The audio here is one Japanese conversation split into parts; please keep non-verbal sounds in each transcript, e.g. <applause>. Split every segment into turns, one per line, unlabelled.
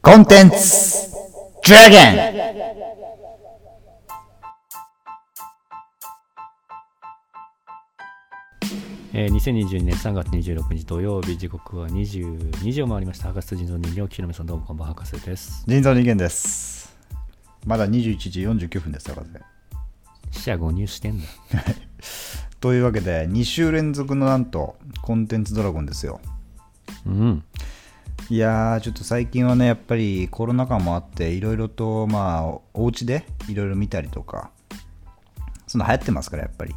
コンテンツドラゴン
えー、2022年3月26日土曜日時刻は22時を回りました博士と人造人形清水さんどうもこんばんは博士です
人造人間です。まだ21時49分です、博士。
死者誤入してんだ
というわけで、2週連続のなんと、コンテンツドラゴンですよ。
うん
いやー、ちょっと最近はね、やっぱりコロナ禍もあって、いろいろと、まあ、お家でいろいろ見たりとか、その流行ってますから、やっぱり。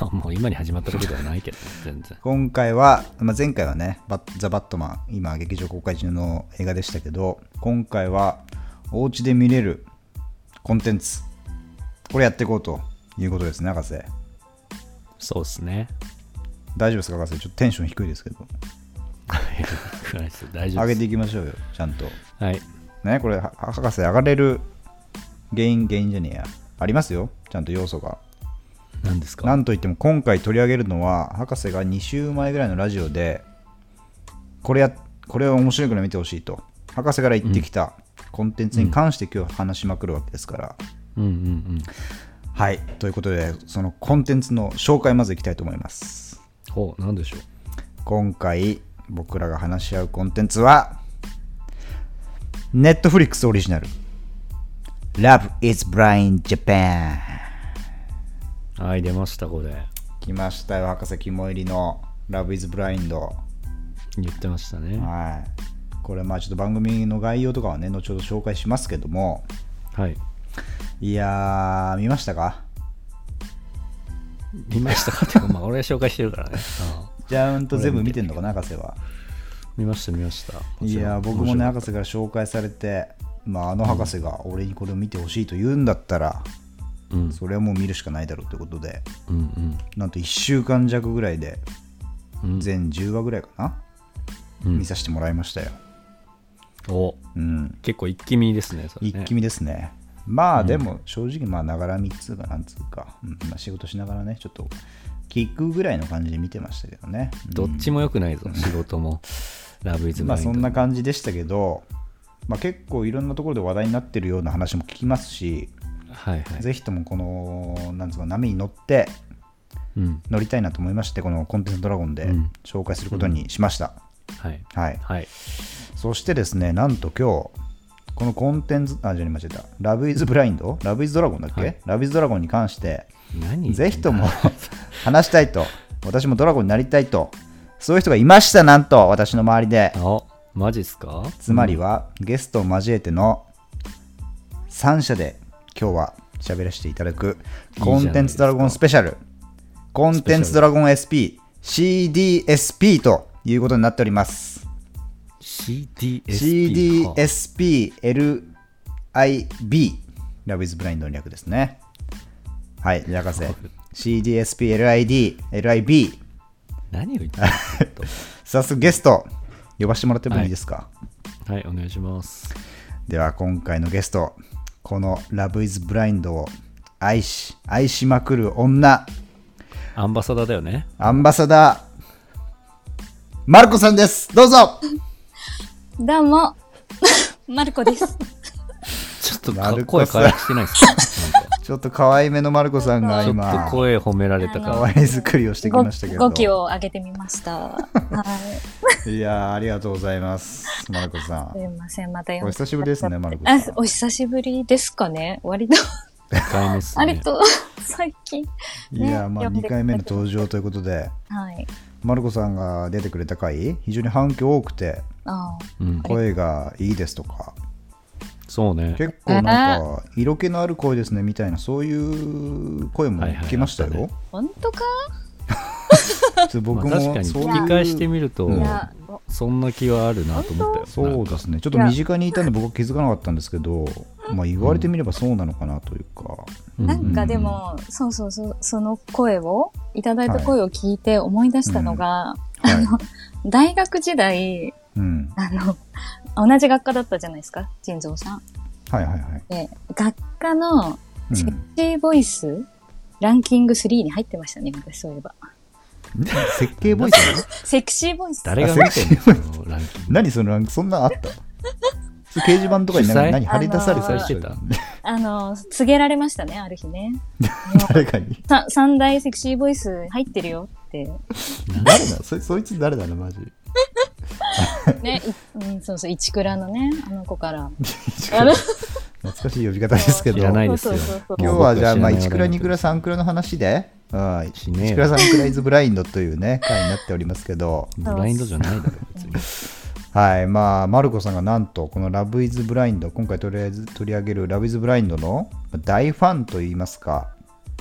まあもう今に始まったことでは <laughs> ないけどね全然
今回は、まあ、前回はね、バッザ・バットマン、今、劇場公開中の映画でしたけど、今回は、お家で見れるコンテンツ、これやっていこうということですね、博士。
そうですね
大丈夫ですか、博士。ちょっとテンション低いですけど、
暗い <laughs> です大丈夫
上げ
です
ていきましょうよ、ちゃんと。
はい
ね、これ、は博士、上がれる原因、原因じゃねえや。ありますよ、ちゃんと要素が。
何ですか
なんといっても、今回取り上げるのは、博士が2週前ぐらいのラジオで、これや、これは面白いから見てほしいと、博士から言ってきたコンテンツに関して今日話しまくるわけですから。
うんうんうん
はい、ということで、そのコンテンツの紹介、まずいきたいと思います。
ほう何でしょう
今回、僕らが話し合うコンテンツは、Netflix オリジナル、Love is Blind Japan。
はい出ましたこれ
来ましたよ、博士肝入りの Love is Blind。
言ってましたね
はい、これまあちょっと番組の概要とかはね後ほど紹介しますけども
はい
いやー見ましたか
見ましたかっていう <laughs> かまあ俺が紹介してるからね、
ちゃんと全部見てんのかな博士は
うん見ました見ましたも
い
ちろん
やー僕もね
面
博士から紹介されて、まあ、あの博士が俺にこれを見てほしいと言うんだったら、
白いうん
それはもう見るしかないだろうということで
うん
なんと1週間弱ぐらいで
うんうん
全10話ぐらいかな、
うん
見させてもらいましたよ、
お
うん、
結構一気見ですねそれね
一気見ですね。まあでも正直まあながらみっつうかなんつうか、うんまあ、仕事しながらねちょっと聞くぐらいの感じで見てましたけどね。うん
どっちも良くないぞ、仕事も。ラブイズ
ま
バ
あ
イン
そ
ド。
んな感じでしたけど、まあ、結構いろんなところで話題になってるような話も聞きますし、
はいはい。
ぜひともこのなんつうか波に乗って
うん。
乗りたいなと思いましてこのコンテンツドラゴンで
うん
紹介することにしました。
はい。
はい、
はい。
そしてですねなんと今日このコンテンツ、あ、じゃあ間違えた。ラブイズブラインドラブイズドラゴンだっけ、
はい
ラブイズドラゴンに関して、
何
ぜひとも <laughs> 話したいと、私もドラゴンになりたいと、そういう人がいました、なんと、私の周りで。
あ、マジっすか
つまりは、ゲストを交えての3社で今日は喋らせていただく、
いいじゃ
コ
ないですか
ンテンツドラゴンスペシャル、コンテンツドラゴン SP、CDSP ということになっております。CDSPLIB、
CDSP。
Love is Blind の略ですね。はい、じゃあ博士、CDSPLID、LIB、
何を
<laughs>
言ってるの
早速ゲスト呼ばせてもらってもいいですか、
はい、お願いします。
では今回のゲストこの「Love is Blind」を愛し愛しまくる女
アンバサダーだよね。
アンバサダーマルコさんですどう
<laughs>
ぞ
どうも、 <laughs> マルコです。
ちょっと
な
か
るこ
声
さ
からしてないっすか
ちょっと可愛めのマルコさんが
なんかちょっ
今
と声褒められた
可
か
愛い作りをしてき
ご
ましたけど
語気を上げてみ
<laughs>
ました。はい
やーありがとうござらますマルコさ
い。す
ん
いません、また
お
読
久しぶりですねマルコさ
あ
ん、
お久しぶりですかね割と、
ら。2回目っす
割
ね。
と、 <laughs> 最近。
いやーまあ
呼んで
2回目の登場ということで
はい。
マルコさんが出てくれた回非常に反響多くて
あ
うん。
声がいいですとか
そうね。
結構なんか色気のある声ですねみたいなそういう声も聞きましたよ、
はいはい
あ、本当か
ちょっと
まあ
僕
確か
も
に、
そう
聞き返して
いう
みると
う、ん
いや、お
そんな気はあるなと思ったよ。
そうですねちょっと身近にいたんで僕は気づかなかったんですけど、まあ、言われてみればそうなのかなというか、
な
なん
か。
んかでも、そうそうそう、その声を、いただいた声を聞いて思い出したのが、
はい
大学時代、
うん、
あの、同じ学科だったじゃないですか、人造さん。
はいはいはい、
で、学科の、セ <laughs> ク
う
シーボイスランキング3に入ってましたね、昔そういえば。
ん、設計ボイス
セクシーボイス
誰が見てんのそのランキング
何そのランクそんなあったそう掲示板とかに
主催
何何張り出され
あのー
てた
あの、告げられましたね、ある日ね。
誰かに。
さ三大セクシーボイス入ってるよって。
誰だそそいつ誰だろうマジ。
ね、い <laughs> うん、そうそう、一倉のね、あの子から。あの
懐かしい呼び方ですけど。
知らない
今
ですよ
そうそうそう
日はじゃあ、まあ、
もう僕は知らない
1クラ、2クラ、3クラの話で、うん、
しね
1
え
クラ、3クライズブラインドというね、回になっておりますけど、
ブラインドじゃないだろ別に
はい、まあ、マルコさんがなんと、このラブイズブラインド、今回とりあえず取り上げるラブイズブラインドの大ファンといいますか、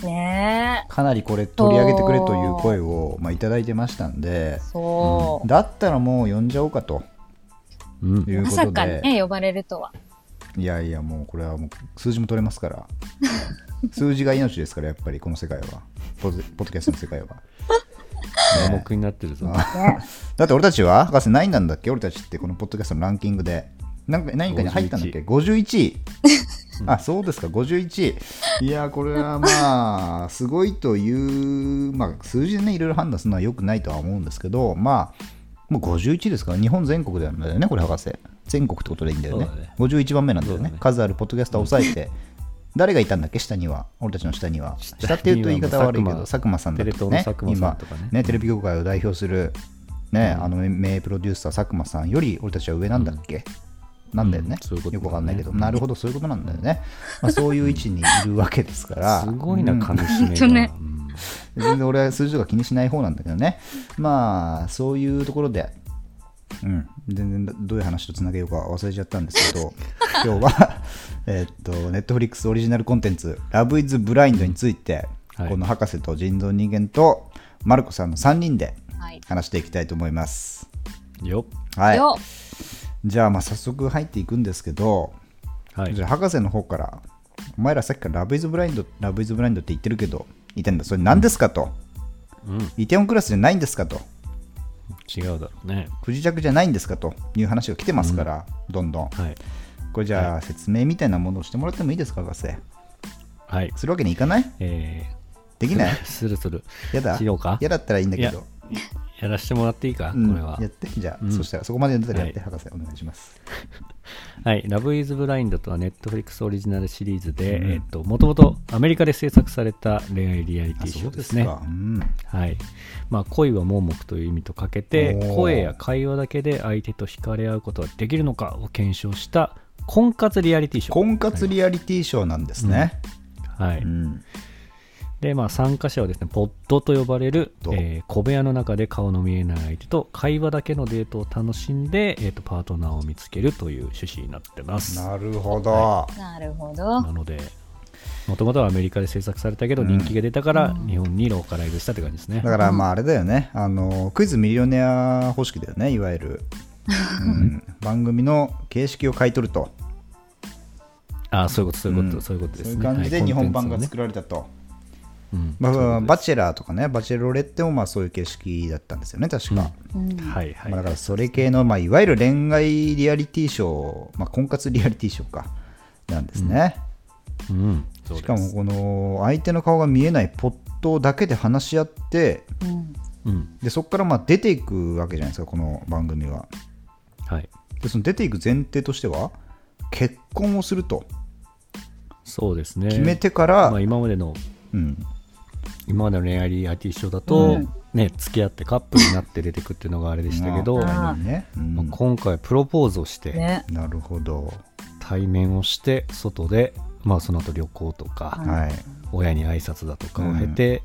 ね
かなりこれ取り上げてくれという声を、まあ、いただいてましたんで
え、、そ。
だったらもう呼んじゃおうかと
うん
いうう
ま
こ
さ
と
か
で、
ね、呼ばれるとは。
いやいや、もうこれはもう数字も取れますから、数字が命ですから、やっぱりこの世界は、ポッドポッドキャストの世界は。
盲目になってるぞ
ね、
だって俺たちは博士何位なんだっけ俺たちってこのポッドキャストのランキングでなんか何かに入ったんだっけ51位あそうですか51位いやこれはまあすごいという、まあ、数字でねいろいろ判断するのはよくないとは思うんですけどまあもう51位ですから日本全国でなんだよねこれ博士全国ってことでいいんだよね
そうだね
51番目なんだよ
そう
ね
だね
数あるポッドキャスターを抑えて誰がいたんだっけ下には俺たちの下には
下には
下っていうと言い方は悪いけど
もう
佐
佐
久
久
間
間
さんだ
テレ
と
東
ね
の佐久間さ
今
んとかね
ねテレビ業界を代表するね、あの名プロデューサー佐久間さんより俺たちは上なんだっけ、なんだよね、
うんそういうことだね
よくわかんないけど、なるほどそういうことなんだよね、まあ、そういう位置にいるわけですから
<laughs> すごいな
うん
噛み締め
本当ね
がうん
全然俺は数字とか気にしない方なんだけどねまあそういうところでうん全然どどういう話とつなげようか忘れちゃったんです
<laughs>
けど今日はえっとネットフリックスオリジナルコンテンツ「ラブイズブラインドについて、
はい
この博士と人造人間とマルコさんの3人で
はい。
話していきたいと思います。
よ
はい、
よ
じゃあまあ早速入っていくんですけど、
はい
じゃあ博士の方からお前らさっきからラブイズブラインドラブイズブラインドって言ってるけど言ってんだそれ何ですかと、
うん
イテオンクラスじゃないんですかと
違うだろうね
不時着じゃないんですかという話が来てますから、どんどん
はい
これじゃあ説明みたいなものをしてもらってもいいですか博士
はい
するわけにいかない
え
できない
<laughs> ーするする
やだ
しようか
やだったらいいんだけど
やらしてもらっていいかこ
うん
れは
やってじゃあ、
うん
そしたらそこまでやったらやって、
は
博士お願いします
はい、ラブイズブラインドとはネットフリックスオリジナルシリーズで、
うん
えっと、もともとアメリカで制作された恋愛リアリティショーですね。
かうん
はい。まあ、恋は盲目という意味とかけて
おー、
声や会話だけで相手と惹かれ合うことはできるのかを検証した婚活リアリティショー。
婚活リアリティショーなんですね、
はい。
うん
で、まあ、参加者はですね、ポッドと呼ばれる
ド、
えー小部屋の中で顔の見えない相手と会話だけのデートを楽しんで、えっと、パートナーを見つけるという趣旨になってます。
なるほど、
なるほど。
なので、もともとはアメリカで制作されたけど、人気が出たから、日本にローカライズしたって感じですね。
だからまああれだよね、あのクイズミリオネア方式だよねいわゆる、 <laughs> うん、番組の形式を買い取ると
ああ、そういうこと、そういうこと、
ん
そういうことです
そうい
ね。
う感じで
はい
日本版が
コンテンツ
作られたと、
をね
まあバチェラーとかねバチェロレッテもまあそういう形式だったんですよね確か、ま
うん
うんはいは
あ
い。
だからそれ系の、まあ、いわゆる恋愛リアリティショー、まあ、婚活リアリティショーかなんですね、
うん、そう
しか
で
も
す。
この相手の顔が見えないポットだけで話し合って
うん
うん、
でそこからまあ出ていくわけじゃないですかこの番組は
はい。
でその出ていく前提としては結婚をすると
そうですね。
決めてから、
まあ、今までの、
うん、
今までの恋愛リアリティショーだと、
うん
ね、付き合ってカップルになって出てくっていうのがあれでしたけど、
うん
まあ
ね、うん
今回プロポーズをして、
ね。
なるほど、
対面をして、外で、まあ、その後旅行とか、
うん
はい
親に挨拶だとかを経て、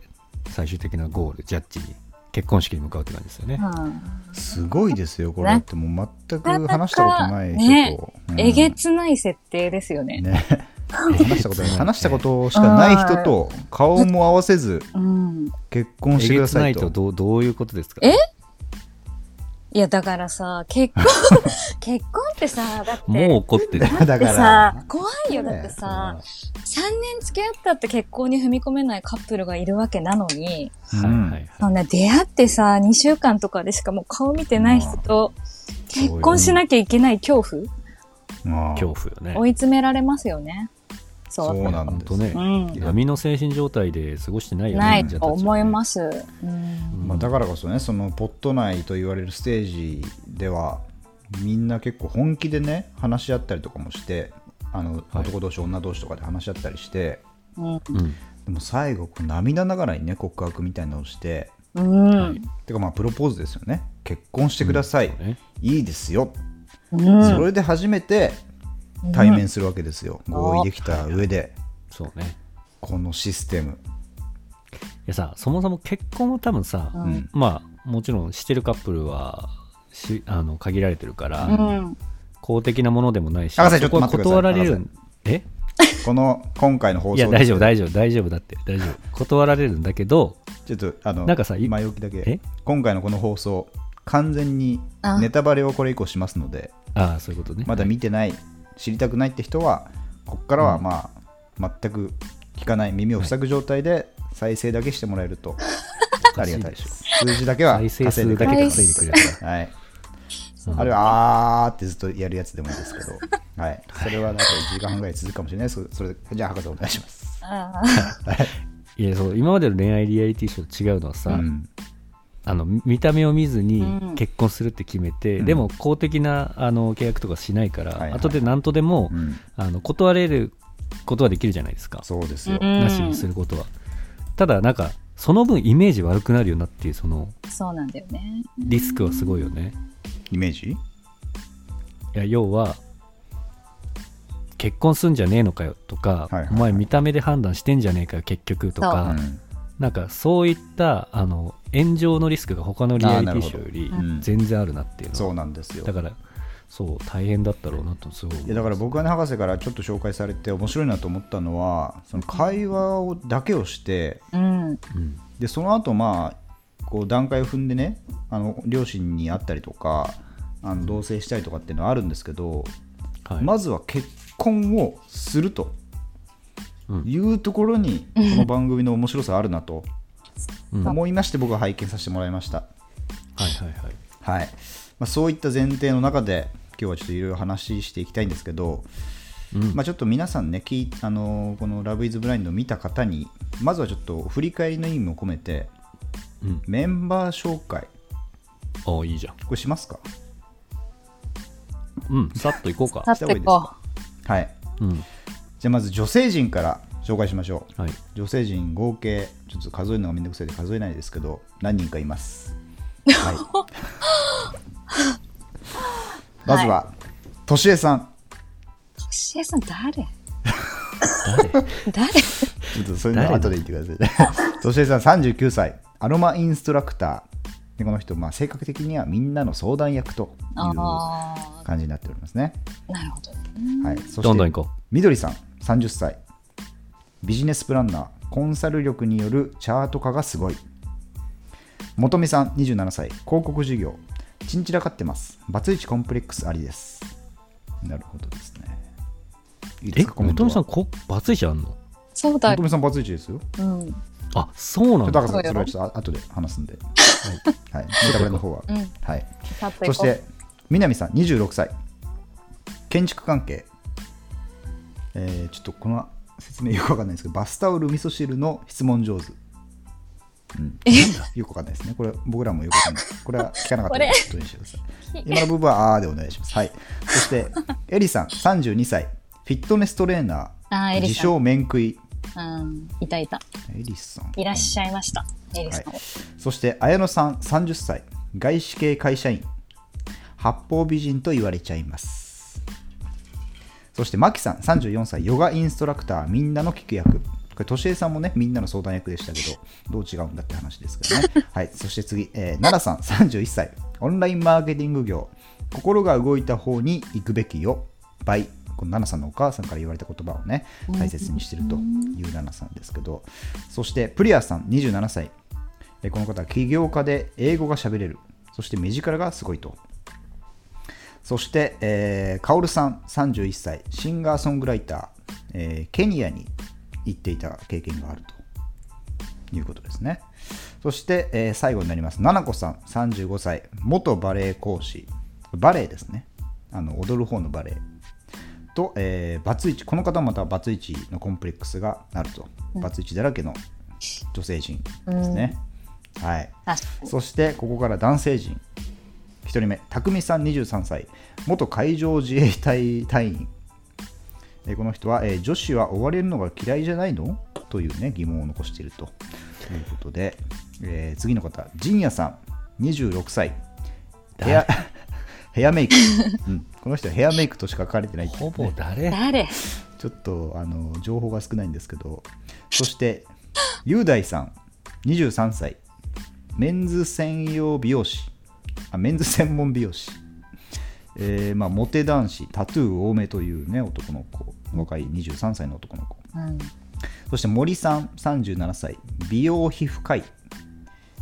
最終的なゴールジャッジに結婚式に向かうって感じですよね、
は
すごいですよこれ
な
ってもう全く話したことない
なかなか
ちょっと、うん
い。えげつない設定ですよね。
ね話した
<laughs>
ことない話したことし
う
か
ん
ない人と顔も合わせず
うん。
結婚してく
えげ
だ
つ
さ
ないいと
と
どうどういうことですか
えいや、だからさ、
<laughs>
結婚、結婚ってさ、だって。
もう怒ってる
<laughs> だ
だ
か
って
ら
さ、怖いよ。だってさ、3年付き合ったって結婚に踏み込めないカップルがいるわけなのに、
うん
はいはい
そんな出会ってさ、2週間とかでしかもう顔見てない人と結婚しなきゃいけない恐怖、
まあ
恐怖よね
追い詰められますよね。そう。
そうなんです
本当ね
うん。
闇の精神状態で過ごしてないよね
ない
忍者
と
たちはね
思います。うん。
まあ、だからこそねそのポット内と言われるステージではみんな結構本気でね話し合ったりとかもしてあの、
はい
男同士女同士とかで話し合ったりして
うん
うん
でも最後こう涙ながらにね告白みたいなのをして
うん
はい
てかまあプロポーズですよね結婚してください、
そうね
いいですよ、
うん
それで初めて対面するわけですよ、合意できた上で
そうね
このシステム、
いやさそもそも結婚は多分さ、
うん
うん
まあもちろんしてるカップルはしあの限られてるから、
うん
公的なものでもないし
博士
そこは
ちょっと待ってください
断られるんえ
この今回の放送
いや大丈夫大丈夫大丈夫だって大丈夫断られるんだけど
ちょっとあの
なんかさい
前置きだ
え
け今回のこの放送完全にネタバレをこれ以降しますので
ああそういうことね
まだ見てない知りたくないって人はここからはまあ全く聞かない耳を塞ぐ状態で再生だけしてもらえるとありがたいです数字だけは
再
稼
生
いでくれ
数だ
る
け
稼
稼いでくれる
からはい
うん
あるいはあーってずっとやるやつでもいいですけどはいそれはなんか1時間半ぐらい続くかもしれないですそれじゃあ博士お願いします
あ
いやそう今までの恋愛リアリティショーと違うのはさ、
うん
あの見た目を見ずに
うん
結婚するって決めて、
うん
でも公的なあの契約とかしないから、
はいはい
後で何とでも、
うん
あの断れることはできるじゃないですか、
そうです
ー
よ
うん
なしにすることはただなんかその分イメージ悪くなるよなっていうその
そうなんだよね。
リスクはすごいよね
イメージ
いや要は結婚すんじゃねえのかよとか、
はいはいはい
お前見た目で判断してんじゃねえかよ結局と
う
か、
ん
なんかそういったあの炎上のリスクが他のリアリティショーより
あーなるほどうん
全然あるなっていうのは
そうなんですよ
だからそう大変だったろうなとすごい思う
いやだから僕はね博士からちょっと紹介されて面白いなと思ったのはその会話をだけをして
うん。
うん
でその後まあこう段階を踏んでねあの両親に会ったりとかあの同棲したりとかっていうのはあるんですけど、
はい
まずは結婚をすると
うん
いうところにこの番組の面白さあるなと
うんはい
思いまして僕は拝見させてもらいました、
はいはい
はいまあ、そういった前提の中で今日はちょっといろいろ話していきたいんですけど
うん
まあ、ちょっと皆さんね、聞いあのーこの「ラブイズブラインドを見た方に、まずはちょっと振り返りの意味も込めて、
うん
メンバー紹介、
ああいいじゃん
これしますか
うん
<laughs>
さっと行こうか
さてこ
はい。
うん
じゃあまず女性陣から紹介しましょう。
はい
女性陣合計、ちょっと数えるのがめんどくさいで数えないですけど、何人かい <laughs> ます。はい、まずは、としえさん。
う。としえさん誰
誰
誰
ちょっとそれの後で言ってください。 <laughs> としえさん、39歳、アロマインストラクター。でこの人、まあ、性格的にはみんなの相談役という
あ
感じになっておりますね。
あ、なるほど。
はい、そして
どんどん行こ
みどりさん、30歳。ビジネスプランナー、コンサル力によるチャート化がすごい。もとみさん、27歳。広告事業。チンチラ買ってます。バツイチコンプレックスありです。なるほどですね。いいう
え
ですかコメントは
本美さんこバツイチあんの
そうだ
本富さん、バツイチですよ。
うん。うん。
あそう
ちょ
な
っと
んだ
高さん、それはちょっと後で話す
<laughs>
んで。はい。ネタバレの方は。はい。
さて
そ
こ
して、南さん、26歳。建築関係。えーちょっとこの説明よくわかんないですけど、バスタオル味噌汁の質問上手。うん、よくわかんないですね。これ、僕らもよくわかんない。これは聞かなかったら、
こ
ちょっとにしてください。今の部分はあーでお願いします。はい。そして、エリさん、32歳。フィットネストレーナ
あー
ー、
エリさん
自称麺食い。
うん。いたいた。
エリさん。
いらっしゃいました。エリさん。
はいそして綾野さん30歳外資系会社員八方美人と言われちゃいますそしてマキさん34歳ヨガインストラクターみんなの聞く役これとしえさんもねみんなの相談役でしたけどどう違うんだって話ですけどねはいそして次、えー奈良さん31歳オンラインマーケティング業心が動いた方に行くべきよ by この奈々さんのお母さんから言われた言葉をね大切にしてるという奈々さんですけどそしてプリアさん27歳えーこの方は起業家で英語が喋れるそして目力がすごいとそして、えーカオルさん31歳シンガーソングライター、えーケニアに行っていた経験があるということですねそして、えー最後になりますななこさん35歳元バレエ講師バレエですねあの踊る方のバレエと、えーバツイチこの方もまたバツイチのコンプレックスがあると、バツイチだらけの女性陣ですね、はい
確かに
そしてここから男性陣、 1人目、匠さん23歳、元海上自衛隊隊員。えーこの人は、えー女子は追われるのが嫌いじゃないのという、ね、疑問を残しているということで、えー次の方、陣也さん26歳、ヘア <laughs> ヘアメイク、うん、この人はヘアメイクとしか書かれてないっていうね、
ほぼ誰
誰
ちょっとあの情報が少ないんですけど、そして、雄大さん、23歳、メンズ専用美容師、あメンズ専門美容師、えーまあ、モテ男子、タトゥー多めという、ね、男の子、若い23歳の男の子、
うん。
そして森さん、37歳、美容皮膚科医、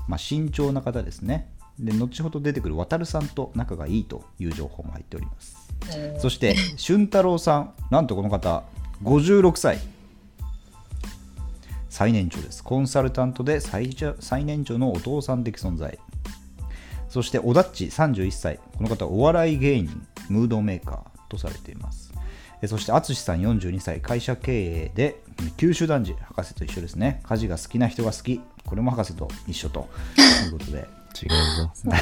まあ、慎重な方ですね。で後ほど出てくる渡さんと仲がいいという情報も入っております。
えー
そして、俊太郎さん、なんとこの方、56歳。最年長です。コンサルタントで最長最年長のお父さん的存在。そして、おだっち、31歳。この方、お笑い芸人、ムードメーカーとされています。えそして、淳さん、42歳。会社経営で、九州男児、博士と一緒ですね。家事が好きな人が好き。これも博士と一緒ということで。 <laughs>
違うぞ。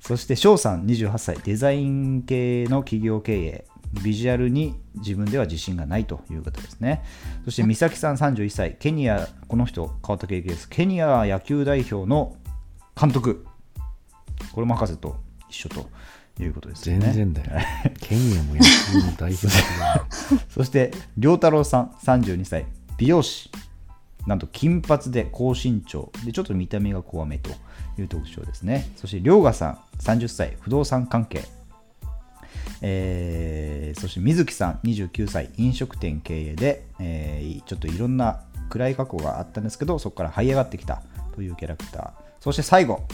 そして翔さん28歳デザイン系の企業経営ビジュアルに自分では自信がないという方ですねそして美咲さん31歳ケニアこの人変わった経験ですケニア野球代表の監督これも博士と一緒ということですよ
全
ね <laughs>
然だよ。ケニアも野球の代表だから
そして良太郎さん32歳美容師なんと金髪で高身長でちょっと見た目が怖めという特徴ですねそして涼河さん30歳不動産関係えーそして水木さん29歳飲食店経営で、えーちょっといろんな暗い過去があったんですけどそこから這い上がってきたというキャラクターそして最後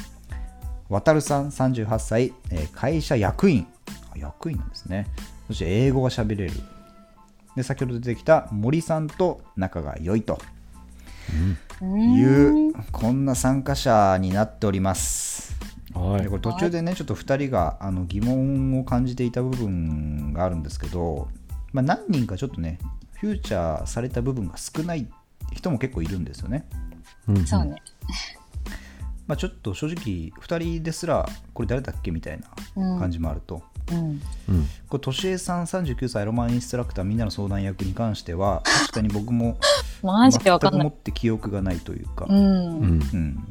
渡るさん38歳、えー会社役員あ役員なんですねそして英語が喋れるで先ほど出てきた森さんと仲が良いというこんな参加者になっております。
はい
でこれ途中でねちょっと2人があの疑問を感じていた部分があるんですけど、まあ、何人かちょっとねフューチャーされた部分が少ない人も結構いるんですよね。
うんうん
そうね。
まあ、ちょっと正直2人ですらこれ誰だっけみたいな感じもあると。
うん。
うん
これ、としえさん39歳、ロマンインストラクター、みんなの相談役に関しては、確かに僕も
マジでわかんな
全
い
く持って記憶がないというか、
うん。
うん
うん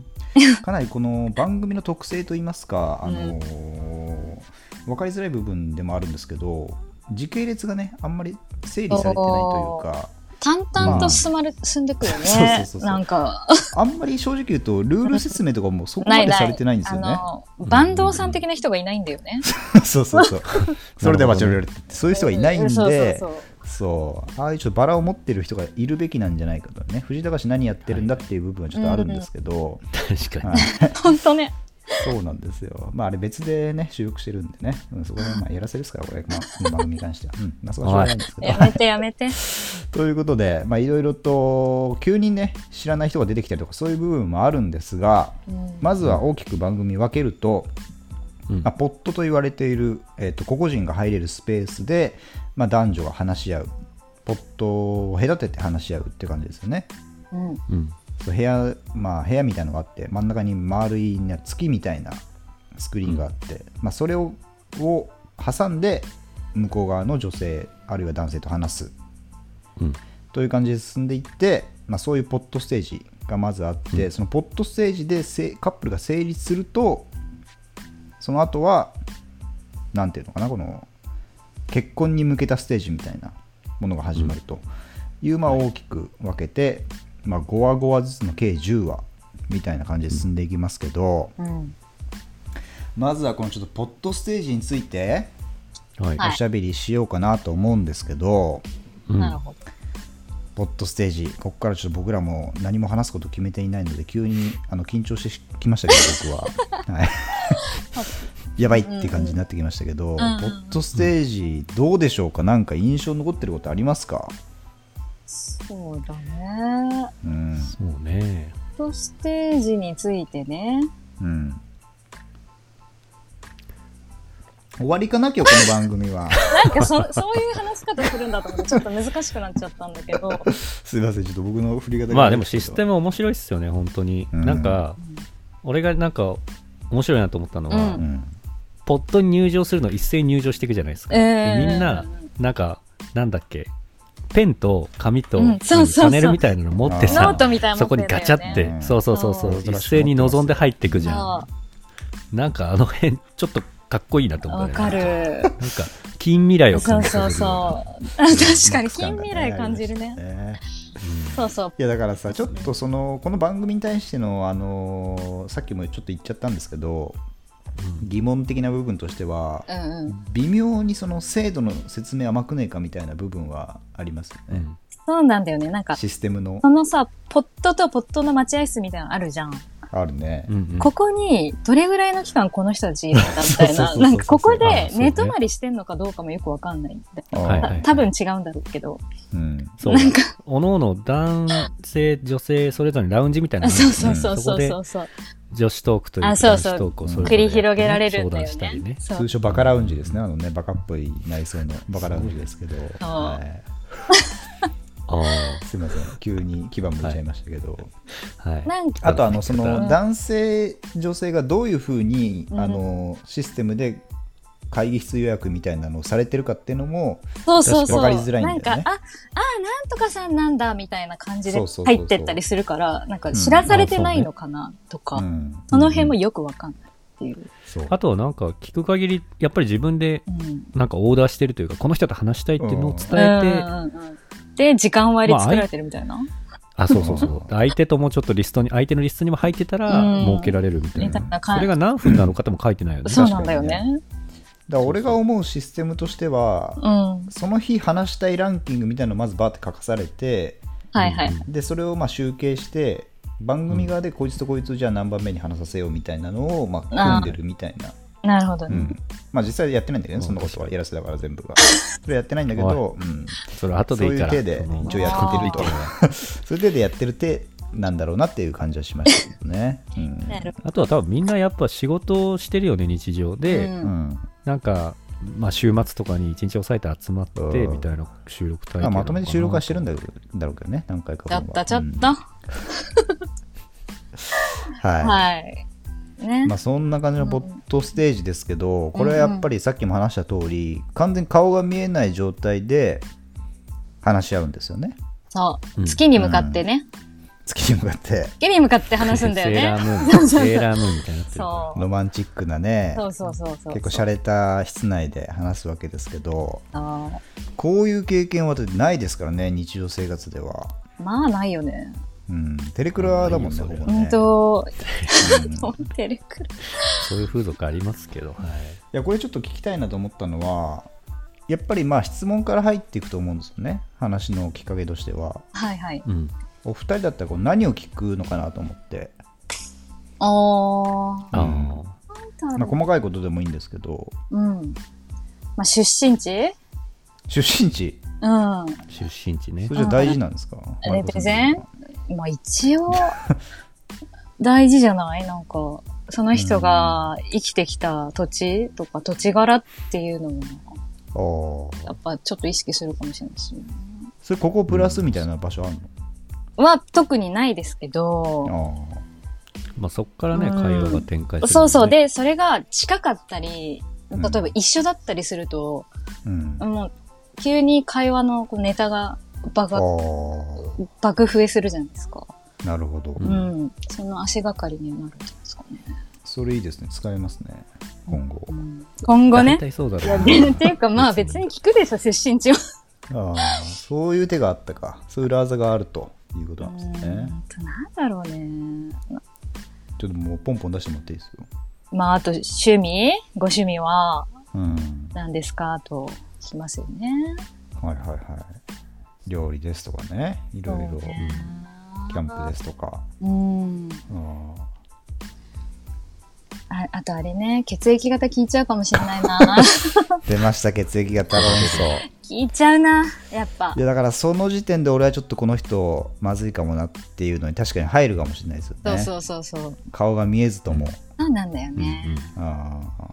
かなりこの番組の特性といいますか、あのー分かりづらい部分でもあるんですけど、時系列がね、あんまり整理されてないというか、
淡々と進まる、進んでくよね。
<laughs> そうそうそうそう
なんか、
あんまり正直言うと、ルール説明とかもそこ
な
ま
い
で
ない。
されてないんですよね。
あの、バンドさん的な人がいないんだよね。
<laughs> そうそう
<laughs>
そう。それではバチェロレッテって、そういう人がいないん
う
で、
そうそうそう。
そうああいうちょっとバラを持ってる人がいるべきなんじゃないかとね藤井隆何やってるんだっていう部分はちょっとあるんですけど、
確か
はい
本当ね。
そうなんですよまああれ別でね収録してるんでね、うん、そこはまあやらせですからこれ、まあ、この番組に関しては、うんまあ、そこはしょうがないんですけど
やめてやめて。
ということでまあいろいろと急にね知らない人が出てきたりとかそういう部分もあるんですが
うん
まずは大きく番組分けると、
に。うん
まあ、ポットと言われている、えー、と個々人が入れるスペースで、まあ、男女が話し合うポットを隔てて話し合うって感じですよね
うん。
うん
そう部屋まあ部屋みたいのがあって真ん中に丸いな月みたいなスクリーンがあって、まあ、それをを挟んで向こう側の女性あるいは男性と話す
うん
という感じで進んでいって、まあ、そういうポットステージがまずあって、そのポットステージでせカップルが成立するとその後はなんていうのかなこの結婚に向けたステージみたいなものが始まるという、まあ、大きく分けて、まあ、5話5話ずつの計10話みたいな感じで進んでいきますけど、
うん。
まずはこのちょっとポッドステージについて
はい
は
おしゃべりしようかなと思うんですけど、
うん
なるほど。
ポッドステージここからちょっと僕らも何も話すこと決めていないので急にあの緊張してきましたけど
<laughs>
僕は、はい、やばいって感じになってきましたけど、ポッドステージどうでしょうかなんか印象に残ってることありますか、
そうだね。
うん
そうね。
とステージについてね。
うん、終わりかな今日この番組
<laughs>
は
なん
<laughs>
かそ、そういう話し方するんだと思って、ちょっと難しくなっちゃったんだけ
<laughs>
ど。
すいませんちょっと僕の振り方が
まあでもシステ
ム
ム面白いっすよね、本当に。
うん
なんか、俺がなんか、面白いなと思ったのは、
うん
うん
ポットに入場するの一斉に入場していくじゃないですか、
えー
でみんななんかなんだっけペンと紙と、
うんそうそうそう
パネルみたいなの持って
うん
ノ
さ
ートみたいな
そ
も
こ
ん
に
だよね
ガチャって、
うん
そうそうそうそう
そう
一斉に望んで入っていくじゃん
そ
なんかあの辺ちょっとかっこいいなと
う
思った
わ
ね
かる
なんか近未来を
そ
感
う
じさせる
そうそうあ <laughs> 確
<laughs>
かに近未来感じるねそうそう
いやだからさちょっとそのこの番組に対してのあのーさっきもちょっと言っちゃったんですけど疑問的な部分としては
うんうん
微妙にその制度の説明甘くねえかみたいな部分はありますよ
うんう
ね、
ん
そうなんだよねなんか
システムの
そのさポットとポットの待合室みたいなのあるじゃん、
あるね、
うんうん
ここにどれぐらいの期間この人たちいるんだみたい
そうそうそう
な
そう
なんかここ
あ
で
そうね
寝泊まりしてんのかどうかもよくわかんないんで
あー
はいはい
多分違うんだろうけど
うん
そうおのおの男性女性それぞれラウンジみたいな
あ
のがある
そ
ん
う
ですよ
そう
ね
そう
そ
そ
こ
う
で
そうそう
女子トークというか
あそう
男
そ
子
う
トークをそれぞ
繰
れや
り
ってね
広げられるんだ
相談
よ
したり
ね
ね
そう
通称バカラウンジですね、あのね、バカっぽい内装のバカラウンジですけど、は
あ
い、すみません、急に牙むいちゃいましたけど、
あはい
なんか
あとあのそ
うん
の男性、女性がどういうふうに、
うん
あのシステムで会議室予約みたいなのをされてるかっていうのも、
そうそうそ
確かに分
う
かりづらいんだよ
ん
ね
かああなんとかさんなんだみたいな感じで
そうそうそうそう
入ってったりするからなんか知らされてないのかなとか、
うん、
その辺もよくわかんないっていう、
そう
あとはなんか聞く限りやっぱり自分で
うん、
なんかオーダーしてるというかこの人と話したいっていうのを伝えて、
うんうんうんで時間割り作られてるみたいな、
あそうそうそう
<laughs>
うん
相手ともちょっとリストに相手のリストにも入ってた
う
ら
ん
設けられるみたいな、
みたいな
そ
感
れ
じ、
が何分なのかとも書いてないよね
そうなんだよね
だから俺が思うシステムとしては、
うんは
その日話したいランキングみたいなのまずバーって書かされて、
いはい、
うん
でそれをまあ集計して番組側でこいつとこいつをじゃあ何番目に話させようみたいなのをまあ組んでるみたいな、
なるほど
う
ね、
んまあ、実際やってないんだけどねそんなことはやらせだから全部がそれやってないんだけど、うん、
それ後
そ
で
う
いい
い
か
う
ら
手で
その
一応やってると
後でいいから
そういう手でやってる手なんだろうなっていう感じはしましたけどね、うん
なる
あとは多分みんなやっぱ仕事をしてるよね日常で、
うん
うん
なんか、まあ、週末とかに一日押さえて集まって
うん
みたいな収録体験
まあ、まとめて収録はしてるん
だ
だけどだろうけどね何回か分
や
は
ったちょっと、
うんはい、
はいね、
まあ、そんな感じのポットステージですけど、これはやっぱりさっきも話した通り、完全に顔が見えない状態で話し合うんですよね
そう、
うん
月に向かってね、
月に向かって
月に向かって話すんだ
<laughs>
よ
セーラ
ね
ー
<laughs>
ムーンセーラームーンみたいになってる
そ
ロマンチックなね
うそうそうそうそう
結構洒落た室内で話すわけですけど
あ
こういう経験は私ないですからね日常生活では、
ーまあないよね
うん、テレクラだもんね
な
ほ
い
ぼ
よ
ね、
本当、
うんい
<laughs> とテレクラ
そういう風俗ありますけど、はい
やこれちょっと聞きたいなと思ったのはやっぱりまあ質問から入っていくと思うんですよね話のきっかけとしては
はいはい
うん、
お二人だったらこう何を聞くのかなと思って、
おー
あ
うん
あ
まあ、細かいことでもいいんですけど
うんまあ出身地
出身地
うんま
出身地ね
それじゃ大事なんですか
レプレゼンあ一
<laughs>
応大事じゃないなんかその人が生きてきた土地とか土地柄っていうのも
お
やっぱちょっと意識するかもしれないですね
それここプラスみたいな場所ある
は特にないですけど
の、ああ
まあ、そこからね、
うん
会話が展開する、ね、
そうそうでそれが近かったり例
うん
えば一緒だったりすると、
うん
もう急に会話のこうネタが爆発
あ
爆増えするじゃないですか。
あなるほど、
う
うん。その足がかりにはなるんじゃないですかね。
それいいですね使えますね今後
うん、今後
大
ね。
体そうだ
いや
ろう
<laughs> っ
ね、
ていうかまあ別に聞くでしょ、出身地は。
ああそういう手があったかそういう裏技があるということ
う
なん
ん
です
と
ね
なんだろうね。
ちょっともうポンポン出してもらっていいですよ
まああと趣味ご趣味は
うん
何ですかと聞きますよね。
はいはいはい料理ですとかねいろいろ、
そう
うん
ね
キャンプですとか
うん。
うん
ああとあれね、血液型聞いちゃうかもしれない <laughs> な。
出ました血液型論争
聞いちゃうな、やっぱ
い。やだからその時点で俺はちょっとこの人まずいかもなっていうのに確かに入るかもしれないですよね
そうそうそうそう。
顔が見えずとも
そうなんだよ
うん
ね。
あー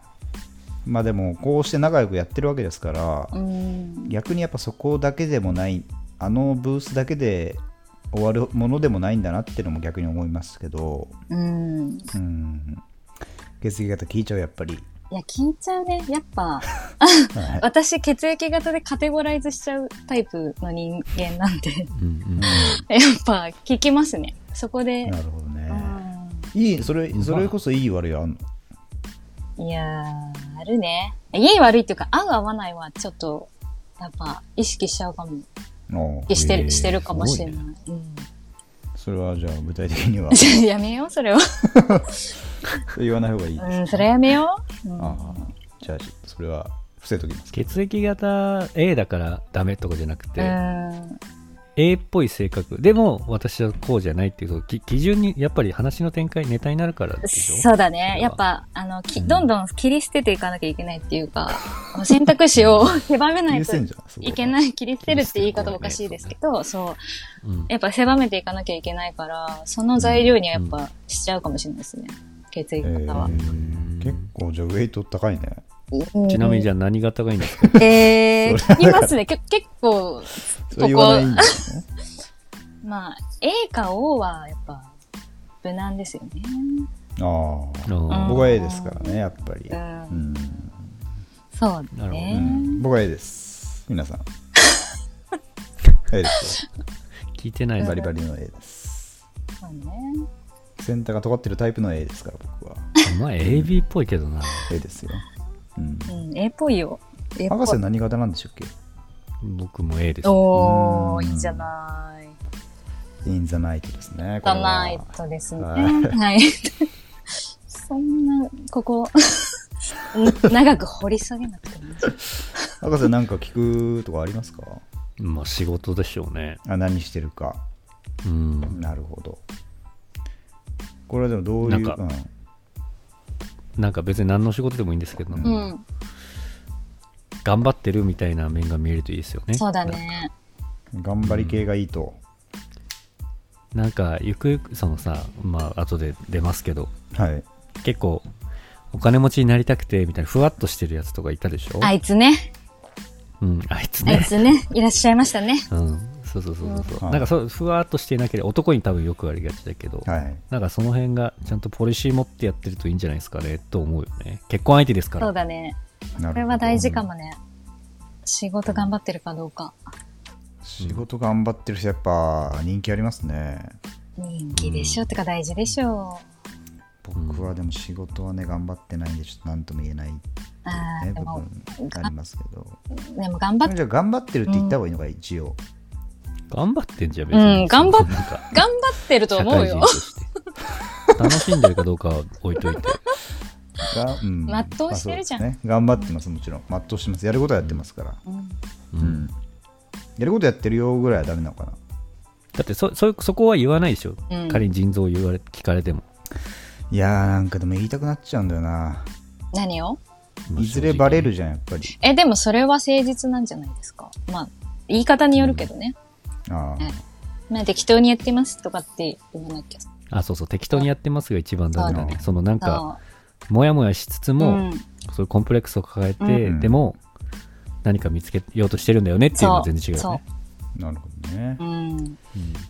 まあでもこうして仲良くやってるわけですから、
うん。
逆にやっぱそこだけでもないあのブースだけで終わるものでもないんだなっていうのも逆に思いますけど
うん。
うん血液型聞いちゃう、やっぱり。
いや、聞いちゃうね。やっぱ、
はい
私、血液型でカテゴライズしちゃうタイプの人間なんで、 <laughs> や
うんうん
っぱ聞きますね。そこで、
なるほどね
う。ん
いい、それ、それこそいい悪いあんの。
いやー、あるね。いい悪いっていうか、合う合わないはちょっと、やっぱ意識しちゃうかも。
おう
意識して
へー
る、してるかもしれない。
それはじゃあ具体的
<laughs>
には
うん、やめよう、それは。
言わない方がいい。
うん、それやめよう。うん
ああじゃあそれは伏せときます。
血液型 A だからダメとかじゃなくて、
うん、
A っぽい性格でも私はこうじゃないっていうき基準にやっぱり話の展開ネタになるからでしょ
そうだね。やっぱ、あの、きどんどん切り捨てていかなきゃいけないっていうか、選択肢を狭めない
優
と
先じゃんそこ
いけない、切り捨てるって言い方おかしいですけど、そう。
うん
やっぱ狭めていかなきゃいけないから、その材料にはやっぱしちゃうかもしれないですね。血液
え
型は。
ー結構じゃあウエイト高いね。
ちなみにじ
ゃ
ゃあ何型がいいんですか
え <laughs> ー、聞きますね。け結 <laughs> 構、
それ言わないんだよね。
まあ、A か O はやっぱ、無難ですよね。
ああ
あー
僕は A ですからねやっぱり。
う。
うんん
そう
なるほど
う
ね。
ん僕は A です皆
<laughs>
さん。A ですよ
聞いてない
バ
の
リバリの A です。
そうね。
センターが尖ってるタイプの A ですから僕
<laughs>
は
お前 AB っぽいけどな
A ですよ。うん
うん、A っぽいよ。A っぽ
博士
い。
何型なんでしょうっ
僕も A です
お
う
ー、
ん
いいじゃない。
け ?In the night ですね。こ
ダ
れは
ナイトですね。
はい
はい。そんな、ここ、 <laughs> ん長く掘り下げなくてもいい。
博士なんか聞くとかありますか
まあ仕事でしょうね
あ何してるか。
うん
なるほど。これはでもどういう。
なんか
うん
なんか別に何の仕事でもいいんですけど、
う
うん、
頑張ってるみたいな面が見えるといいですよね
そうだね。
頑張り系がいいと。
なんかゆくゆくそのさまあ後で出ますけど
はい。
結構お金持ちになりたくてみたいなふわっとしてるやつとかいたでしょ
あいつね、
うん、あいつ
あい
ね
つね、いらっしゃいましたね。
うんそうそうそうそう、
うん
なんかそうふわっとしていなければ男に多分よくありがちだけど、
はい。
なんかその辺がちゃんとポリシー持ってやってるといいんじゃないですかねと思うよね結婚相手ですか
そ
ら
うだね。
なるほど
これは大事かもね。仕事頑張ってるかどうか。
仕事頑張ってる人やっぱ人気ありますね。
人気でしょ、うてか大事でしょう。
うん
僕はでも仕事はね、頑張ってないんで、ちょっと何とも言えないね、
ああ、で
部
も、
分ありますけど。
でも頑張っ、
じゃあ頑張ってるって言った方がいいのか、一応。
頑張ってんじゃん
うん頑張っ
なんか
頑張って <laughs> ると
社
思う
会人
よ
と。して楽しんでるかどうかは置いといて
がうん
全うしてるじゃん
まあそうですね、頑張ってます、もちろん。全うしてます。やることはやってますから。
うん
う
うんん。やることやってるよぐらいはダメなのかな。
だってそそそこは言わないでしょ、
うん
仮に腎臓を言われ聞かれても、
いやー、なんかでも言いたくなっちゃうんだよな。
何を
まあ
いずれバレる
正
じゃん、やっぱり。
え、でもそれは誠実なんじゃないですか。まあ、言い方によるけどね。
ああ。
まあ、適当にやってますとかって言わなきゃ。
直あそうそう適当にやってますが一番ダメだね
そう
そのなんか
あ
モヤモヤしつつ
あ
も、
ん、
そういうコンプレックスを抱えて、
うん
でも何か見つけようとしてるんだよねっていうのは全然違うよ
そ
ね
なるほどね
う。。うん。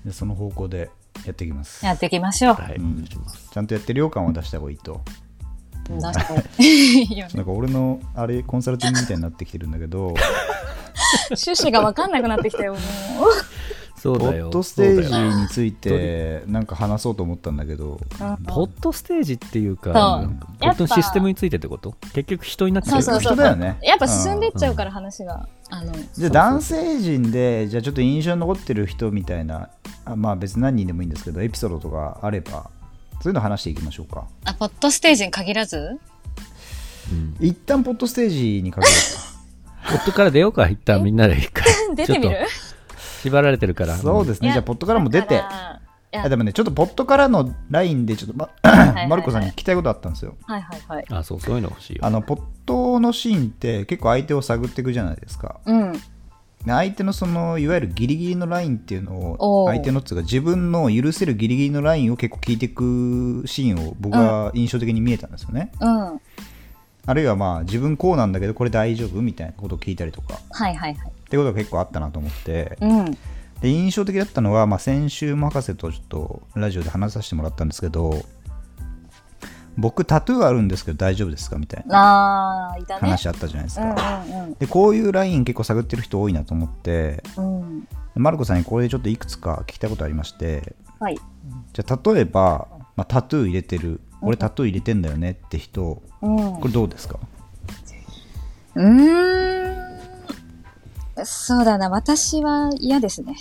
でその方向でやっていきます。
やっていきましょう。
はい、
うん
します
ちゃんとやってるよ感は出した方がいいと。
出した方がいいよね
<laughs> なんか俺のあれコンサルティングみたいになってきてるんだけ
<laughs>
ど、
趣旨がわかんなくなってきたよ、も
そう
ポ
だ
ッ
よ
トステー
そうだよ
ジについてなんか話そうと思ったんだけど、
う。
ポットステージっていうか
そう
なんかポットのシステムについてってこと結局人になっちゃうよね
そうそうそう
人だよね。
やっぱ進んでっちゃうから話が。あの、
うんじゃあ男性陣で、じゃあちょっと印象に残ってる人みたいな、あまあ別に何人でもいいんですけど、エピソードとかあれば、そういうの話していきましょうか。
あ、ポッドステージに限らず
うん
一旦ポットステージにかける
ポットから出ようか一旦みんなで一回
<laughs> 出てみ
ちょ
る
っと縛られてるから
か。 <laughs> そうですすね。
いや
じゃあポットからも出て
だ。からい
あ
や
でもね、ちょっとポットからのラインで、ちょっと、ま、
い
<clears throat>
はいはい
マルコさんに聞きたいことあったんですよ。
はいはいはい。
あそうそういうの欲しいよ
あのポットのシーンって結構相手を探っていくじゃないですか
うん。
で相手のそのいわゆるギリギリのラインっていうの
お
を
ー
相手のっつうか自分の許せるギリギリのラインを結構聞いていくシーンを僕は印象的に見えたんですよね、
うん。はい
あるいはまあ自分こうなんだけどこれ大丈夫みたいなことを聞いたりとかっ
はいはい。
てことが結構あったなと思って
うん。
で印象的だったのは、まあ、先週も博士とちょっとラジオで話させてもらったんですけど僕タトゥーあるんですけど大丈夫ですかみたいな
ああ、いたね。
話あったじゃないです
う
か、
ん
でこういうライン結構探ってる人多いなと思って
うんうん。うん。
マルコさんにこれでちょっといくつか聞きたいことありまして
はい。
じゃあ例えば、まあ、タトゥー入れてる俺タトゥー入れてんだよねって人
うん。
これどうですか
うーん。そうだな。私は嫌ですね。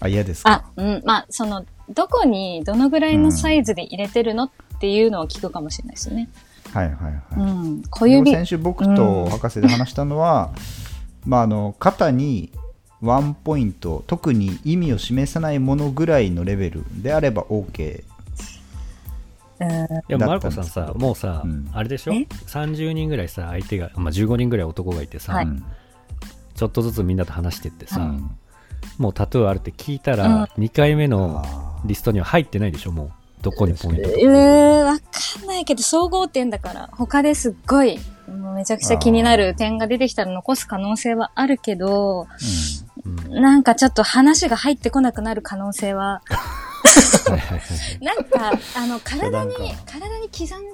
あ嫌ですか
あ、うん。まあ、その、どこにどのぐらいのサイズで入れてるのっていうのを聞くかもしれないですね。
はいはいはい、
うん。小
でも
指。
先週僕と博士で話したのは、まあ、あの肩にワンポイント特に意味を示さないものぐらいのレベルであれば OK
うん
でもマ
だ
ル
った
コ
んです
さん
けど
さもうさ、
うん
あれでしょ
え
30人ぐらいさ相手が、まあ、15人ぐらい男がいてさ、
はい
うん
ちょっとずつみんなと話してってさ、
うん
もうタトゥーあるって聞いたら、2回目の
あー
リストには入ってないでしょもうどこにポイントとか
うーん、わかんないけど、総合点だから、他ですっごい、もうめちゃくちゃ気になる点が出てきたら残す可能性はあるけど、
うんはい
なんかちょっと話が入ってこなくなる可能性は、
はいはいはい
なん
<laughs>
か、あの、体に
いやなんか、
体に刻む、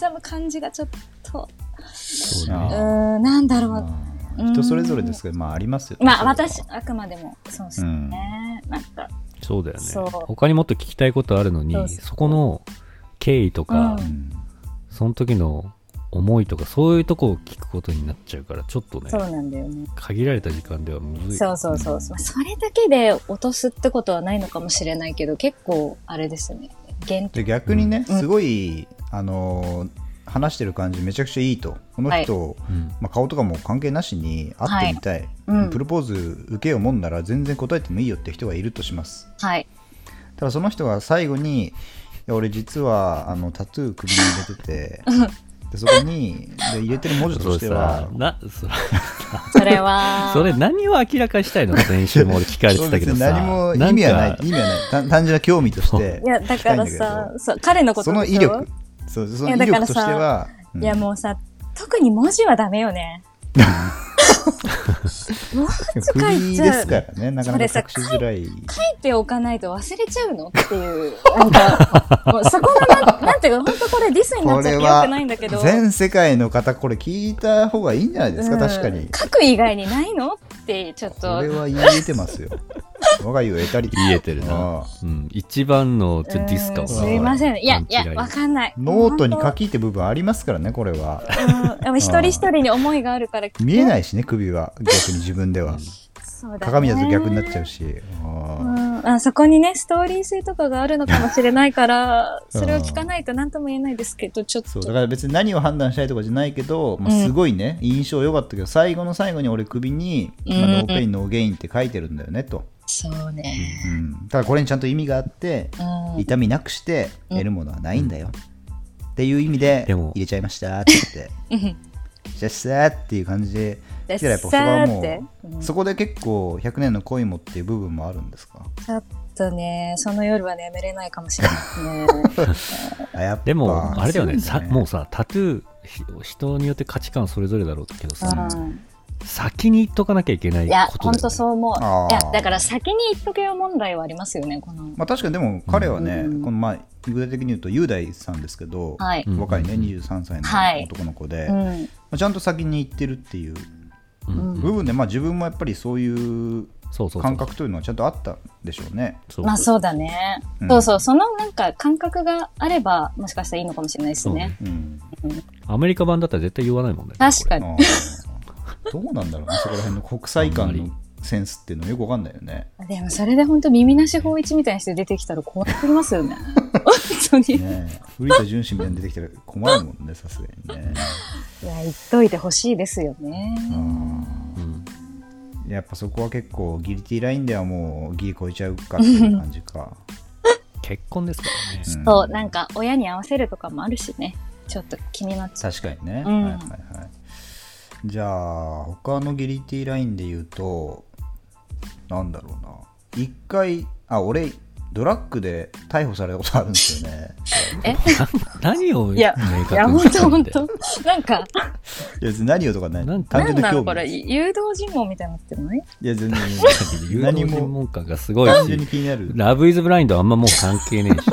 刻む感じがちょっと、
そう
あー
う
ね
ーん、なんだろう。
うん人それぞれですけどまあありますよね
まあ、
それは
私、あくまでも、そうですね。なんか、
そうだよね
そう
他にもっと聞きたいことあるのに
そうそう
そこの経緯とか、
う
うん
その時の思いとかそういうとこを聞くことになっちゃうからちょっとね
そうなんだよね。
限られた時間ではむずい
そうそうそう。まあそれだけで落とすってことはないのかもしれないけど、結構、あれですね。限定。
で逆にね、
うん
すごい、あのー話してる感じめちゃくちゃいいとこの人、
うん
まあ、顔とかも関係なしに会ってみたい、
うん
プロポーズ受けようもんなら全然答えてもいいよって人がいるとします
はい。
ただその人が最後にいや俺実はあのタトゥー首に入れて
<laughs>
てでそこにで入れてる文字と
そ
し
れ
て
さ
は
なそれ
それ
<laughs>
は、
それ何を明らかにしたいの先週も俺聞かれてたけ
別
ど
に
さ
何も意味はない
んか
意味はない単単純な興味と
<laughs>
して
いや、だから
聞きたいんだ
さ
け、ど
そう、彼のこと
その
でし
威
ょ
力そうその
い
威
やだから
力
さ
としては、うん
いや、もうさ、特に文字はダメよね。文字書い
首
ち
で
ゃ
す
う。
からねなかなか隠しづらい
書いておかないと忘れちゃうのっていう、な
<laughs>
んか、もうそこがなん、なんていうか、本当これディスにな
こ
っちゃ
れ
ってよ
は
くないんだけど。
全世界の方これ聞いた方がいいんじゃないですか
うん
確かに
書く以外にないのって、ちょっ
ことれ。は言えてますよ
<laughs>
我が家を得たり
言えてるな
ああ、
うん、一番のちょっとディスカは
うんすいません。いや、い
勘違
や、わかんない。
ノートに書
く。
きって部分ありますからねこれは
うんでも一人一人に思いがあるから、。
見えないいしね首は逆に自分では
そうだね
鏡だと逆になっちゃうしあ
う
あ
んあそこにね、ストーリー性とかがあるのかもしれないから、それを聞かないと何とも言えないですけど、ちょっ
そう
と。
だから別に何を判断したいとかじゃないけど、まあ、
うん
すごいね、印象良かったけど最後の最後に俺首に、まあ
うん
ノーペインノーゲインって書いてるんだよねと、
そうね。
うん、ただこれにちゃんと意味があって
うん。
痛みなくして
うん
得るものはないんだよ、っていう意味で
でも
入れちゃいましたって言って <laughs>
<laughs>
「シャッシャー」っていう感じで
で
来たらやっぱそこは
さーって
も
う
うんそこで結構100年の恋もっていう部分もあるんですか
ちょっとね、その夜は眠れないかもし
<laughs>
れないですね。
あやっぱ
でもあれだよね
そ
さ
う
もうさタトゥーひ人によって価値観それぞれだろうけどさ、
う
先に言っとかなきゃいけない
ん、い
ことだ
や、
よ、ね、
ほんとそう思
あ
う。い
ー
や、だから先に言っとけよ問題はありますよね、この。
まあ、確かにでも彼はね、
うん
このまあ具体的に言うと雄大さんですけど、
はい。
うん
若いね23歳
はい
の男の子で、
う
ま
ん。
あ、ちゃんと先に行ってるっていう
うんうん
部分で、まあ、自分もやっぱりそういう
そうそうそう
感覚というのはちゃんとあったんでしょうね。
そう
まあそうだね。
うん
そうそう、そのなんか感覚があれば、もしかしたらいいのかもしれないですね。
うん、
アメリカ版だったら絶対言わないもんね
確か
あ
に。
ーどうなんだろうねそこら辺の国際
あ
観
んまり
のセンスっていうのよくわかんないよね。
でもそれで本当耳なし法一みたいな人出てきたら怖くなりますよ
<laughs>
ね。本当に。
ねえ古田純子みたいに出てきたら困るもんねさすがにね。
いや、言っといてほしいですよね。
うん
うん
やっぱそこは結構ギリティラインではもうギリ超えちゃうかっていう感じか。
結婚ですからね、
うん
そう、なんか親に合わせるとかもあるしね。ちょっと気になっちゃ
確かにね、
うん
はいはいはいじゃあ他のギリティラインで言うとなんだろうな一回あ俺ドラッグで逮捕されたことあるんですよ
<laughs>
ね
何を
う。いや、
明
い
確
や、
に
本
した
当
いん
本
だよ <laughs>
当なんか、
いや別に何をとかない
なん
単
なん
純な
な
興
のこ
味
れ、
い
誘導尋問みたいになってるのね。
や全然
誘導
何
尋
も
問感がすごい
単純に
し
気になる
ラブイズブラインドあんまもう関係ねえし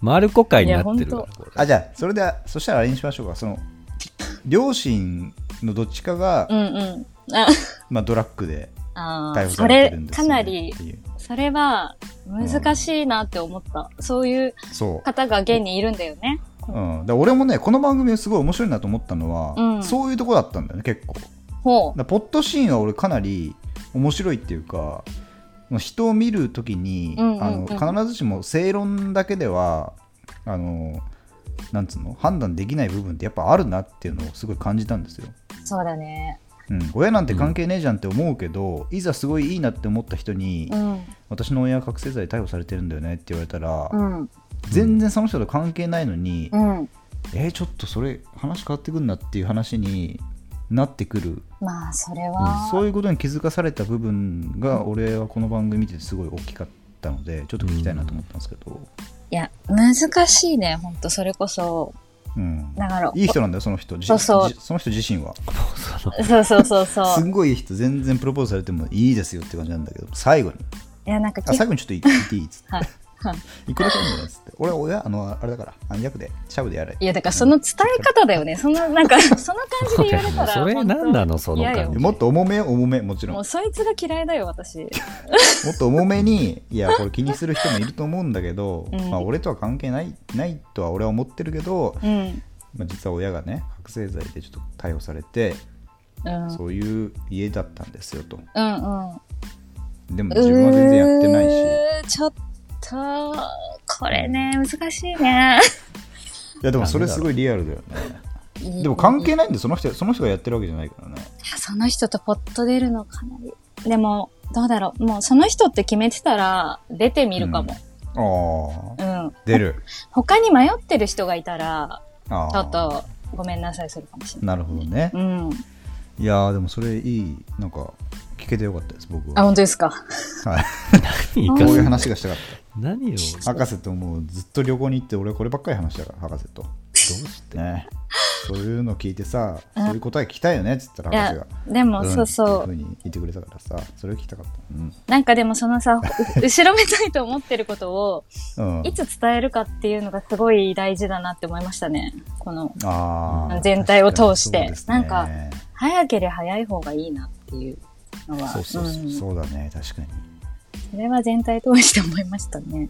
マルコ会になってる
い
から
やほんと
これ
あじゃあそれでそしたらあれにしましょうかその両親のどっちかが、
うんうん。あ
まあ、ドラッグで
あ
逮
ー、
捕
そ
されて
れ
るん、です
か
よ
な
ね
り
っ、ていう
それは難しいなって思った。そういう
そう
方が現にいるんだよね。
うん、で俺もねこの番組すごい面白いなと思ったのは、
うん
そういうとこだったんだよね結構だか
ほう。
らポッドシーンは俺かなり面白いっていうか人を見るときに、
うんうんうん
あの必ずしも正論だけではあのなんつうの判断できない部分ってやっぱあるなっていうのをすごい感じたんですよ、
そうだね。
うん、親なんて関係ねえじゃんって思うけど、いざすごいいいなって思った人に、
うん。
私の親は覚醒剤で逮捕されてるんだよねって言われたら、
うん。
全然その人と関係ないのに、
うん。
えーちょっとそれ話変わってくんなっていう話になってくる
まあ、それは。
そういうことに気づかされた部分が俺はこの番組見てすごい大きかったのでちょっと聞きたいなと思ったんですけど、
いや、難しいね。ほんと、それこそ。
うん
だから、
いい人なんだよその人じ
そうそう
じその人自身は
そうそうそうそ
す
う。
んごいいい人全然プロポーズされてもいいですよって感じなんだけど最後に
いや、なんか
あ
き、
最後にちょっと言っていいっつっ
はい。はい
ていくらかんだよっつって俺は親あのあれだから暗躍でシャブでやれ
いや、だからその伝え方だよね。その、なん <laughs> か、その感じで言われたら。
それ
本当
何なのその感じ
嫌よ
もっと重めよ重めもちろん
も
も
うそいつが嫌いだよ、私。
っと重めにいやこれ気にする人もいると思うんだけど、
<laughs> うん
まあ、俺とは関係ないないとは俺は思ってるけど、
うん。
まあ、実は親がね覚醒剤でちょっと逮捕されて、
うん。
そういう家だったんですよと
うんうん。
でも自分は全然やってないうし
ーんちょっと、これね、難しいね。
いやでもそれすごいリアルだよねでも関係ないんでその人その人がやってるわけじゃないからね
その人とポッと出るのかなり。でも、どうだろう。もうその人って決めてたら、出てみるかも。
ああ
うん。
出る
他に迷ってる人がいたら、
あ
ちょ
あ
っと、ごめんなさいするかもしれない。
なるほどね
うん。
いやーでもそれいいなんか聞けてよかったです僕
あ、
は、
本当ですか。
はい、
何
こういう
が
話がしたかっ
何をどう
た博士ともうずっと旅行に行って俺こればっかり話したから博士と
して
ねそういうの聞いてさそういう答え聞きたいよねっつったら
い
博士
や
が、
でも、
ん
そうそ
っ
う。
ていうふうに言ってくれたからさそれを聞きたかった、う
なんかでもそ
<laughs>
のさ、う後ろめたいと思ってることを、
んうん
いつ伝えるかっていうのがすごい大事だなって思いましたね。この、
あー
全体を通し
確か
て
にそうですね
早ければ早い方がいいなっていうのは、
そうそうそう,、
ん
そうだね確かに、ま
それは全体通して思いましたね。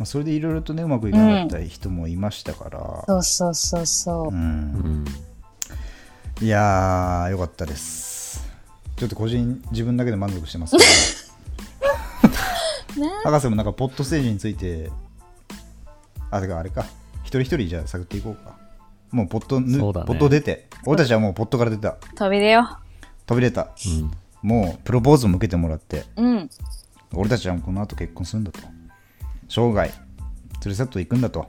あ、それでいろいろとねうまくいかなかった人もいましたから、
そうそうそうそうう。
うんん
いやーよかったですちょっと個人自分だけで満足してますけど
ね
博士もなんかポッドステージについてあれかあれか一人一人じゃあ探っていこうかもうポッドぬ、
そうだね
ポッド出て俺たちはもうポッドから出た
飛び出よ
飛び出たもうプロポーズも受けてもらって
う。うん。
俺たちはこの後結婚するんだと生涯連れ去っていくんだと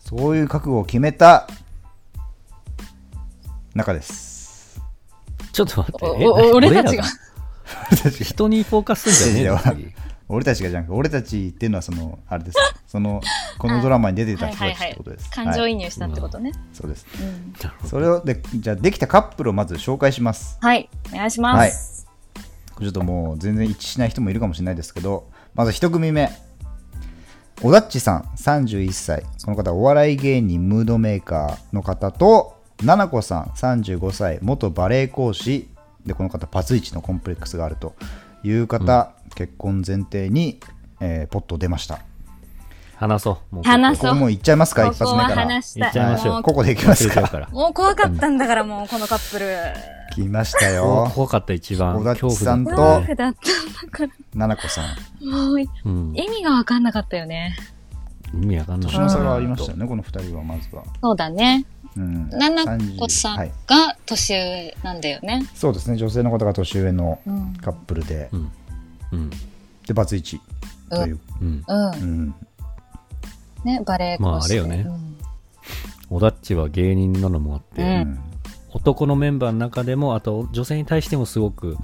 そういう覚悟を決めた中
<laughs>
です
ちょっと待って
お
え
お俺たちが
俺ら
俺たちが
人にフォーカスするんじゃねえの次
俺たちがじゃなくて俺たちっていうのはそのあれ
<laughs>
ですそのこのドラマに出てた
はい
人た
はいは
ちって
い
ことです、。
感情
は
移入したってことね。
いそうです
うん
なるほど
それをでじゃあできたカップルをまず紹介します
はい、お願いします。
ちょっともう全然一致しない人もいるかもしれないですけど、まず一組目。おだっちさん、31歳。この方、お笑い芸人、ムードメーカーの方と、ななこさん、35歳、元バレエ講師。で、この方、パツイチのコンプレックスがあるという方、結婚前提に、えーポッと出ました。
話そうもう
こ
話そう
こもう行っちゃいますか、
こ
一
こ
発目
は
から。
話し
行
た
っちゃいましょう
もう
ここで行きます
忘れちゃう
<laughs> か。
から
もう怖かったんだからもうこのカップル。
来ましたよ。
怖かった一番
小田
恐怖
さん
だ
と
った
夫
ね
婦だったんだか
ななこさん。
ら。もう意
うん
味がわかんなかったよね。
意味わかんない
年の差がありましたよね、この二人は、まずは。
そうだね。
うん
ななこさ
は
ん
い
が年上なんだよね。
そうですね女性の方が年上の
うん。
カップルで、
うんうん
でバツイチという、
うん
うん
う。ん、
ね、バレエ講師で
まああれよね
うん
おだっちは芸人なのもあって、
うん
男のメンバーの中でもあと女性に対してもすごく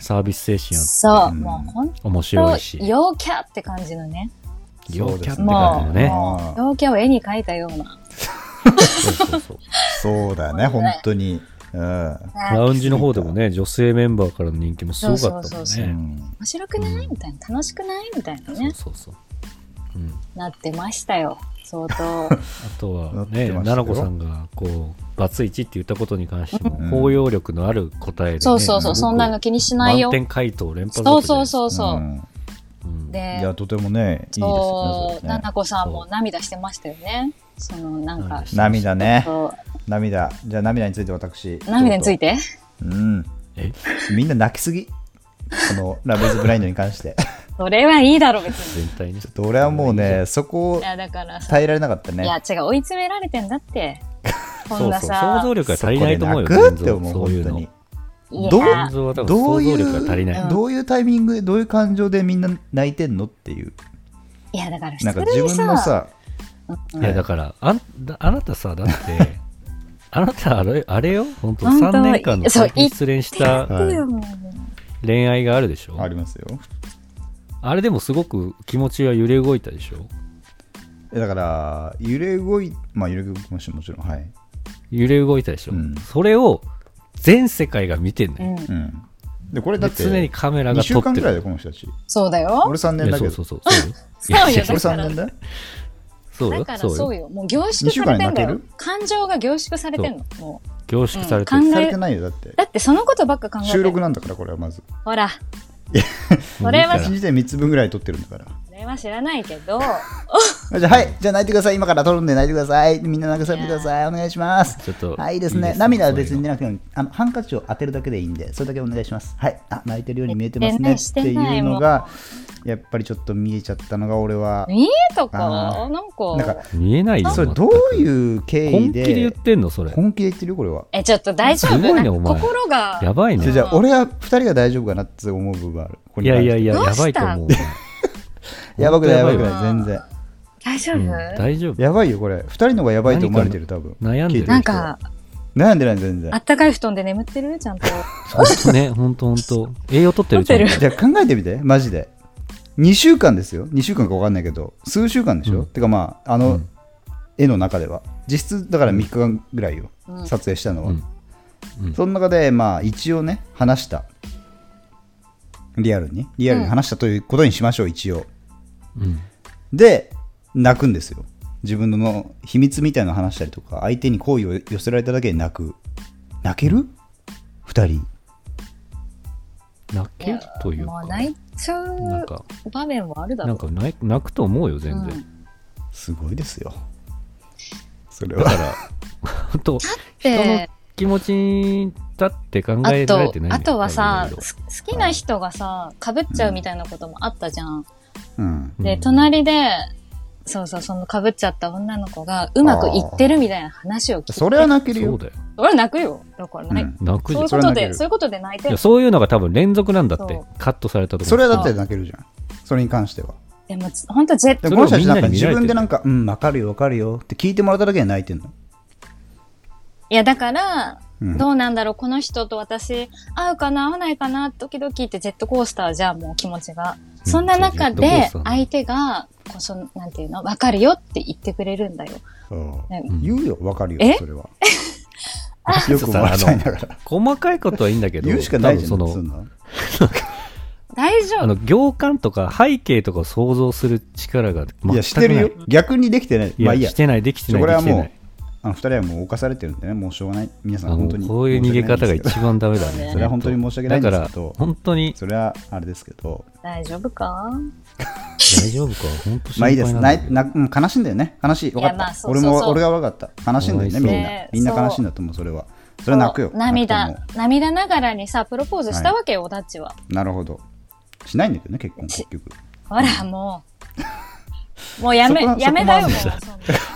サービス精神あって
そ
う
う、
ん
もう本
面白
当
いし
陽キャって感じのね。
陽キャ
そう
って
ですね
感じのね
もあー
陽キャを絵に描いたような。
そうそうそう
そうだね本当に、うん
ラウンジの方でもね女性メンバーからの人気もすごかったもんね
そうそうそう
ん
そ
面白くないみたいな、楽しくないみたいな
う
ね、
そうそううん
なってましたよ。相
<laughs>
当。
あとは
なっ
ね、
てましたよ
奈々子さんがこうバツイチって言ったことに関しても、
うん
包容力のある答えで、ね、
そうそうそう、
すご
そ
く
んなの気にしないよ
満。点回答連発だ
そ
っ
う
たじゃない
そ
う
そうそう。
ん
うん
で
いや、とてもね、いいですよねそ
そ、
うれね
な。なこさんも涙してましたよね。その、なんか、
涙ね。
そ
涙。じゃあ涙について私。
う涙につい
て。
て
うん。
え
みんな泣きすぎ。このラブイズブラインドに関して。
それはいいだろ、別に。
全体ね
ちょっと俺はもうね、そこ
い
を
や、だからさ、
耐えられなかった
いや
ね。、
違う、追い詰められてんだって。こ
そ
ん
うそ
な
う想
さ、
像力が
そ
足
こ
りない
で
と思う
泣
よ
くっ
現
て思う、
像そう
本
いう
当
の
に。
いや
どう
現像は多分
どう
想
いう
像力が足りない
どういうタイミングでどういう感情でみんな泣いてんのっていう。
いや、だから、
なんか自分のさ、
そ
い
れ
や
で
だからあんだあなたさ
<laughs>
だってあなたあれあれよ本当
本当
3年間の
そう
最近失恋し
さ、
た
言ってよもう
恋愛があるでしょ
ありますよ。
あれでもすごく気持ちは揺れ動いたでしょ
えだから、揺れ動い、まあ揺れ動きましたもちろん。はい。
揺れ動いたでしょ、
うん
それを全世界が見てんの
う
よ、
ん
うん。で、これだ
で
って、
常
2
にカメラが
週
撮って
間ぐ
る
らいでこの人たち。
そうだよ。
俺3年
い
だ
やそ
け
う
ど
そう。そうそうよ
そう
い
よ
やいや
俺3年だよ。
そう
<laughs> だ
よ
から
そう
そ
よ
うよ。もう凝縮されてんだ
二週間に泣け
よ
る。
感情が凝縮されてんの。もう
凝縮されてる、
うん考
されてないよ、だって。
だってそのことばっか考えて
収
る
録なんだから、これはまず。
ほら、
もう
それは
見
1
たら
時点3つ分ぐらい撮ってるんだから。
それは知らないけど、
<laughs> じゃあ、はい、じゃあ泣いてください。今から撮るんで泣いてください。みんな泣かせてください。お願いします。
ちょっと
はい、いいです
いい
ね。
ですね
涙は別に出なくても、あのハンカチを当てるだけでいいんで、それだけお願いします。はい、あ泣いてるように見えてますね
し
って
ない
て
してない
いうのが、やっぱりちょっと見えちゃったのが、俺は。
見えとか、
あ
な
ー
ん
なん
か
か、、
見えないよ
それ
全く
どういう経
本
緯
気で言っ
で、
てんのそれ
本気で言ってるよ、これは。
え、ちょっと大丈夫
すごいね
なんか
お前
心が、
やばい
じゃあ
ね
じゃあ、俺は2人が大丈夫かなって思う部分がある。ここ
い
に関
や
して
いやいや
どう
やばい
し
と
た
思うわ
やばくない、やばく
本当やばい
ない、全然。
大丈
う
夫、
ん大丈夫
やばいよ、これ。2人の方がやばいと思われてる、多分。
悩んで
聞い
る
て
なん
人
か、
悩んでない、全然
あ。ったかい布団で眠ってる
<laughs>
ちゃんと。
本当ね本当本当栄養取ってる
取ってる
ちゃんと
じゃあ考えてみて、マジで。2週間ですよ。2週間か分かんないけど、数週間でしょ、
うん
てかまあ、あの、
うん
絵の中では。実質、だから3日間ぐらいよ、
うん
撮影したのは。
うんうん
その中で、まあ、一応ね、話した。リアルに。リアルに話したということにしましょう、一応。
うん
で、泣くんですよ。自分の秘密みたいなの話したりとか、相手に好意を寄せられただけで泣く。泣ける ?2 人。
泣けるという
も
か
う泣いちゃ
なん
う
か
場面もあるだ
な
ろ
ん
う。
か泣泣くと思うよ全
う
然、
すごいですよ。それは。
<laughs> 本当人の
で、
気持ちにだって考え
あ
られ
と
てないんだよ、
あとは
多
さ
分、
す好きな人がさ、かぶっちゃうみたいなこともあったじゃん。
うん。
いろいろ
で、隣で、そうそう、そのかぶっちゃった女の子がうまくいってるみたいな話を聞いて。
それは泣ける
そう
よ。
だよ
俺泣くよ。だから泣い、
うん
泣くじ
そ
そ
ゃん
ういうこ
れは
と
泣け
で、
る
そういうことで泣いて
い
る
や。そういうのが多分連続なんだって
そう
カットされたとこ
それはだって
あ
泣けるじゃん。それに関しては。
でも、本当絶
で
そ
も
れ
この人た
を
ちなんか
みんなに見
自
られてる
分でなんか、うん、わかるよ、わかるよって聞いてもらっただけで泣いてんの。
いや、だから、
うん
どうなんだろう、この人と私、合うかな、合わないかな、ドキドキってジェットコースターじゃん、もう気持ちが。
うん
そんな中
ジェットコー
で
スター、だ
相手が、こうその、なんていうの、わかるよって言ってくれるんだよ。
そう
ね
ん
言うよ、わかるよ
え、
それは。
<laughs>
よく笑いながら。
細かいことはいいんだけど
言うしかないじゃん、
多分
そ
そ
ん
の
なの
大丈
あ
夫
の行間とか背景とかを想像する力が全くない
いや、してるよ。逆にできてない。
いや、
まあいいや
し。てないできて
ちょ
ない
これ
で
は
きて
も
な
う
い、
あの二人はもう犯されてるんでね、もうしょうがない。皆さ
あ
ん、
も
本当
う
に。
こういう逃げ方が
申し
一番ダメだ
そう
ね
ね
それは本当に申し訳ないんですけど
だから本当に
訳ないん <laughs> ですけどそれはあれですけど、
大丈夫か
大丈夫か本当心
まあい
配
いです。
なんだ
な
けど
いなうん悲しんだよね。悲しい。わか
いや
っ
まあ
た。
そう
俺
そうそ
も、
う
俺が悪かった。悲しんだよね、みんな
ね。
みんな
そう
悲しいんだと思う、それは。それは泣くよ。泣くと
涙
思、
涙ながらにさ、プロポーズしたわけよ、オダッチは。
うなるほど。しないんだけどね、結婚、結局。
ほら、もう。もうや
そ
め
こは、
やめだ
<laughs>
よ、もう
そ。
だか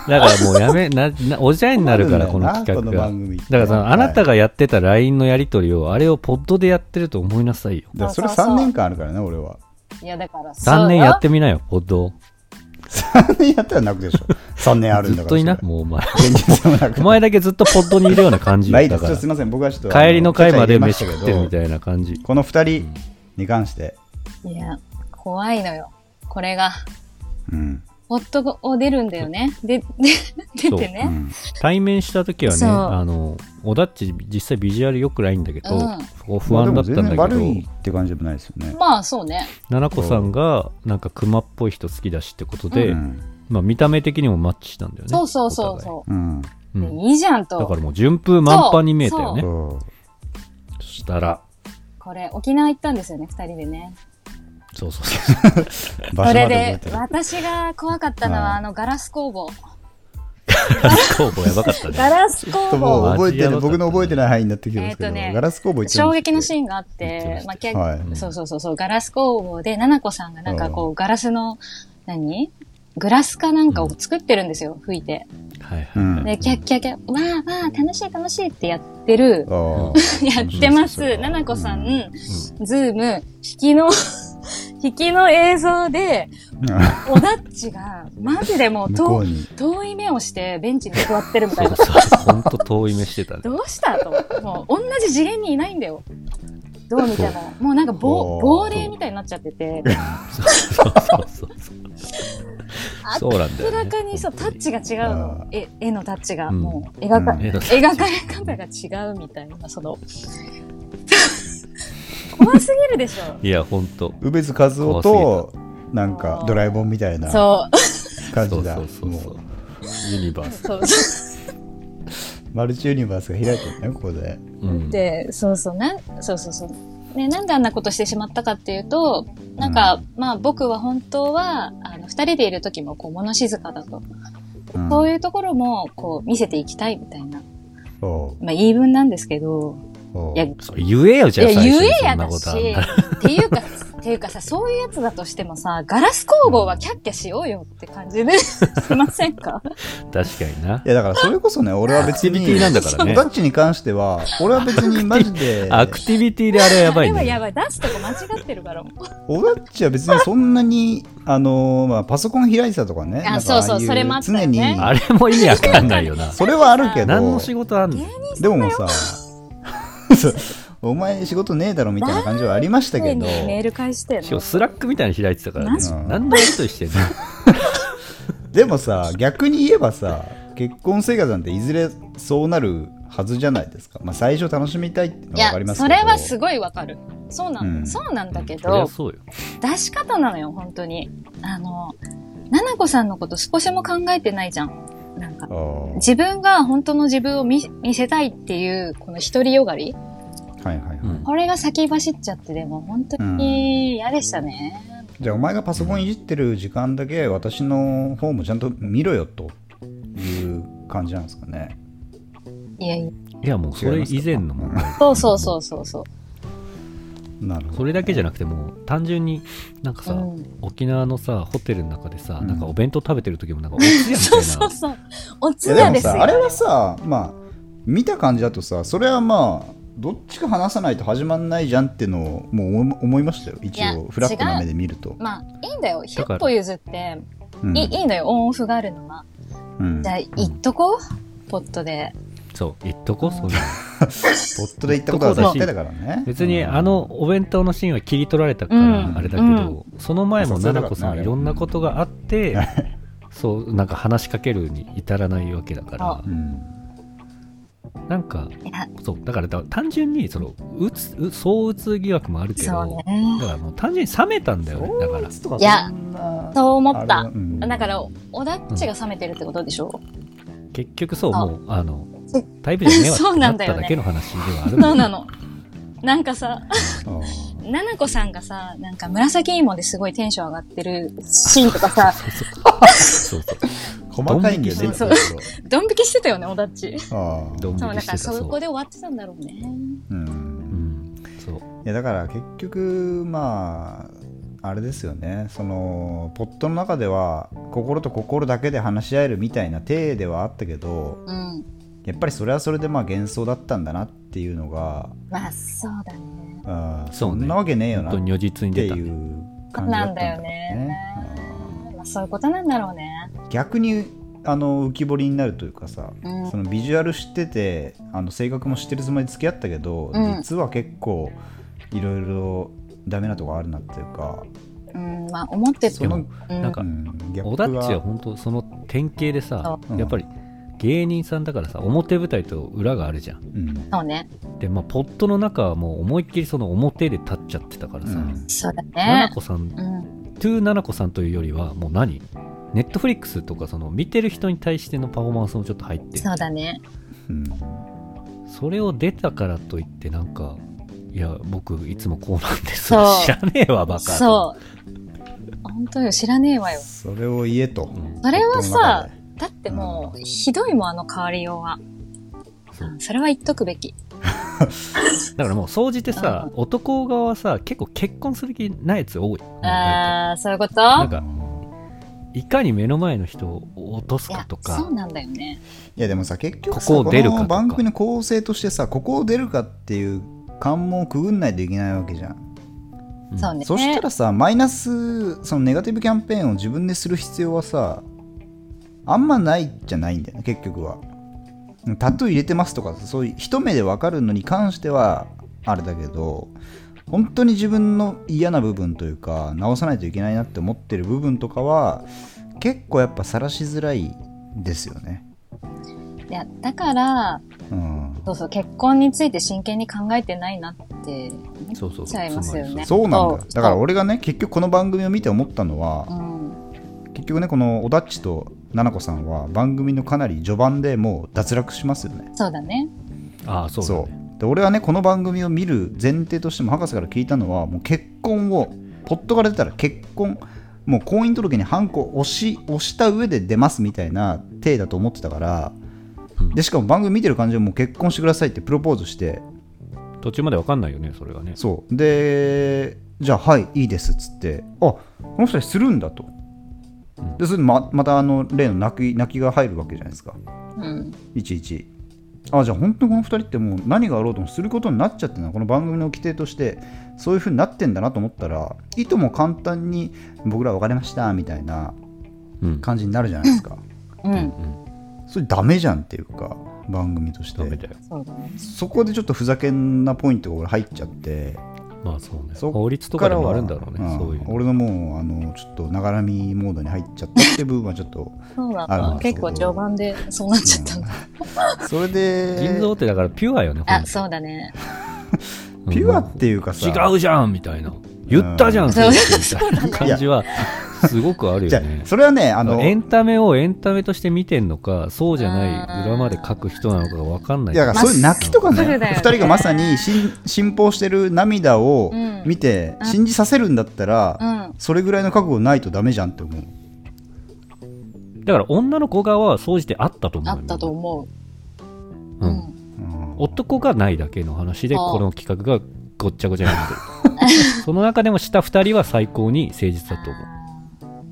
らもうやめ、な、なおじゃれになるから、こ
困
の
るんだ
企
<laughs> よな
画が。
この番組っ
だ
て
からその、
はい
あなたがやってた LINE のやり取りを、あれをポッドでやってると思いなさいよ。
だからそれ
そうそうそ
3
う
年間あるからね、俺は。
いや、だから、。
3年やっててみなよ、ポッドを。
3年やったら泣くでしょ。3年あるん
ず
だ
っ
から。
といな、
それ
もうお前。
現実もなく
お前だけずっとポッドにいるような感じ
な
だ
いで
か
す。ちょっとすみ
ら。
ません、僕はちょっと。
帰りの会まで
あの
飯食ってるみたいな感じ。
この2人に関して、
いや、怖いのよ。これが。
うん。
夫を出るんだよね。で、で、出て
う
ね。
ん
対面した時はね、
そう
あの、おだっち実際ビジュアル良くないんだけど、
うん
こう不安だったんだけど、
まあでも全然悪いって感じでもないですよね。
まあ、そうね。
奈々子さんがなんか熊っぽい人好きだしってことで、
うん
まあ見た目的にもマッチしたんだよね。
そうそうそ
お
う
互い
そ
うん。
う。
うん
でいいじゃんと。
だからもう順風満帆に見えたよね。
そ
そしたら、
これ、沖縄行ったんですよね、二人でね。
そうそうそう。 <laughs>
う。場
そ
所まで
れで
覚え、てる。
私が怖かったの
はい
は、あの、ガラス工房。
ガラス工房やばかった
ガ
ね。
ラス
ちょっと
工
もう
房。
覚えて
味
る、
が
僕の覚えてない範囲になってきてますけ
え
ど、
ーとね
ガラス工房行って
衝撃のシ
ーン。
ーンがあっ
言ってま
て
し、た
まあ、
は
結
い。
うん
そうそうそうそう、ガラス工房で、ななこさんがなんかこう、ガラスの、何グラスかなんかを作ってるんですよ、吹いて。
はいは
うん
い。
で、キャッキャッキャッ、わーわー、楽しい楽しいってやってる、
あ
やってま
そうそう
す。ななこさん、
うん
ズーム、引きの、引きの映像で、
あ。
おだっちが、マジでもう
向こう
遠い、
に。
遠い目をして、ベンチに座ってるみ
そ
たいうな。
そう。ほんと遠い目してたね。
<laughs> どうしたと。もう、同じ次元にいないんだよ。どう見ても。もうなんか
お
亡、
ー
亡霊みたいになっちゃってて、
そうそうそうそう。そうなんだ
明
よ、ね。
らかにそう、タッチが違うの
あ。
絵絵のタッチが、
うん
もう、描か、
うん
描かれ方が違うみたいな、その、怖すぎるでしょ。
いや、ほんと。
宇部津和夫と、なん
あ
か
ー
ドラえもんみたいな
そう。
感
そ
じ
う
だ。
そうそう
も
そうう。ユニバース。
そうそう
マルチユニバースが開いてるね、ここで。
うん、
で、そうそう、な、そうそうそう。ね、なんであんなことしてしまったかっていうと、なんか、まあ僕は本当は、あの、二人でいる時もこう物静かだと。
うん
そういうところも、こう、見せていきたいみたいな。
そ
まあ言い分なんですけど、
うそ
いや、
う
いや
それ言えよ、じゃあ最
言
初
え
にそ
や
んな
だ
こと
し、
あんなら
っていうか、っていうかさ、そういうやつだとしてもさ、ガラス工房はキャッキャしようよって感
<laughs>
じで、しませんか
確かにな。
いやだからそれこそね、俺は別
アクティビ
に、
ティなんだからね
オダッチに関しては、俺は別にマジで、
<laughs> アクティビティであれはやばい
あれはや
ね。
ばい。出すとこ間違ってるから。
オダッチは別にそんなに、あのーまあ、パソコン開いてたとかね、
あ
なんか
そうそう
ああい
それもあったよ
常
ね
に、
あれも意味わかんないよな。
それはあるけ
何の仕
ど、
事あんの
でもさ、 <laughs> そうお前仕事ねえだろみたいな感じはありましたけ
常に
ど、
メール返して
しか
の
も。スラックみたいに開いてたからね
マ
ジ。
何のやりとりしてんの
でもさ、逆に言えばさ、結婚生活なんていずれそうなるはずじゃないですか。まあ、最初楽しみたいっていうの
い
はわか
や
りま、す
そ
けど。
れはすごいわかる。そうなん、
うん
そうなんだけ
そりゃ
ど、
そうよ。
出し方なのよ、本当に。あの、ななこさんのこと少しも考えてないじゃん。なんか、
あ
自分が本当の自分を見見せたいっていう、この独りよがり。
あはいはいはい。
うん
これが先走っちゃって、でも本当に嫌でしたね。
じゃあお前がパソコンいじってる時間だけ私の方もちゃんと見ろよという感じなんですかね。
いやいや、
いや、もうそれ以前の問題。
そうそうそうそうそう。
<laughs> なるほ
そ
ど。
れだけじゃなくてもう単純になんかさ、
うん
沖縄のさホテルの中でさ、
うん
なんかお弁当食べてる時もなんかおつやみたいな
そうそうそう。お
い
つ
や
や
でも
ですよ。
さ、あれはさ、まあ、見た感じだとさ、それはまあ、どっちか話さないと始まんないじゃんっていうのをもう思思いましたよ。一
いや
応、フラットな目で見ると。
まあ、いいんだよ。
だから
100歩譲って、
うん
いいいいのよ、オンオフがあるのは。
うん
じゃあ、行っとこう。ポットで。
そう言っとこうそんなの
<laughs> ポットで行ったことは絶対だからね。
別に
うん
あ、のお弁当のシーンは切り取られたか
う
ら
ん
あれだけど、その前も
そうそう
奈々子さ
だからね
んいろんなことがあってそうなんか話しかけるに至らないわけだか
うん
らなんか
いや、
そうだからだ単純にそのうつうそううつ疑惑もあるけ
そう
ど、
ね。
だからもう単純に冷めたんだよねだから
とか
いや
そんな
そう思っ
あれ
た
は。うん
だから、おだっちが冷めてるってことでしょ、
結局そう
あ
もうあの
そう
タイプじゃねえわっ
そう
てな
な
っ
んだ
た
よね
だけの話ではあるんだ
そ
よ
うなの。なんかさ、
あー
ななこさんがさ、なんか紫芋ですごいテンション上がってるシーンとかさ、
そうそう。
細かいんだよね。
そう
そう
ドン引きしてたよね、おだっち。
あー
ドン
そう、
引
だ
きしてた
から
そう。
そこで終わってたんだろうね。
うん
うん。そう。
いやだから結局まああれですよねそのポットの中では心と心だけで話し合えるみたいな体ではあったけど
うん。
やっぱりそれはそれでまあ幻想だったんだなっていうのが
まあ、そうだね。
あー
そ
そう
ね
んなわけねえよ
本
な
当
っ
に如実に
て
出
いう
た。
感じだったんだろう
なんだまあ、そういうことなんだろうね。
あー逆にあの浮き彫りになるというかさ
うん
そ。のビジュアル知っててあの性格も知ってるつもりで付き合ったけど、
うん
実は結構いろいろダメなとこあるなっていうか、
うん、まあ、思って
そ
て
の
も。
なんか
うんギャ
オ
ッ
ダ
プ
ッ
が
チは本当その典型でさ、
うん
やっぱり芸人さんだからさ、表舞台と裏があるじゃん。
うん
そうね。
で、まあ、ポットの中はもう思いっきりその表で立っちゃってたから
う
さ、
ん
そうだ
なな
ね。
こさん、
うん。
トゥーななこさんというよりは、もう何ネットフリックスとかその見てる人に対してのパフォーマンスもちょっと入ってる
そうだね。
うん、
それを出たからといってなんかいや僕いつもこうなんです
そう
知らねえわバカ
そう。本当よ、知らねえわよ。
それを言えと
う、ん
それは
夫の中
さ
で、
だってもう、ひどいもん、あの変わりようは。
そう
うんそれは言っとくべき。
だからもう総じてさ、
う
男側はさ結構結婚する気ないやつ多いなんか
あー、そういうこと
なんかいかに目の前の人を落とす
い
か
や
と、か
そうなんだよね。
いやでもさ結局さ
ここを出るかとか
の番組の構成としてさここを出るかっていう関門をくぐんないといけないわけじゃん、
うん
そうね。
そしたらさマイナスそのネガティブキャンペーンを自分でする必要はさあんまないじゃないんだよね結局はタトゥー入れてますとかそういう一目で分かるのに関してはあれだけど本当に自分の嫌な部分というか直さないといけないなって思ってる部分とかは結構やっぱ晒しづらいですよね
いや、だから、
うん
そうそう、結婚について真剣に考えてないなって思っ
そうそう
ちゃいますよね。
そうなんだよ
そう
だから俺がね結局この番組を見て思ったの
う
は
ん。
結局ねこのおだっちとななこさんは番組のかなり序盤でもう脱落しますよね
そうだね。
ああそうだね
で俺はねこの番組を見る前提としても博士から聞いたのはもう結婚をポットから出たら結婚もう婚姻届にハンコを押し押した上で出ますみたいな体だと思ってたから
うん
でしかも番組見てる感じはもう結婚してくださいってプロポーズして
途中までわかんないよねそれがね
そうでじゃあはいいいですっつってあこの人たちするんだと
うん
でそれでままたあの例の泣き泣きが入るわけじゃないですか
うん。
いちいちあじゃあ本当にこの2人ってもう何があろうともすることになっちゃってるなこの番組の規定としてそういう風になってんだなと思ったらいとも簡単に僕ら別れましたみたいな
うん
感じになるじゃないですか
うん。
それダメじゃんっていうか番組とし
ダメ
て
だよ
そうだね。
そこでちょっとふざけんなポイントが俺入っちゃって
まあそうね
そっ
法律とかでもあるんだろう
からは
ね
ん
そういうの
俺のもうあのちょっとながらみモードに入っちゃったっていう部分はちょっ
<laughs>
と
そうなん
あるん
だ
で。すけ
結
ど
構序盤でそうなっちゃったんだ。
それで
腎臓ってだからピュアよねほん
あ、
と
そうだね。
うん
ピュアっていうかさ
違うじゃんみたいな言ったじゃん、
うん
それみ
そう
たいな感じはすごくある
じ
よ
ゃ
ね
あ。それはねあの
エンタメをエンタメとして見てんのかそうじゃない
うん
裏まで書く人なのかが分かんない
いやだから
ま
そういう泣きとか
まっす
ね
ぐだよね
2人がまさに信信奉してる涙を
うん
見て
うん
信じさせるんだったら、
うん。
それぐらいの覚悟ないとダメじゃんって思う
だから女の子側は総じてあったと思
あ
うよ
ったと思う。
う、
うんん。
うん
男がないだけの話で
ああ
この企画がごっちゃごちゃになっ
<laughs>
てるその中でも下2人は最高に誠実だと思う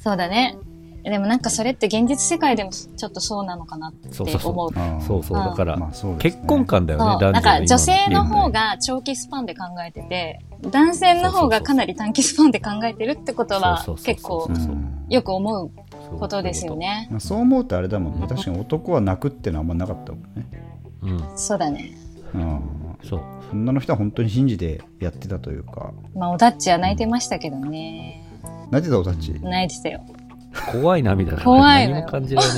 そうだね。でもなんかそれって現実世界でもちょっとそうなのかなって
そうそうそう
思う。
あー
そうそう
うん
だから、
まあそうですね
結婚観だよね
そ
男
う。
女
なんか女性の
が
方が長期スパンで考えてて、男性の方がかなり短期スパンで考えてるってことは
そうそうそう
結
そう
構
うん
そう
よく思う
こ
ことですよ、ね。
まあ、そう思うとあれだもん
う
ね
ん
確かに男は泣くってのはあんまなかったもんね、
うん、
そうだね。
うん、
そう
女の人は本当に信じてやってたというか
まあ、おだっちは泣いてましたけどね。
泣いてたおたち、
泣いてたよ。
怖い涙だね
怖いのよ
何も感じられな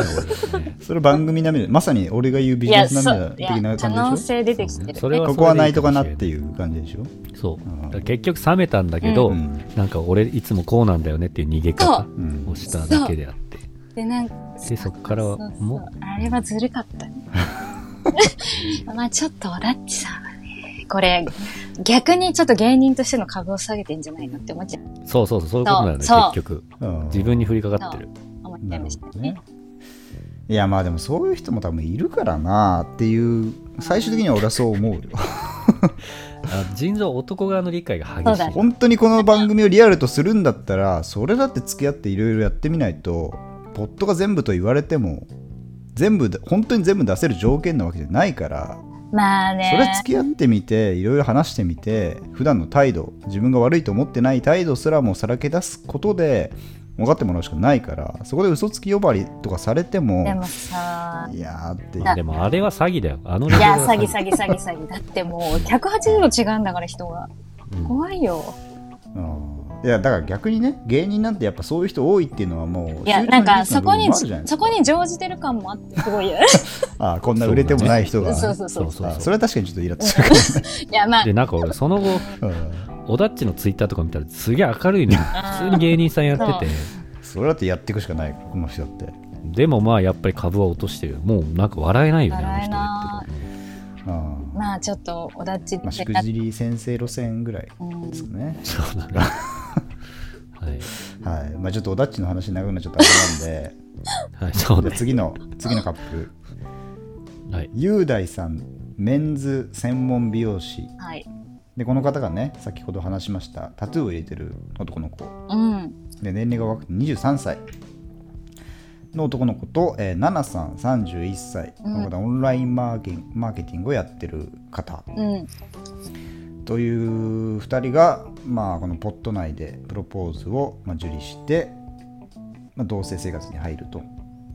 い、ね、
それ番組涙まさに俺が言うビジ
い
ネ
や、
ス涙
そう。い
的
や、
な
可
感
能
じでし
性出てきてる、ね。
それ
ょ
は
ここは泣いとかなっ
それ
て
でい
い
い
う感じでしょ、
そう
うん
だから結局冷めたんだけど、
うん
なんか俺いつもこうなんだよねっていう逃げ
そ
方
う
うん
をしただけであって
で、なんか、
でそっからは
そうそう
も
あれはずるかっ
<laughs>
たね。まあちょっと、おだっちさんはね、これ、逆にちょっと芸人としての株を下げてんじゃないのって思っちゃう。
うそうそうそうそういうことなんだ
そう
よ
そう
結局
うん
自分に降りかかってる
思っちゃ
ないる
ま
ほ
した
ど
ね
ね。。いやまあでもそういう人も多分いるからなっていう最終的には俺はそう思うよ <laughs>
あ腎臓男側の理解が
そ
激
う
し
だ
い
ね
本当にこの番組をリアルとするんだったらそれだって付き合っていろいろやってみないとポットが全部と言われても全部本当に全部出せる条件なわけじゃないから
まあ
それは
ね。
付き合ってみていろいろ話してみて普段の態度自分が悪いと思ってない態度すらもさらけ出すことで分かってもらうしかないからそこで嘘つき呼ばわりとかされても
でもさ、
いやーっていう
まあでもあれは詐欺だよあの
いや、詐欺
欺
詐欺詐欺詐欺。だってもう、180度違うんだから人が。
うん
怖いよ。
うんいやだから逆にね芸人なんてやっぱそういう人多いっていうのはもう
いや、
周知
なん
の
か、
事実の
そこ
部分
に、
もあるじゃないです
そこに乗じてる感もあって、すご <laughs> い。
かあこんな売れてもない人が
そうそうそ
そうう。そう
あ
そ
そうれは確かにちょっとイラッとするか
いや、まあ
で、なんか俺その後
もね、うん
おだっちのツイッターとか見たらすげえ明るいね普通に芸人さんやってて
それだってやっていくしかないこの人だって
でもまあやっぱり株は落としてるよもうなんか笑えないよねあの
笑え
人
な
ね
い
って
ああ
まあちょっとおだち
まあ、
で
しくじり先生路線ぐらいですかね。
そうだねはい、
はい。まあ、ちょっとおだっちの話長くなっちゃったあれなんで、
はい、 <laughs> そう
じ
ね
ゃあ次の、次のカップ。
はい
雄大さん、メンズ専門美容師。
はい。
で、この方がね、先ほど話しました、タトゥーを入れてる男の子。
うん。
で、年齢が若くて23歳の男の子と、えー、ナナさん、31歳。この方、オンラインマーケマーケティングをやってる方。
うん。
という2人が、まあ、このポット内でプロポーズをまあ受理して、まあ、同棲生活に入ると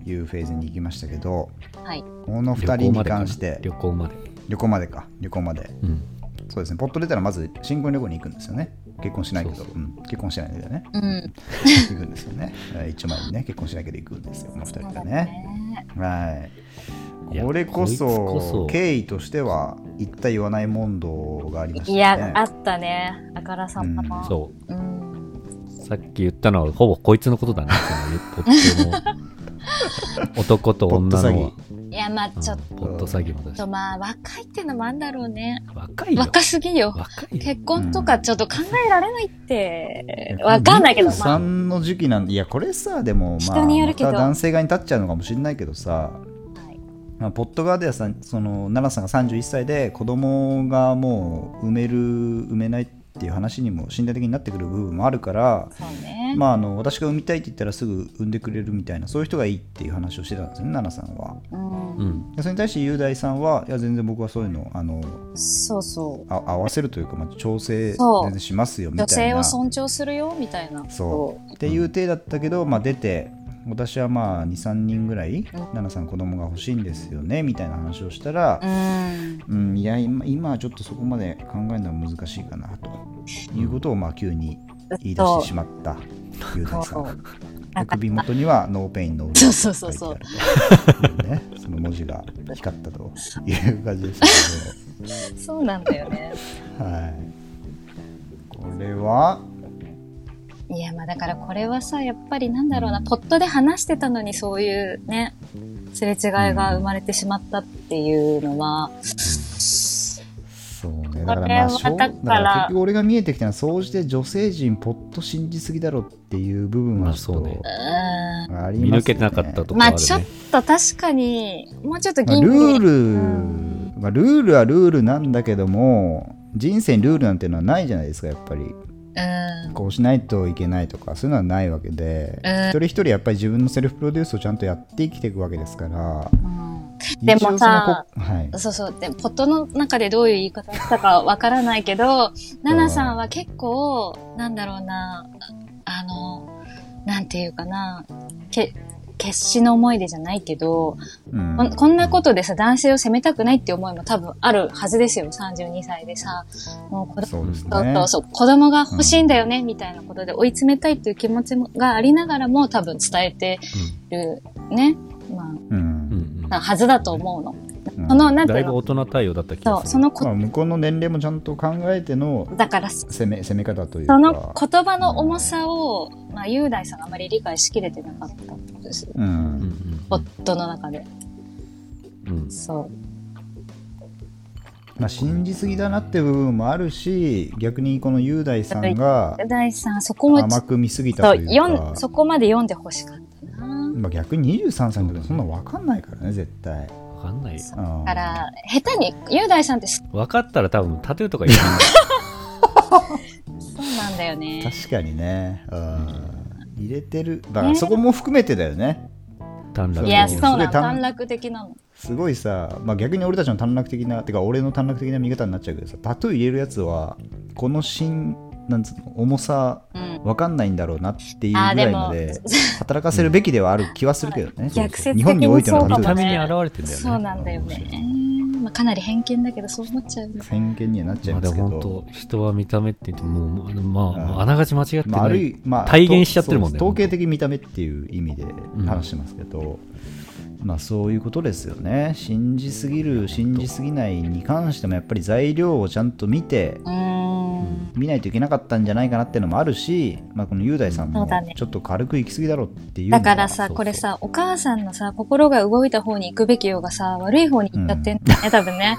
いうフェーズに行きましたけど
はい。
この2人に関して
旅行までかな
旅行までか旅行まで
旅行まで、うん、
そうですねポット出たらまず新婚旅行に行くんですよね結婚しないけど、うん、結婚してないんだ <laughs> よね
うん。
行くんですよねえー一応前にね結婚しないけど行くんですよこの2人
そ
が
うだ
ね
ね。
はい
いや
これこそ
こいつこそ
経緯としては言った言わない問答がありましたね
いや、あったね。あからさまな。。
そう
うん。
うさっき言ったのはほぼこいつのことだなっていうのはとっても男と女の
いや、まあちょっと、
ポット詐欺もだし
まあ若いってのもあんだろうね。
若いよ
若すぎよ。
若いよ
結婚とかちょっと考えられないって、
わ
わかんないけど、ま
さ
あ、
んの時期なんいやこれさでもまあ
人によるけど
また男性側に立っちゃうのかもしれないけどさ、
はい
まあ、ポット側ではさその奈良さんが31歳で子供がもう産める産めないっていう話にも身体的になってくる部分もあるから、
そうね。
まあ、あの私が産みたいって言ったらすぐ産んでくれるみたいなそういう人がいいっていう話をしてたんですよね奈良さんは。
うん
う。ん
でそれに対して雄大さんはいや全然僕はそういうのあの
そうそう。
あ合わせるというか、まあ、調整
そう
全然しますよみたいな。
女性を尊重するよ、みたいな。
そっていう体だったけど、まあ、出て私はまあ23人ぐらい
うん
奈々さん子供が欲しいんですよねみたいな話をしたら
う。う、ん。
うんいや今今はちょっとそこまで考えるのは難しいかなということをまあ急に言い出してしまった雄大さ。
そうん
で <laughs> 首元には「ノーペインノー
そうそうそうそ
書
う
いてあるというね、その文字が光ったという感じでしたけ
そうなんだよね。
ど、はい、これはい
や、まあだからこれはさ、やっぱりなんだろうな、ポットで話してたのにそういうね、すれ違いが生まれてしまったっていうのは、
そうね、だからまあ、
これは
しょう
だ
だ
から
から結局俺が見えてきたのは、総じて女性陣、ポッと信じすぎだろっていう部分
ま
は
あ
ちょっ
そうね
う
と
ーん。
ありますね
見抜けてなかったとこ
ま
あ
あ
るね
ちょっと確かに、もうちょっと
まあ
銀
ルール、
うん
まあ、ルールはルールなんだけども、人生にルールなんていうのはないじゃないですか、やっぱり。
うん。
こうしないといけないとか、そういうのはないわけで、
うん
一人一人やっぱり自分のセルフプロデュースをちゃんとやって生きていくわけですから、
うん
一
で
応
も
その
さ
こはい、
そうそう。で、ポットの中でどういう言い方したかわからないけど、ナナさんは結構、なんだろうな、あの、なんていうかな、け、決死の思い出じゃないけど、
うん
こんこんなことでさ、男性を責めたくないって思いも多分あるはずですよ、32歳でさ。もう子供
そうですね。
そうそうそう子供が欲しいんだよね、みたいなことで追い詰めたいっていう気持ちもがありながらも多分伝えてるね、ま
うん
うんうんうん
あ、なはずだと思うの。
うん
その、なんて
だ
い
いうぶ
の
大人対応だった気
そ
が
う、
す
そ
る
の
まあ、
こ、
向こうの年齢もちゃんと考えての
だから、そ
攻め攻め方というか。
の言葉の重さを、まあ、雄大さんがあまり理解しきれてなかったんですよ。
うん
うん
夫の中で。
うんうん
そう。
まあ、信じすぎだなって部分もあるし逆にこの雄大さんが
雄大さん、そこもちょ
甘
っ
く見すぎた
と
という
読ん、
か、
そこまで読んでほしかったな。
まあ、逆に23歳の時はそんな分かんないからね絶対。
わかんないよ
そ
うん
だから、下手に、雄大さんってそ
分かったら多分タトゥーとか言わない
そうなんだよね。
確かにね、うん、入れてるだからそこも含めてだよね
短絡
いや、
そ
そうう
なの
なの。短絡的なの。
すごいさ、まあ、逆に俺たちの短絡的なてか俺の短絡的な見方になっちゃうけどさタトゥー入れるやつはこの芯なんつうの重さ
うん。
分かんないんだろうなっていうぐ
あーで
らい
も
まで働かせるべきではある気はするけどね、
逆説的
日
に
本においての
そう
タ
だ
トゥ
見
ー
た
だし
目に現れてんだよね
そうなんだよね。まあ、かなり偏見だけど、そう思っちゃう。
偏見にはなっちゃい
ま
ま
あです
け
も
ど、
本当人は見た目って言ってもうまあ、ま
うん
あ、あながち間違って
まあ、
な
ある
い、
いまあ、
体現しちゃってるもんね
そう統計的見た目っていう意味で話してますけど、まあそういうことですよね信じすぎる信じすぎないに関してもやっぱり材料をちゃんと見て
うーん。
見ないといけなかったんじゃないかなっていうのもあるし、まあ、この雄大さん
そ
も
うだね
ちょっと軽く行き過ぎだろっていうの
だ
は
からさ、
そうそう
これさ、お母さんのさ、心が動いた方に行くべきようがさ、悪い方に行っちゃってんだよね、多分ね。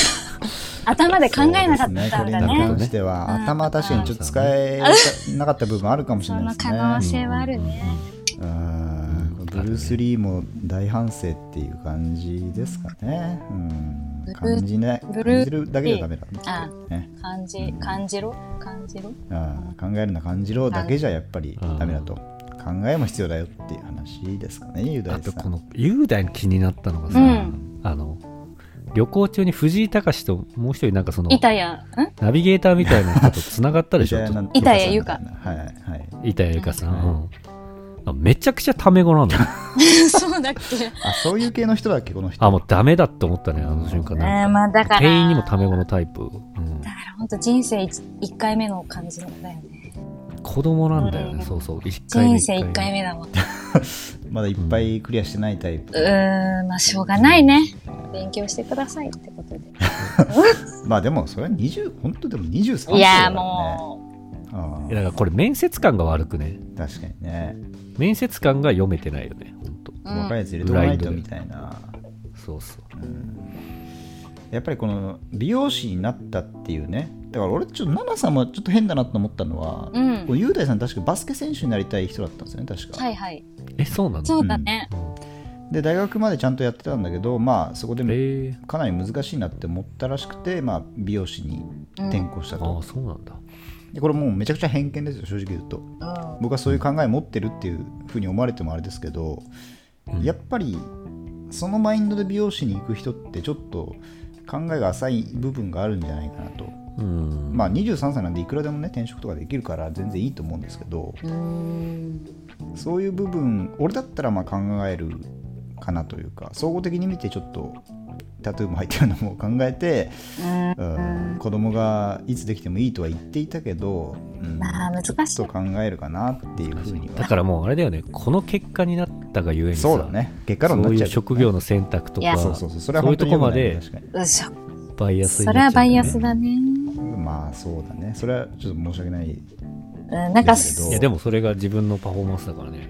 <laughs> 頭で考えなかったん
そうですね
だ
トレーナー
ね。
としては、
うん
頭は確かにちょっと使えなかった部分あるかもし
そ
れな
の
いです
可
ね。
能性はあるね。
うんブルース・リーも大反省っていう感じですかね。うん、
ブルー
感じね
ブルー
感じるだけじゃダメだね。
あ
ね
感じ、感じろ感じろ
あ考えるな感じろだけじゃやっぱりダメだと。考えも必要だよっていう話ですかね、雄
あ
大
と
さ
こ
ん。
の雄大に気になったのがさ、
うん
あの旅行中に藤井隆ともう一人なんかその
板谷、ん
ナビゲーターみたいな人とつながったでしょ
なん
板谷由香
はいはい。
板谷由香さん、うんめちゃくちゃタメ語なのよ
<laughs> そうだっけね
あ、そういう系の人だっけ、この人。
あもうダメだって思ったねあの瞬間
え、
なんか
まあだから。
店員にもタメ語のタイプ、うん
だから本当人生一一回目の感じだよね。
子供なんだよね、
うん
そうそう一回目
人生一回目だもん。う
まだいっぱいクリアしてないタイプ。
ーん、まあしょうがないね。勉強してくださいってことで。
まあでも、それは20、本当でも23歳だ、ね。
いやーも
あ
いやだからこれ面接感が悪くね
ー確かにね。
面接感が読めてないよね本当
う、うん
若いやつ入れとかないとみたいな。
そうそう
やっぱりこの美容師になったっていうねだから俺ちょっと奈々さんもちょっと変だなと思ったのは、
うん
この雄大さん確かバスケ選手になりたい人だったんですよね確か、
はいはい。
えそうなの
そうだね。
で大学までちゃんとやってたんだけどまあそこで
うん
も
えー
かなり難しいなって思ったらしくて、まあ、美容師に転校した
あ
と
あ、そうなんだ
でこれもうめちゃくちゃ偏見ですよ正直言うと
うん
僕はそういう考え持ってるっていうふうに思われてもあれですけど、
うん
やっぱりそのマインドで美容師に行く人ってちょっと考えが浅い部分があるんじゃないかなと
うん
まあ、23歳なんでいくらでもね転職とかできるから全然いいと思うんですけどそういう部分俺だったらまあ考えるかなというか総合的に見てちょっとタトゥーも入ってるのも考えて、うん、子供がいつできてもいいとは言っていたけど、うん、
まあ難しい
ちょっと考えるかなっていうふうに
だ
は
からもうあれだよねこの結果になったがゆえにさ
そうだね結果論に
そ
な
う
っ
い
ちゃ
う
う
職業の選択と
いや
か
そうそうそうそれは
そうい
本当に
うとこ
良く
ま
ないね
で
確かに
うっしょ。
バイアスにな
そ
っ
れ
ちゃうんだ
はバ
よね
イアスだね。
まあそうだねそれはちょっと申し訳ない
うんなんか、
ですけど
いやでもそれが自分のパフォーマンスだからね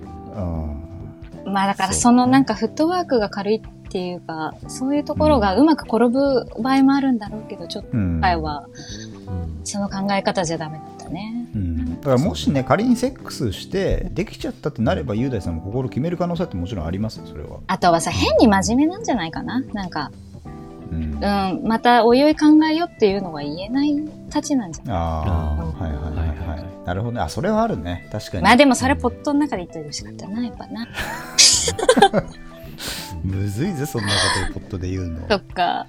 うん
まあだから
そう
そのなんかフットワークが軽いっていうか、そういうところがうまく転ぶ場合もあるんだろうけど、ちょっと
うん
今回は
うん
その考え方じゃダメだったね。
うん、だからもしね仮にセックスしてできちゃったってなれば雄大さんも心決める可能性ってもちろんありますよそれは、
あとはさ、変に真面目なんじゃないかななんか、
うん
う
あ
ん、またおいおい考えよっていうのは言えないたちなんじゃない
あーはいはいはい
は
はいい、
はい
なるほどねあそれはあるね確かに、
まあでもそれポットの中で言っといてほしかったな、やっぱな。
むずいぜそんなことをポットで言うの
そっか。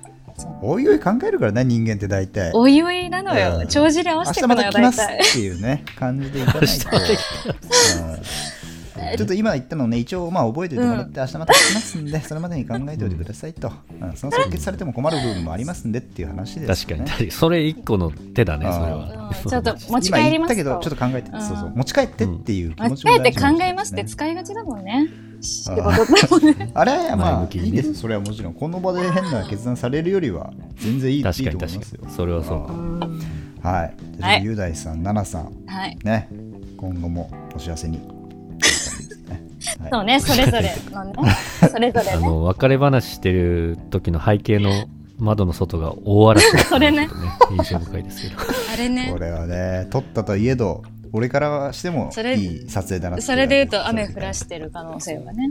おいおい考えるからね人間って大体
おいおいなのよ。
うん
帳尻合わ
明
せて
日
く
ま
の
た
よ、
来
大
ます
体。
っていうね感じでいかないと、うんちょっと今言ったのね一応まあ覚えておいてもらって明日また来ますんでそれまでに考えておいてくださいと、うん、その即決されても困る部分もありますんでっていう話です
確
よ
かに
ね
確かにそれ一個の手だね
あー
それは
うんちょっと持ち
今
帰り
言っ
ま
た
す
けどちょっ
と。
と考えて、
うん
そうそう持ち帰ってっていう気
持
持
ち
ち
帰
も
って
大事か
考
もしれな
え
い
ますって
ですね
使いがちだもんね。ってことだもんね。
あれはま
前
あ
向きにね
いいですそれはもちろんこの場で変な決断されるよりは全然いいいいと
確かに
思いま
確
す
か
よ
にそれはそう
はいじゃあ
はい
雄大さん奈々さん
はい。
ね今後もお幸せに
そうね、それぞれのね。
<laughs>
それぞれ
あ
ね。
の別れ話してる時の背景の窓の外が大嵐だった
それね
のがちょっとね印象深いですけど
<laughs> あれね
こ。れはね撮ったといえど俺からはしても
それ
いい撮影だなってい
それで言うと雨降らしてる可能性はね。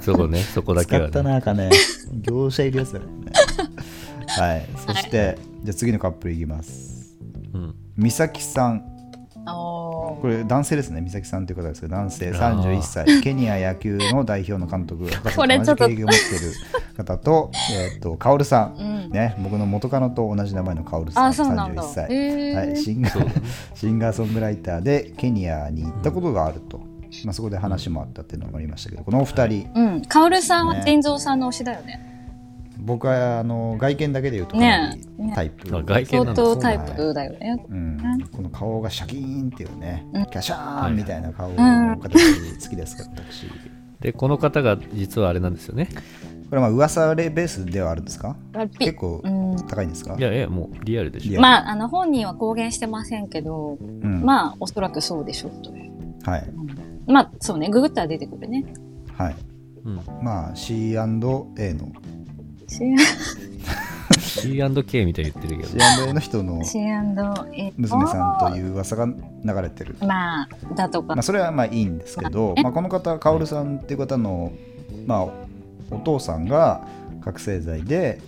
そこねそこだけ
使
は、
った
ね、
なんかね業者いるやつ
<laughs>
だよねはいそして、じゃあ次のカップルいきます
うん
美咲さん
お
こ
ー
れ男性ですね、美咲さんという方ですけど、男性
あー
31歳、ケニア野球の代表の監督、博士と
<laughs> これ
同
ち
じ
ょっと
経歴を持っている方と、えっと、カオルさ、
うんん。
ね、僕の元カノと同じ名前のカオルさん、
あ、そうなんだ
31。歳、
へ
はい
ー
シンガー、シンガーソングライターでケニアに行ったことがあると、まあ、そこで話もあったっていうのもありましたけど、このお二人、
うん。カオルさんは
ね
伝蔵さんの推しだよね。
僕はあの外見だけで言うと、かなり
ね
タイプ、
あ外見
相
なんだ
当タイプだよね。
うん、この顔がシャキーンっていうね、キャシャ
は
ー
い
ンみたいな顔の形好きですから、私。
でこの方が実はあれなんですよね
これはまあ噂レベースではあるんですか
あび
結構
うん
高いんですか
いやいや、もうリアルでし
リア
ょ。
ル
まあ、あの、本人は公言してませんけど、
うん
まあ、おそらくそうでしょうという。
はい
まあ、そうね、ググったら出てくるね。
はい
うん、
まあ C&A の
C&K みたいに言ってるけど。
C&A の人の
C&A
娘さんという噂が流れてる
まあ、だとか
まあ、。それはまあいいんですけど、まあ、この方カオルさんっていう方の、まあ、お父さんが覚醒剤で、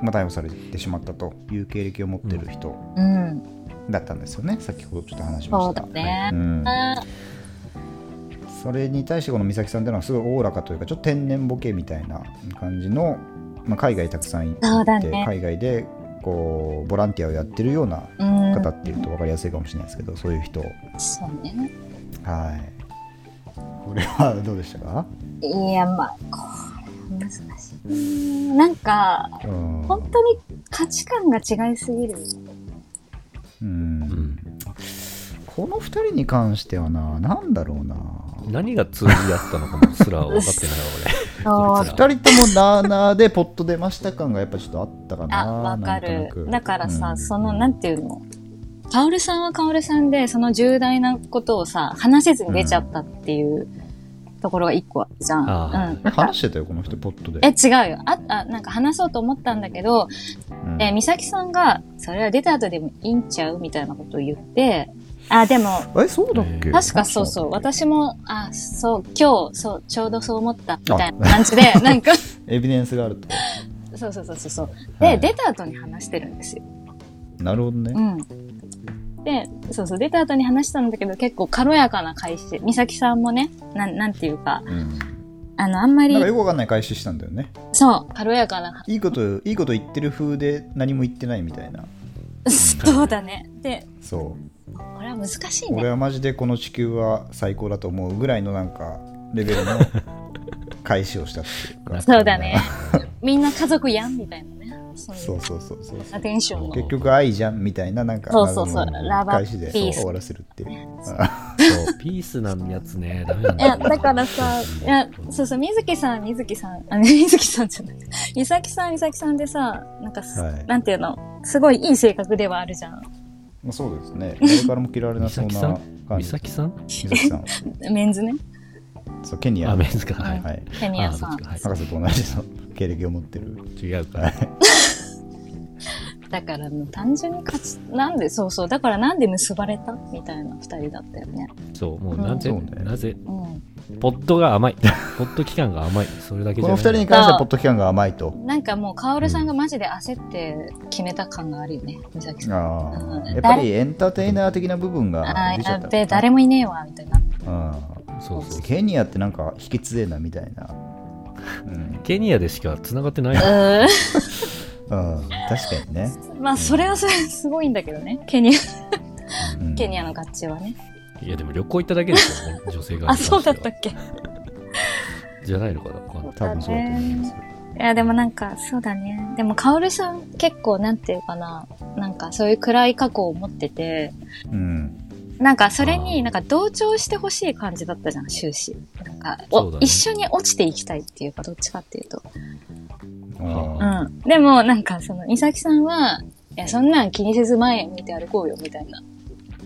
まあ、逮捕されてしまったという経歴を持ってる人
うん。
だったんですよね、先ほどちょっと話しました
そうだね
ん
あ
それに対してこの美咲さんっていうのはすごいおおらかというかちょっと天然ボケみたいな感じの、まあ、海外たくさん行って
そうだね
海外でこうボランティアをやってるような
うん。
方っていうと分かりやすいかもしれないですけどそういう人
そうね。
はいこれはどうでしたか、
いや、まあ、これは難しいうん。なんか、
うん
本当に価値観が違いすぎる。
う、
うんん、
この2人に関してはな何だろうな
何が通じ合ったのかもすら分かってないわ、俺。
そう
こいつら
2人ともなーなーでポッと出ました感がやっぱちょっとあったかな
あ、わか
なん
る
とな。く
だからさ、
うん
その、なんていうのカオルさんはカオルさんで、その重大なことをさ、話せずに出ちゃったっていうところが一個あるじゃん。
あ
うん。
話してたよこの人ポッとで
え、違うよ。あ、あ、なんか話そうと思ったんだけど、
うん
えー、美咲さんが、それは出た後でもいいんちゃうみたいなことを言って、あ、でも、
えそうだっけ
確かそうそう、私も、あ、そう、今日、そう、ちょうどそう思った、みたいな
あ
感じで、な
<laughs>
んか、
エビデンスがあると
そうそうそうそうそう。で、
はい
出た後に話してるんですよ。
なるほど
う
ね
ん。で、そうそう、出た後に話したんだけど、結構軽やかな開始。美咲さんもね、なん、なんていうか、
うん
あの、あんまり
なんか、よくわかんない開始したんだよね
そう、軽やかな、 <laughs>
いいこといいこと言ってる風で何も言ってないみたいな
そうだね。で、
そう
これは難しい
俺
ね。
はマジでこの地球は最高だと思うぐらいのなんかレベル <laughs> の開始をしたっていうか
そう
<laughs>
だね。みんな家族やん、みたいなね。そうい
そううそうそうそう
アテンションの。
結局愛じゃんみたいななんか
そうそうそ
謎
う
の
ラバ
返しでそう
ピース
終わらせるっていうあ
そう、ピースなやつね、ダメなん
い
だよ
や、だからさ、いや、そうそう、水木さん、水木さん、あ、水木さんじゃない。美咲さん、美咲さんでさ、なんかす、
はい
なんていうの、すごいいい性格ではあるじゃん。
まあそうです
<laughs>
ね誰からも嫌われな
美
そう
咲
な
さん
感
美
じ
咲さん
美咲さん
メンズね。
そうケニア
あ、
は
メ
い
ンズか。はい。
ケニアさ
あそ
ん
っ。ちかはい
博士と同じの経歴を持ってる
違うから。
だからもう単純に勝ち、なんで、そうそう、だからなんで結ばれたみたいな二人だったよね。
そう、もうなぜ、
うんそうね
なぜ、
う
ポッドが甘い。ポッド期間が甘い。それだけじ
こ
ゃな
の
い。
2人に関してはポッド期間が甘いと
ん。なんかもう、カオルさんがマジで焦って決めた感があるよね、美咲さん。
あ
うん
ーやっぱりエンターテイナー的な部分
あ
が
あ
出ち
ー、
ゃ
や
った
っべ、誰もいねえわ、みたいな。
うん
そうそう。
ケニアってなんか引き強いなみたいなうん、
ケニアでしか繋がってないよ。
う
うん、確かにね、
ーん。まあ、それはそれです <laughs> ごいんだけどね。ケニア、
うん
<laughs> ケニアの合致はね。
いや、でも旅行行っただけです
<laughs>
よね、女性が。
あ、そうだったっけ
じゃないのかな。わかんない
多分そうだと思います
いや、でもなんか、そうだね。でも、カオルさん結構、なんていうかな、なんかそういう暗い過去を持ってて、
うん
なんかそれ
あー
になんか同調してほしい感じだったじゃん、終始。なんか、
そう
お
だね
一緒に落ちていきたいっていうか、どっちかっていうと。
あ
う
ー
ん。でも、なんかその、美咲さんは、いや、そんなん気にせず前見て歩こうよ、みたいな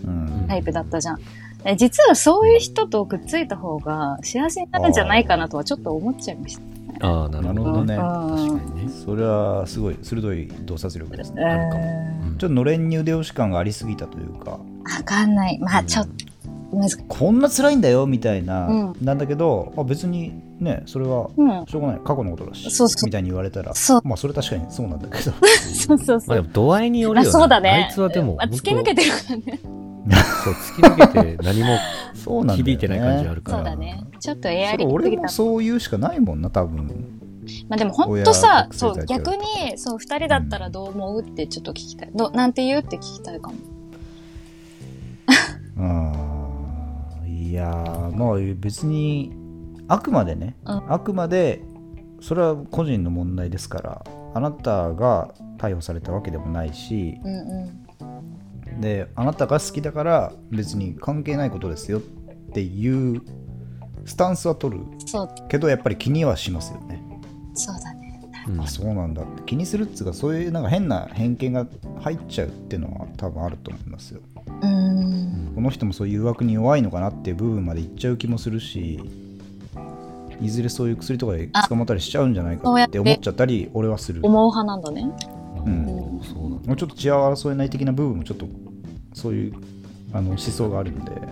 うん
タイプだったじゃん。え実はそういう人とくっついた方が幸せになるんじゃないかなとはちょっと思っちゃいました。
ああ、なるほどね。
なる
ほどね
確かにね。
それはすごい鋭い洞察力ですね
う
るかも
ん
うん
ちょっとのれんに腕押し感がありすぎたというか
わかんない。まあ、ちょっと、難しい。
こんな辛いんだよみたいな、
う
なんだけどあ別にねそれは
うん。
しょうがない過去のことだし
そうそう
みたいに言われたら
そう
まあそれ確かにそうなんだけど
<laughs>
そうそう
ま
そ
あで
う。
も度合いによる
まあ
よね。
そうだね。
あいつはでも、
まあ突き抜け
て。
てるからね。
そう、突き抜けて何も
そうなんだよ、ね、
響いてない感じあるから
そうだね。ちょっとエア
そ
リ
れ
ーす
俺
ぎた
も。そう言うしかないもんな多分
まあでも本当
親、
さ
学生
そ
た
う、
ちは
逆に、そう、二人だったらどう思うってちょっと聞きたい。ど、なんて言うって聞きたいかも。
あーいやーまあ別にあくまでね、
うん
あくまでそれは個人の問題ですからあなたが逮捕されたわけでもないし
うんうん。
であなたが好きだから別に関係ないことですよっていうスタンスは取る
そう、
けどやっぱり気にはしますよね
そうだね。
うん
あそうなんだって気にするっつうかそういうなんか変な偏見が入っちゃうっていうのは多分あると思いますよ
うーん。
この人もそういう誘惑に弱いのかなっていう部分までいっちゃう気もするしいずれそういう薬とかで捕まったりしちゃうんじゃないかって思っちゃったり俺はするも
思う派なんだね。
うん
おーそうなんだ
うちょっと血を争えない的な部分もちょっとそういうあの思想があるんで
はいはい、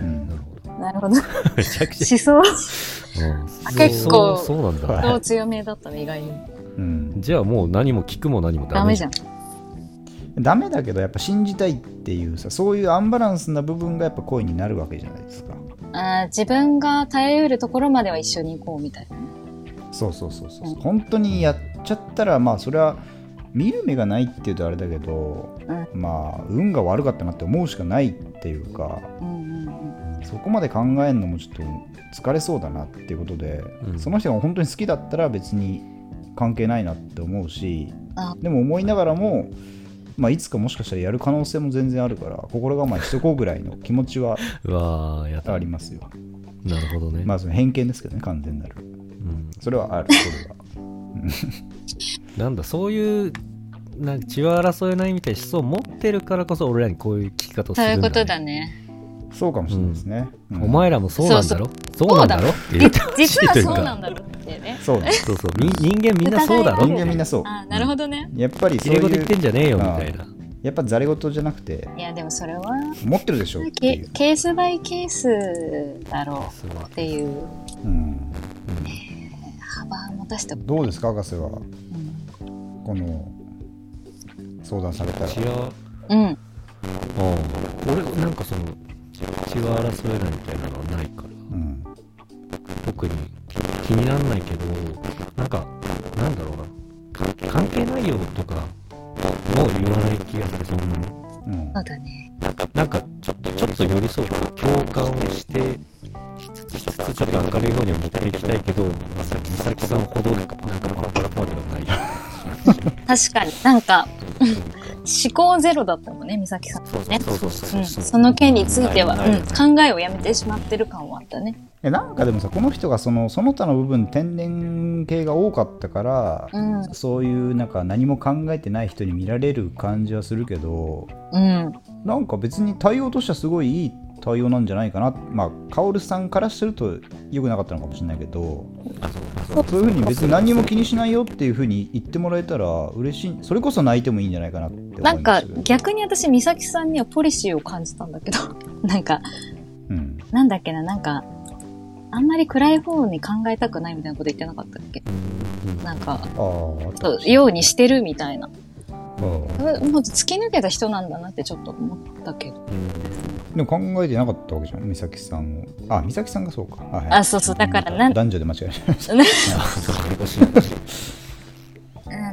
うん
なるほど
なるほど。思
めちゃくち
想
ゃ、うん
結構
そうそうなんだ、
はい
の強めだったね、意外に。
うん
じゃあもう何も聞くも何も
ダ
ダメ
メ
じ
じ
ゃ
ゃ
ん
ん。
ダメだけどやっぱ信じたいっていうさそういうアンバランスな部分がやっぱ恋になるわけじゃないですか
あー自分が耐えうるところまでは一緒に行こうみたいな。
そうそうそうそう
うん
本当にやっちゃったらまあそれは見る目がないっていうとあれだけど、まあ運が悪かったなって思うしかないっていうか
うんうん
そこまで考えるのもちょっと疲れそうだなっていうことで、
うん
その人が本当に好きだったら別に関係ないなって思うし
あ
でも思いながらも、まあ、いつかもしかしたらやる可能性も全然あるから心構えしとこうぐらいの気持ちは
うわーやった
ありますよ。
なるほどね、
まあその偏見ですけどね完全なる。
うん、
それはあるそれは。
なんだそういうなんか血は争えないみたいな思想を持ってるからこそ俺らにこういう聞き方をす
そうい
る
うんこ
だ、
と
ね、
だね。
そうかもしれないですね。うん
お前らもそうなんだろそうなんだろって言ってほし
実
い
は
という
そうな
か
んだろうってね。
そうね。
そうそうみ人間みんなそうだろ
お互い
人間みんなそう。
あーなるほどね。
やっぱり
き
そう
れいごと言
い
っ
う
てんじゃねえよみたいな
やっぱざれ事じゃなくて
いや、でもそれは、
持ってるでしょってい
ケ
う。
ケースバイケースだろ
そう
うっていう
うん、
幅持たせて、うん
どうですか博士はこの相談されたら
血。は
うん。
うん俺なんかその血は争えないみたいなのはないから
うん
特に気気にならないけどなんかなんだろうな関関係ないよとかもう言わない気がするそんなに
うん
そうだね。
なんかちょっとちょっと寄り添う共感をしてしつつしつつちょっと明るい方にも持っていきたいけど、まあ、さきさきさんほどなんかパラパラパラではない
確かになんか、
というか
思考ゼロだったもんね、美咲さん。
そう
ね
そうそうそう
う
そ
ん、
う
その件については、
ないない
うん、考えをやめてしまってる感はあったね。
えなんかでもさこの人がそのその他の部分天然系が多かったから、
うん。う
そういうなんか何も考えてない人に見られる感じはするけど
ん。
なんか別に対応としてはすごいいい対応なんじゃないかなまあ薫さんからすると良くなかったのかもしれないけど
あそう
そういうふうに別に何にも気にしないよっていうふうに言ってもらえたら嬉しいそれこそ泣いてもいいんじゃないかなって思いま
な
す
んか
けど
逆に私、美咲さんにはポリシーを感じたんだけど、 <laughs> なんか、
うん
なんだっけな、なんか、あんまり暗い方に考えたくないみたいなこと言ってなかったっけ
うん
なんか、
あーあった
そう、ようにしてるみたいな。
うん
もう突き抜けた人なんだなってちょっと思ったけど。
でも考えてなかったわけじゃん美咲さんをあ美咲さんがそうかあ,、はい、
あ、そうそう、だからなん、
男女で間違えた
なんだろ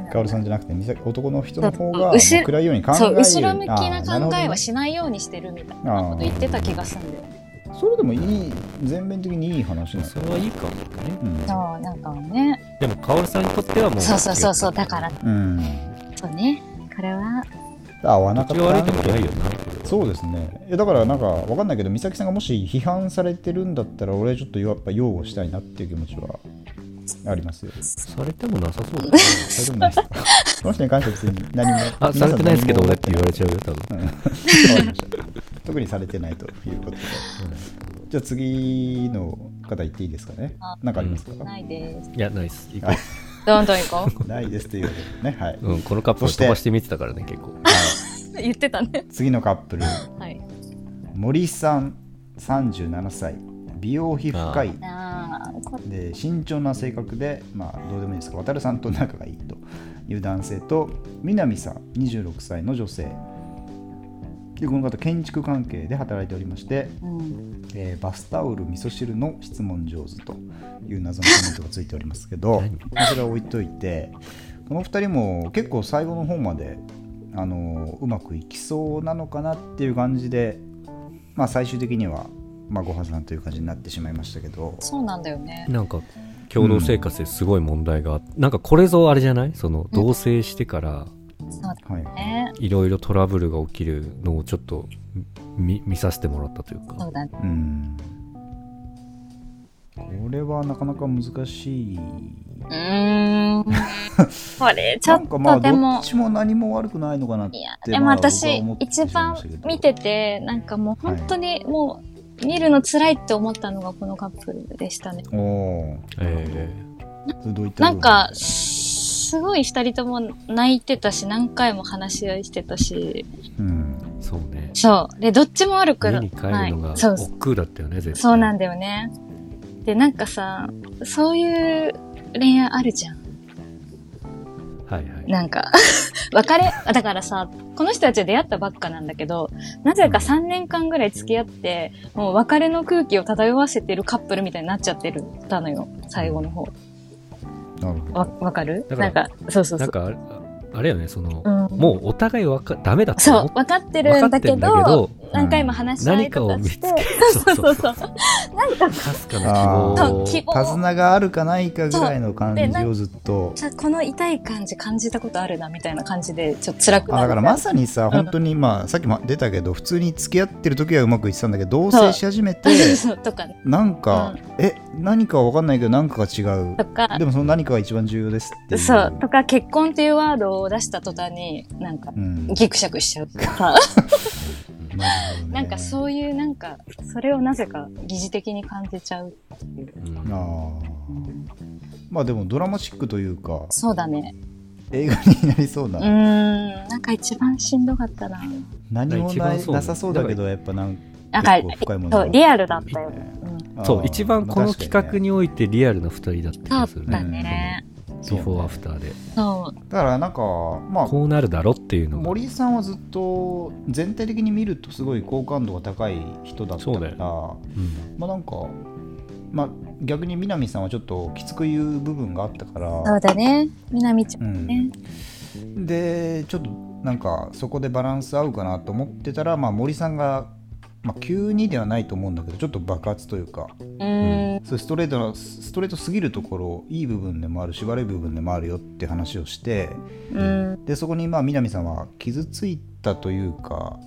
<laughs> 薫さんじゃなくて美咲男の人の方が
そうそう後ろ
暗いように考
う
え
そう、
る
後ろ向きな
あーるほ
考
ど
え
ね
はしないようにしてるみたいなこと言ってた気がするんだよね。
それでもいい全面的にいい話なの
それはいいかもね
うん
そう、なんかね。
でも薫さんにとってはもう
そうそうそう、そうだから、
うん、
そうね。これは、
合わなか
口
っ
悪い
た
とこないよな
そうですねえだからなんかわかんないけど美咲さんがもし批判されてるんだったら俺はちょっとやっぱ擁護したいなっていう気持ちはあり
<laughs>
ますよ
されてもなさそうだね
大丈夫なんですか <laughs> この人に関しては別に何も
あされてないですけど俺って言われちゃうよ多
わ
分
かりました特にされてないということでじゃあ次の方言っていいですかね
あ
何かありますか、
ないです。
いやないっす行こ
は
どんどん行こう。
ないですということでねはい、
う、うん、このカップル飛ばして見てたからね結構
はい
<laughs> 言ってたね。
次のカップル
はい。
森さん37歳美容皮膚科医
ああ、こ
で慎重な性格で、まあ、どうでもいいですが渡さんと仲がいいという男性と南さん26歳の女性でこの方建築関係で働いておりまして、
うん。
えーバスタオル味噌汁の質問上手という謎のコメントがついておりますけどまあそれは置いといてこの2人も結構最後の方まであのーうまくいきそうなのかなっていう感じで、まあ、最終的には、まあ、ご破算という感じになってしまいましたけど。
そうなんだよね。
なんか共同生活ですごい問題があって、なんかこれぞあれじゃないその同棲してから
そう
はい
だね。
いろいろトラブルが起きるのをちょっと見見させてもらったというか
そうだね。
うんこれはなかなか難しい。
うー
<laughs>
ん。これ、ちょ
なん
っ
かまあ、
とで
どっ
も、
ちも何も悪くないのかなって。
いや、
まあ
でも私
僕は思っ、てし
一
まいま
番
したけど
見てて、なんかもう本当にもう、見るの辛いって思ったのがこのカップルでしたね。
おお
え
ー。それどういった
な
部
ん
分
か、すごい二人とも泣いてたし、何回も話し合いしてたし、
うん。
ー、そうね。
そう。で、どっちも悪く
家
な
に帰るのが
い。そう
億劫だったよね、絶対。
そうなん
だ。
だよね。で、なんかさ、そういう恋愛あるじゃん。
はいはい。
なんか、 <laughs> 別れ、だからさ、この人たちは出会ったばっかなんだけど、なぜか3年間ぐらい付き合って、もう別れの空気を漂わせてるカップルみたいになっちゃってるたのよ。最後の方。
なるほ
わ
ど。、
わかる
だか
な
ら
んか、そうそうそ
なん
う。
かあれ、ああれよね、その、
うん
もうお互いわか、ダメだと
そ
思
う
っ、
分かっ
て
てるんだ
る
け
んだけ
ど、
ど、
何回も話し合いとかして、
何かを見つけ
そうそうそうそう。なんか
かすかな希
そう
望
希
を。
手
望
綱があるかないかぐらいの感
そうでな
じ
ん
をずっと。
さこの痛い感じ感じたことあるなみたいな感じでちょっと辛くな
あ
る
だからまさにさ、
ん
本当にまあさっきも出たけど普通に付き合ってる時はうまくいってたんだけど同棲し始めて
そうとか
なんか、え何かは分かんないけど何かが違う
とか
でもその何かが一番重要ですっていう
そうとか結婚っていうワードを出した途端になんか
うん
ギクシャクしちゃうとか <laughs> なんか
う
そういうなんかそれをなぜか疑似的に感じちゃう
うん
あーまあでもドラマチックというか
そうだね
映画になりそうな、
うーんなんか一番しんどかったな
何も
一
な
番
い
そう
なさそうだけどやっぱなん
なんか
結構深いもの
そ
が
うリアルだったよ、うん、
あー
そう、一番この企画
ま
においてリアルな二人だった気がす
そう
る
だ
ね。
あ
ね、
確かにね
ビフォーアフターで。
そう
だからなんかまあ
こうなるだろっていうのが。
森井さんはずっと全体的に見るとすごい好感度が高い人だった
そう
か
だ
ら
ようん
まあなんか、まあ、逆に南さんはちょっときつく言う部分があったか
そう
ら、
だねみなみちゃん
うん
ね
でちょっとなんかそこでバランス合うかなと思ってたら、まあ、森さんが、まあ、急にではないと思うんだけどちょっと爆発というか
うーん
そういうストレートなスストレートすぎるところいい部分でもあるし悪い部分でもあるよって話をして
うん
でそこにまあ南さんは傷ついたというか、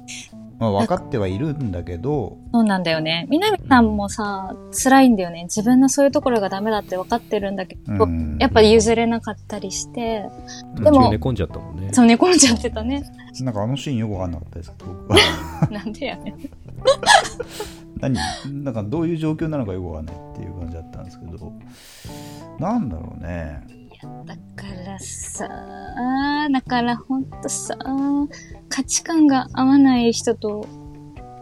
まあ、分かってはいるんだけど
そうなんだよね。みなみさんもさ、辛いんだよね。自分のそういうところがダメだって分かってるんだけど、
うん
やっぱ譲れなかったりして、
途
で
中
も
寝込んじゃったもんね。
そう寝込んじゃってたね。 <laughs>
なんかあのシーンよく分かんなかったですけど。
なんでやねん。
<laughs> 何なんかどういう状況なのかよくわかんないっていう感じだったんですけどなんだろうね
だからさ、だからほんとさ、価値観が合わない人と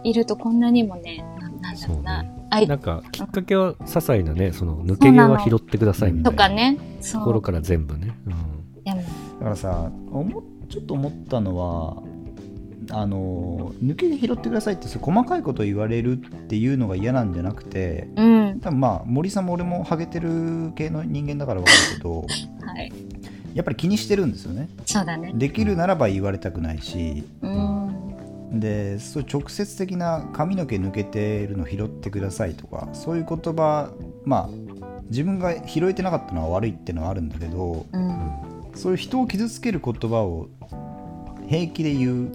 いるとこんなにもね、ななんだろうな。
そう
愛
なんかきっかけは些細なねその抜け毛は拾ってくださいみた
と
い
か
な
ね。
と
そ
ころ
う。
から全部ね、
でも、
だからさおもちょっと思ったのはあの抜け毛拾ってくださいってそう細かいことを言われるっていうのが嫌なんじゃなくて
うん。
多分まあ森さんも俺もハゲてる系の人間だからわかるけど
はい。
やっぱり気にしてるんですよね
そうだね。
できるならば言われたくないし
うん。
でそう直接的な髪の毛抜けてるの拾ってくださいとかそういう言葉まあ自分が拾えてなかったのは悪いってのはあるんだけど
う。
うんん
そういう人を傷つける言葉を平気で言う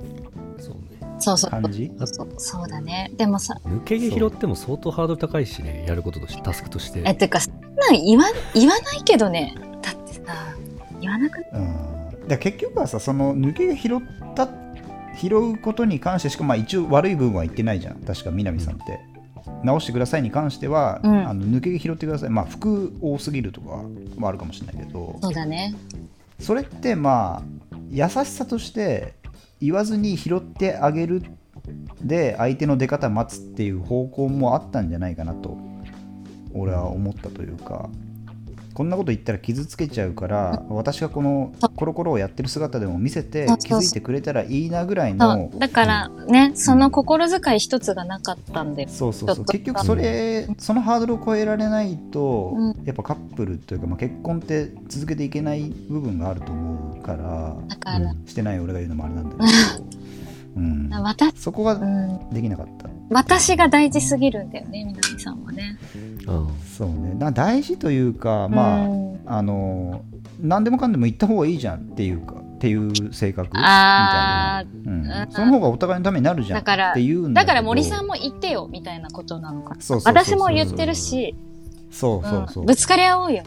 そうね
そうそう。
感じ
そうそうだね。でもさ、
抜け毛拾っても相当ハードル高いしねやることとしてタスクとして
え、てか、そんなん言わ、言わないけどね。だってさ、言わなくな
う
い
んだから結局はさその抜け毛拾った拾うことに関してしかまあ一応悪い部分は言ってないじゃん確か南さんって。直してくださいに関しては、
うん
あの抜け毛拾ってください、まあ、服多すぎるとかはあるかもしれないけど、
そうだね。
それってまあ優しさとして言わずに拾ってあげるで相手の出方待つっていう方向もあったんじゃないかなと俺は思ったというかこんなこと言ったら傷つけちゃうから私がこのコロコロをやってる姿でも見せて
そう
気づいてくれたらいいなぐらい
そ
の
う。だからね、その心遣い一つがなかったんだよ。
そうそうそう
ちょっと
結局それそのハードルを超えられないと
う
やっぱカップルというか、まあ、結婚って続けていけない部分があると思うから。
だから、
してない俺が言うのもあれなんだけど、うん、
私、
そこ
う
が
ん、
できなかった
私が大事すぎるんだよね、みなみさんはね。
うん
そうねな大事というかまあ、
うん
あの何でもかんでも言った方がいいじゃんっていうかっていう性格みたいな、
あー
うん
うん
その方がお互いのためになるじゃん
だから
っていうん
だ
け
か
ど
ら森さんも言ってよ、みたいなことなのかな。
そうそうそうそう
私も言ってるし、
そうそうそう
うんぶつかり合おうよ。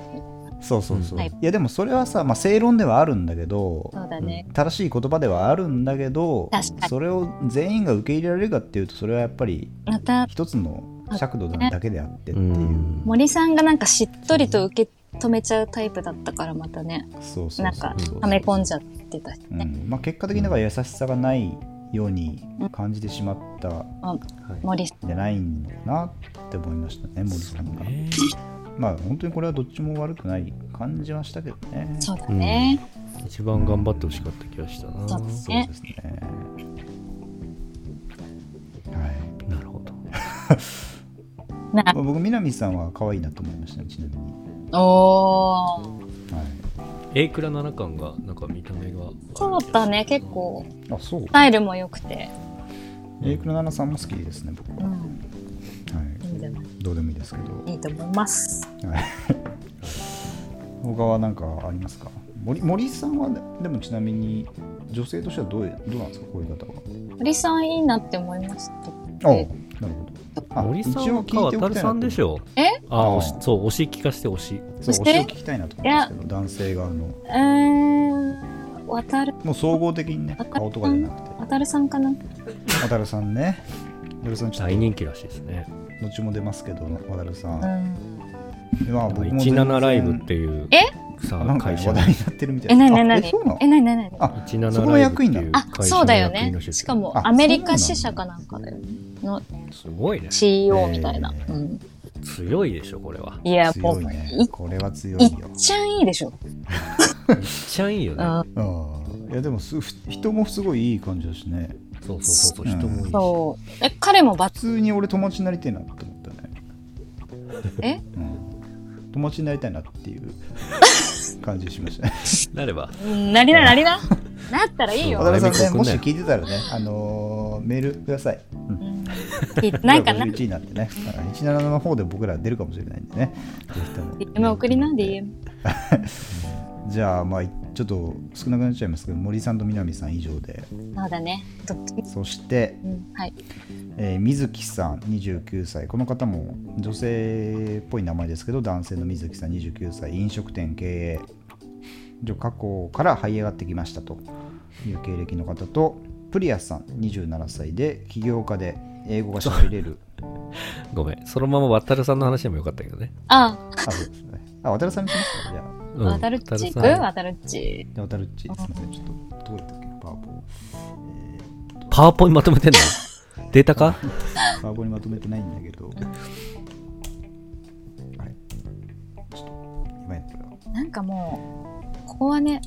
そうそうそう、
はい
いやでもそれはさ、まあ、正論ではあるんだけど
そうだね
正しい言葉ではあるんだけど
確かに
それを全員が受け入れられるかっていうとそれはやっぱり
また、
一つの尺度だけであってっていう、
うん
森さんがなんかしっとりと受け止めちゃうタイプだったからまたね、
そうそう
なん
そう
か
そう
はめ込んじゃってたしね。
うんまあ、結果的にだから優しさがないように感じてしまったん
森さん。
じゃないのかなって思いましたね森さんが、まあ本当にこれはどっちも悪くない感じはしたけどね
そうだね。
一番頑張ってほしかった気がしたな。
そうですね
そうですねはい
なるほど。
な
まあ僕南さんは可愛いなと思いましたねちなみに、
おー。
はい、
A クラ七巻がなんか見た目が
そうだね、結構、
あそう
スタイルも良くて。
エイクロナナさんも好きですね僕
う
は、は
ん、いいんじゃない
い、どうでもいいですけど、
いいと思います。
はい、他は何かありますか森森さんはねでもちなみに女性としてはどういうどうなんですかこういう方は
森さんいいなって思いました。
あなるほどあ
森さん
一応
は
聞いてお
川
き
る
たい
さ
なんと
でしょ
え
あ
あー
推しそう推し聞かして推し
そう
そ
推
して
しを聞きたいなと思うんですけど男性側の
えー、渡る、
もう総合的にね
渡
顔とかじゃなくて
渡るさんかな
渡るさんね渡るさんちょっ
大人気らしいですね
と後も出ますけど渡るさ、
うんん。
まあ僕も全然
17ライブっていうさ
なんか
会
ね
社
話題になってるみた
え、
いな
なになにな
あ
に
そうなの
え、なになになに
あそ
17
この
ライ
役
ブっ
員
て
だ
いう
あ、
会社
そう
の
だよ
役員
ね
の。人
しかも
あ
アメリカ支社かなんかだよね。の
すごいね
CEO みたいな。
えー
うん、
強いでしょこれは
いや、ポ
強
ッ
い
プ。
ね
い
これは強
い
いよ
っちゃんいいでしょ。
めっちゃいいよ
う
ね
ん、
うんいやでもすふ人もすごいいい感じだしね
そうそうそうそう人もいいし
そう。え、彼もバ
普通に俺友達になりたいなって思ったね、
え
うん、友達になりたいなっていう
<laughs>
感じしましたね
なれば
うんなりな、なりな。なったらいい
渡
よ。
辺さん
早め
ね
に送んなよ
もし聞いてたらね、あのーメールください、うん
うんいなんかな、
1位になってねあの17の方で僕ら出るかもしれないんでねぜひとも
DM 送りな、DM。
じゃあまあちょっと少なくなっちゃいますけど森さんと南さん以上で
そうだね。どっちも
そして
うん、はい。
えー水木さん29歳この方も女性っぽい名前ですけど男性の水木さん29歳飲食店経営じゃ過去から這い上がってきましたという経歴の方とプリアスさん27歳で起業家で英語が喋れる
ごめんそのまま渡るさんの話でもよかったけどね
あ、
あそうですねあ渡るさんにしますかじゃ
うん
渡るっち行く
渡るさん
渡るっち。
あで渡るっちすいませんちょっとどうやったっけパワーポ
パワーポにまとめ
<laughs>
てんのデータか
パワーポにまとめてないんだけどあれちょっと今やったら
なんかもう、ここはね、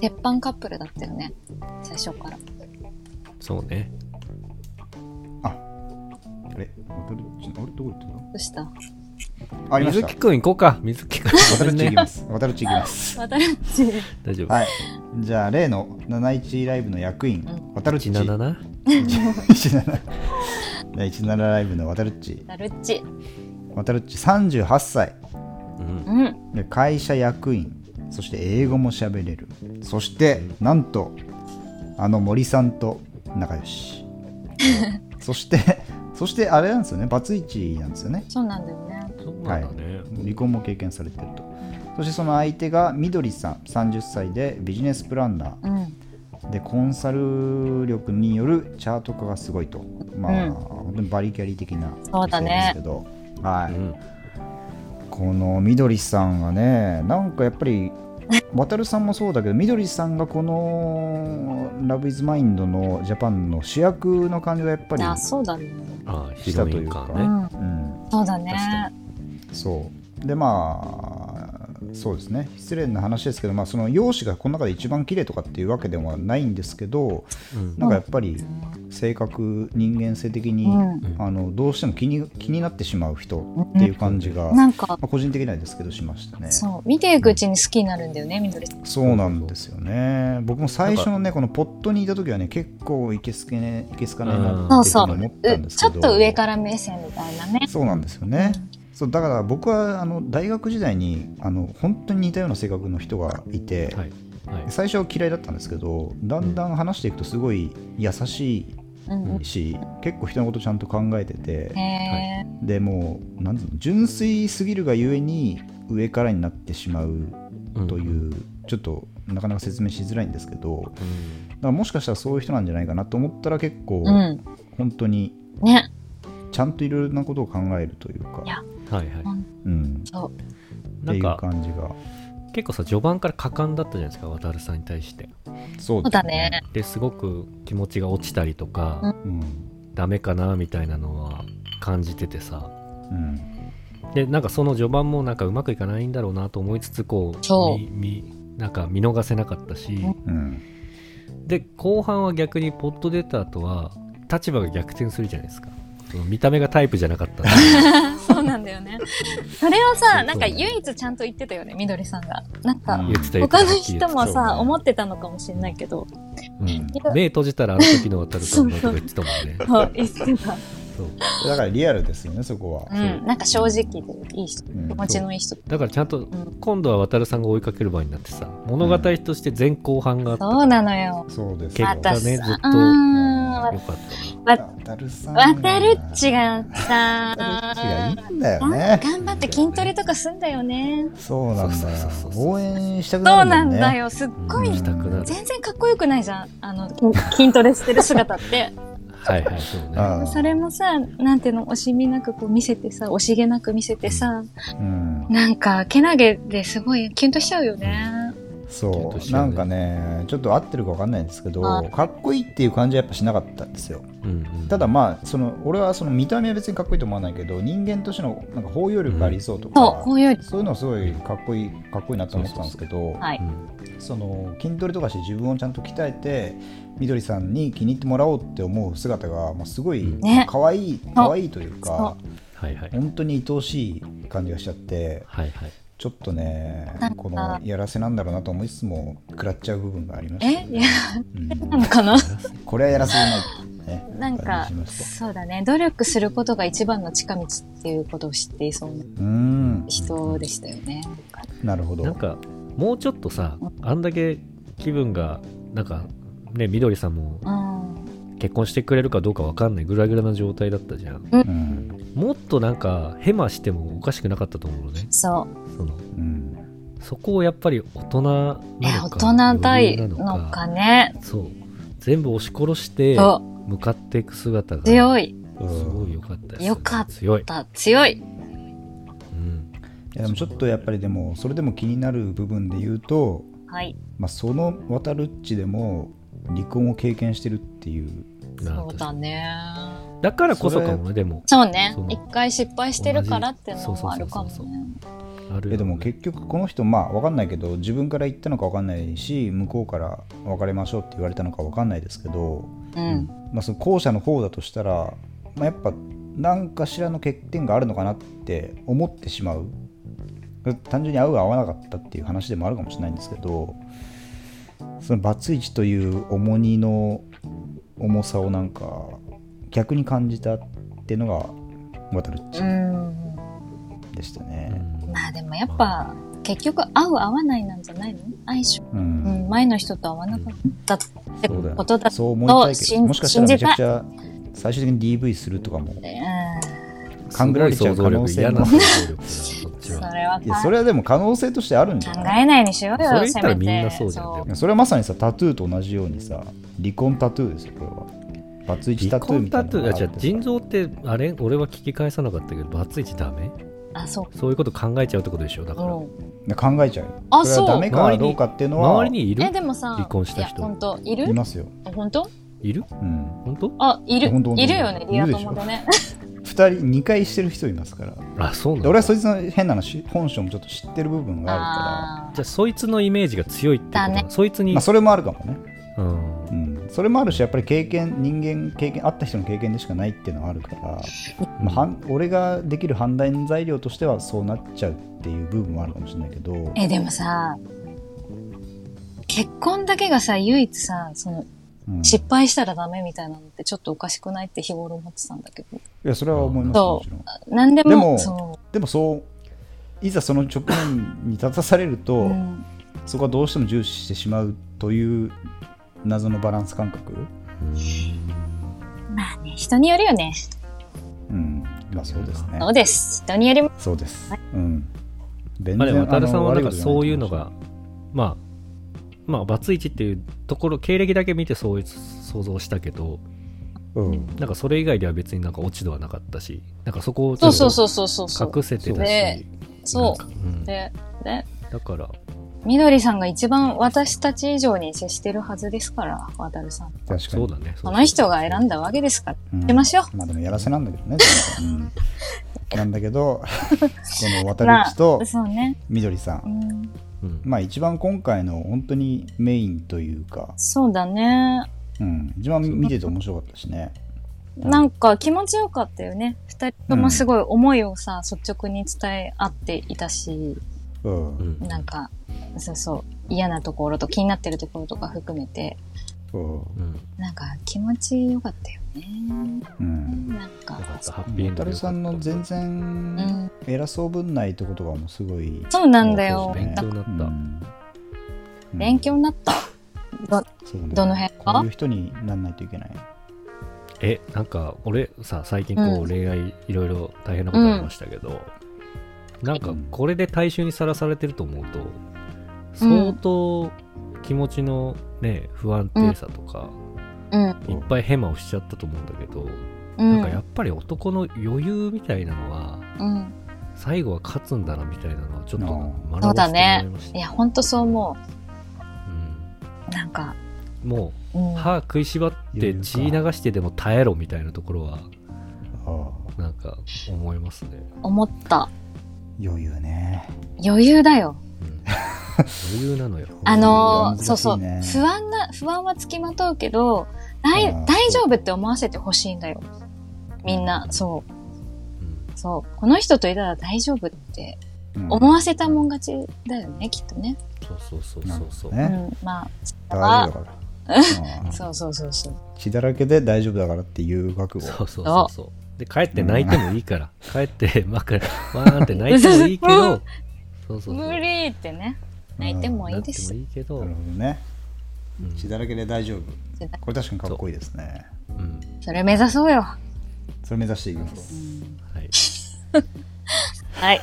鉄板カップルだったよね。最初から。
そうね
あ、あれ、渡るっち、あれどこ行って
どうした
たありまし
水
た
木。くん行こうか水木くん
渡るっち行き
ね
ます。渡るっち行きます。
渡るっち。
大丈夫
はい。じゃあ、例の71ライブの役員、渡るっち。
17
17。
な
17ライブの渡るっち。
渡るっち。
渡るっち38歳。
うん
うん。
で会社役員。そして英語も喋れる。そして、なんと、あの森さんと仲良 <laughs> し。そして、そしてあれなんですよね、バツイチなんですよね。
そうなんだよね。
そうなんだね
離婚も経験されてるとそしてその相手がみどりさん30歳でビジネスプランナ
う
ー
ん。
でコンサル力によるチャート化がすごいとまあ、
うん
本当にバリキャリー的な
そうだ
女性
ね
ですけど、は
う
い
ん
このみどりさんがねなんかやっぱ
<laughs>
り渡るさんもそうだけどみどりさんがこの「ラブイズマインドのジャパンの主役の感じがやっぱり、
あ、そうだね。
ああ
し
ヒ
た
ロ
と
イ
い
ン
うか
感
う
ね
ん。
うん、
そうだね。
そうでまあそうですね失礼な話ですけど、まあ、その容姿がこの中で一番綺麗とかっていうわけではないんですけど
うん
なんかやっぱり性格人間性的に、
うん
あのどうしても気に気になってしまう人っていう感じが、ま
なんか、
あ個人的なんですけどしましたねそう
そう。見ていくうちに好きになるんだよね、みどりさん。
なんですよね僕も最初のねこのポットにいた時はね結構いけすけねいけすかねえな
そ
っ
う
ていうふうに思
そう。う
ったんです
ち
け
ょ
ど
っと上から目線みたいなね。
そうなんですよね。そうだから僕はあの大学時代にあの本当に似たような性格の人がいて、
はいはい
最初は嫌いだったんですけどだんだん話していくとすごい優しい
うん
し結構人のことちゃんと考えてて
うん。へえ。
でもうなんつうの純粋すぎるがゆえに上からになってしまうという、ちょっとなかなか説明しづらいんですけど
うん
だからもしかしたらそういう人なんじゃないかなと思ったら結構、
うん。
本当に
ね。
ちゃんといろいろなことを考えるというか
いや
はいはい
うん、
そう。
っ
な
てい
ん
う
か
感じが
結構さ序盤から果敢だったじゃないですか渡るさんに対して
そう
そうだね。
ですごく気持ちが落ちたりとか、
うん
うん
ダメかなみたいなのは感じててさ
うん
でなんかその序盤もなんかうまくいかないんだろうなと思いつつこう
そう
みみなんか見逃せなかったし、
う
うん
で後半は逆にポット出た後は立場が逆転するじゃないですかその見た目がタイプじゃなかったっていう
そうなんだよね。それをさ、
そう
なんか唯一ちゃんと言ってたよね、みどりさんが。なん
う
か
ん、
言ってた言ってた
他の人も
そうね
さ、思ってたのかもしれないけど、
うん
いや
目閉じたらあの時の渡るさんのとか言ってたもんね
そう言ってた。
そう
だからリアルですよねそこは、
うん、なんか正直でいい人、
うん
気持ちのいい人。
だからちゃんと
ん
今度は渡るさんが追いかける場合になってさ物語として前後半があった
そうなのよ。
そうです
結
よ
果
私
ねず
さ
っ、
う
と
ーん、
よかっ
渡るさん
渡るっちがさ、
渡るっちがい
頑
いんだよね
張って筋トレとかすんだよね。
そうなんだよ
そうそうそうそう
応援したく
そ
なる
う
も
なん
ね
んだよ、すっごい
うんしたくなる
全然かっこよくないじゃんあの筋筋トレしてる姿って
たはいはいそうね
ああ
それもさなんていうの惜しみなくこう見せてさ惜しげなく見せてさ
うん、
なんかけなげですごいキュンとしちゃうよね、
キュン
そ
とし
う
ちゃ
な
うね
んかねちょっと合ってるか分かんないんですけど
あ
かっこいいっていう感じはやっぱしなかったんですよ
うんうん
ただまあその俺はその見た目は別にかっこいいと思わないけど人間としてのなんか包容力がありそうと
そう
か、
こういう
そういうのはすごいかっこいいかっこいいなと思ってたんですけど
はい
その筋トレとかして自分をちゃんと鍛えてみどりさんに気に入ってもらおうって思う姿が、まあ、すごい
ね
可愛い可愛いというか
はいはい
本当に愛おしい感じがしちゃって
はいはい
ちょっとね
なんか
このやらせなんだろうなと思いつつも食らっちゃう部分がありまし
え
た、
いや
うん
なのかな
これはやらせじゃない、ね、
なんか
感じしました
そうだね努力することが一番の近道っていうことを知っていそうな
うん
人でしたよね、
なるほど
なんかもうちょっとさあんだけ気分がなんかねみどりさんも
うん、
結婚してくれるかどうかわかんないぐらぐらな状態だったじゃん
うん
もっとなんかヘマしてもおかしくなかったと思うのね
そう
その
うん
そこをやっぱり大人な
え
のか
大人たい
余裕な
のかね
そう全部押し殺して
そ
向かっていく姿が
う強い
すごい良かったですね
よかった
強い、
だ強い
うん、
いやでもちょっとやっぱりでもそれでも気になる部分で言うと、
はい
まあ、その渡るっちでも離婚を経験してるっていう
な
そうだね
だからこそか
そ
もねでも
そうね
その
一回失敗してるからっていうのもあるかも
そうそう
ね
ある
えでも結局この人まあ分かんないけど自分から言ったのか分かんないし向こうから別れましょうって言われたのか分かんないですけど、
うん
まあ、その後者の方だとしたら、まあ、やっぱ何かしらの欠点があるのかなって思ってしまう単純に合う合わなかったっていう話でもあるかもしれないんですけどそのバツイチという重荷の重さをなんか逆に感じたっていうのが渡るっ
う
ち
ん
でした
う
ね。
ん
まあでもやっぱ結局合う合わないなんじゃないの相性、
う
うんん、前の人と合わなかったって
そうだよね
ことだ
そう思いたいけど
信
もしかしたら
信
め
じ
ちゃ
た
く
い
ちゃ最終的に DV するとかも
う
勘ぐられちゃう可能性も
すごい想像力嫌な想像力だなこっち
ん、そ
は
れはい
やそれはでも可能性としてあるんじ
考
ゃない
えないにしようよ
それ言ったら
せめて
みんなそうじゃんで
いやそれはまさにさタトゥーと同じようにさ離婚タトゥーですよこれはバツイチタ
離
トゥー
婚
みたい
タ
な
ト
の
ゥー
が
あ
あ
じゃ
る
あ腎臓ってあれ俺は聞き返さなかったけどバツイチダメ
あそう
そういうこと考えちゃうってことでしょだから、
うん
考えちゃうよ
あ
それは
そう
ダメかどうかっていうのは
周りにいる
えでもさ
離婚した人
いや本当いる
いますよ、
本当
いる
うん、
本当
あいる
本当本当
いるよねリア友でね
2人2回してる人いますから
あそうなん
で
だ
俺はそいつの変な話本性もちょっと知ってる部分がある
あ
じゃあそいつのイメージが強いってことなの
だね
そいつ
から、
に、
まあ、それもあるかもね、
うん
うん、それもあるしやっぱり経験人間経験あった人の経験でしかないっていうのはあるから、まあはん、俺ができる判断材料としてはそうなっちゃうっていう部分もあるかもしれないけど
ーえでもさ結婚だけがさ唯一さその
うん、
失敗したらダメみたいなのってちょっとおかしくないって日頃思ってたんだけど
いやそれは思いますよもちろん
何でも
でも
そ
でもそういざその直面に立たされる
う、
と、
うん、
そこはどうしても重視してしまうという謎のバランス感覚
人によるよね。
うんまあそうですね
そうです。人によります。
そうですうん全
まあでも渡るさんは
あ
な
の悪
んか
いことじゃない
そういうのがまあまあバツイチっていうところ経歴だけ見てそういう想像したけど
うん
なんかそれ以外では別になんか落ち度はなかったしなんかそこをちょ
そう
っ
そ
と
うそうそうそうそう。
隠せてたし
ねそ
うん
う。で、で、
だから
みどりさんが一番私たち以上に接してるはずですから、わたるさん。
確か
そう
に
だねそ
そうの人が選んだわけですから。
うん
行きましょう。
まあでもやらせなんだけど
<laughs>
ね。それはうん、なんだけど、この渡
ま
口と
あ、そうね。
みどりさ。
うんん、
うん
まあ一番今回の本当にメインというか、
そうだね。
うん、一番見てて面白かったしね。
なんか気持ちよかったよね。二人ともすごい思いをさ、率直に伝え合っていたし、
うん。
う
うん
ん
なんか、そうそう、嫌なところと気になってるところとか含めて、
うん
なんか気持ちよかったよね。
うん。
なんか
よ、かったハッピーエンド
渡る
でよか
さ
った
んの全
う
然
ん、
偉そうぶんないとことかもすごい。
そうなんだよ。
勉強になった
うんうん
勉強になった。
そうね
どの辺が
こういう人にならないといけない。
えなんか俺さ最近こ
う
うん恋愛いろいろ大変なことありましたけど、なんかこれで大衆にさらされてると思うと相当気持ちのね不安定さとか、
うん、
いっぱいヘマをしちゃったと思うんだけど、
う
なんかや
ん
っ、ぱり男の余裕みたいなのは
うん。
最後は勝つんだなみたいなのはちょっと
あー
学
そう
ばせ
だ
てもら
ね
いました
いや、ほんとそう思
うん
う。なんか、
も
うん
う。歯食いしばって血流してでも耐えろみたいなところは
あ
なんか思いますね、
思った。
あ余裕ね。
余裕だよ。
うん、余裕なのよ
あの
難
ー
しいね
そうそう。不安な、不安はつきまとうけど、だい
あー
大丈夫って思わせてほしいんだよ。みんな、そう、
うん
そう。この人といたら大丈夫って
うん
思わせたもん勝ちだよね、きっとね。
そうそうそうそうそう、
な
う
るほどね
ん。まあ、それ
大
は
丈夫だから。うん
そうそうそうそう。
血だらけで大丈夫だからっていう覚
そ
悟。
うそうそうそうで帰って泣いてもいいから、帰ってまくわーって泣いてもいいけどそうそうそう
無理ってね。泣いてもいい
泣
で
いて
す
もいいけど、
なるほどね。
うん
血だらけで大丈夫。
絶対
これ確かにかっこいいですね。
うん
それ目指そうよ。
それ目指していきます。
はい
はい。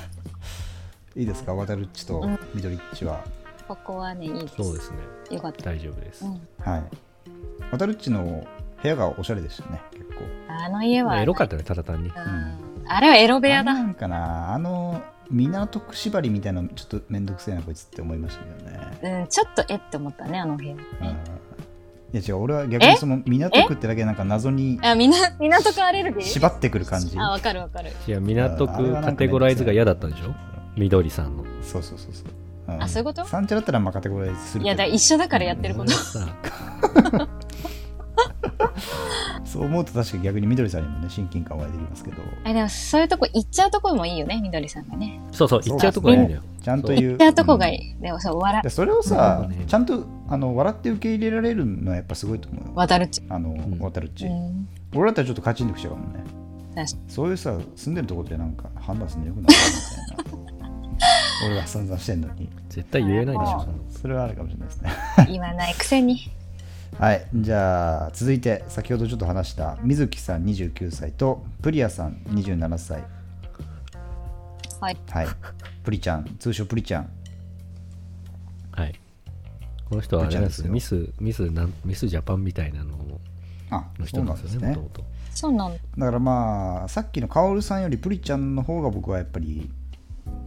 いいですか、渡るっちと
うん
みどりっちは。
ここはね、いいです。
そうですね
よかった。
大丈夫です、
うん。
はい。渡るっちの部屋がおしゃれでしたね、結構。
あの家
ま
は、
あエロかったねただ単に
うんあれはエロ部屋
あ
だ。
なんかな、あの、港区縛りみたいなの、ちょっとめんどくせえな、こいつって思いましたけどね。
うん、ちょっとえって思ったね、あの部屋。
うんいや違う、俺は逆にその港区ってだけなんか謎に
あ、みな、港区アレルギー
縛ってくる感じ。
あ、わかるわかる。
いや港
あれはなんか
区カテゴライズが嫌だったんでしょ緑さんの
そうそうそうそう。ん
あそういうこと
三茶だったらまあカテゴライズする
い
けど
や、だ一緒だからやってること。
それはさ
そう思うと確かに逆にみどりさんにもね親近感湧いてきますけど
え、でもそういうとこ行っちゃうとこもいいよね、みどりさんがね。
そうそう行っちゃうとこがいいんだよ
ちゃんと言う
行っちゃうとこがい
ん
い。でもそう、笑
で、それをさ、
うん
ちゃんとあの笑って受け入れられるのはやっぱすごいと思うよ
渡るっち。
あの、
ん
渡るっち、
うん。
俺だったらちょっとカチンとくしちゃうかもね
確か
そういうさ住んでるところでなんか判断するのよくないみたいな俺が散々してんのに
絶対言えないでしょ
あ
そんなの
それはあるかもしれないですね
<laughs>
に言わないくせに。
はいじゃあ続いて先ほどちょっと話した水木さん29歳とプリアさん27歳
はい。
はいプリちゃん通称プリちゃん
はいこの人はあれなんですね
こっ
ミ
ち
スミスなんミスジャパンみたいなの
あそ
の人
う
な
なん
ん
で
です
す
よ
ね
ねもとも
そうなんだ。
だからまあさっきのカオルさんよりプリちゃんの方が僕はやっぱり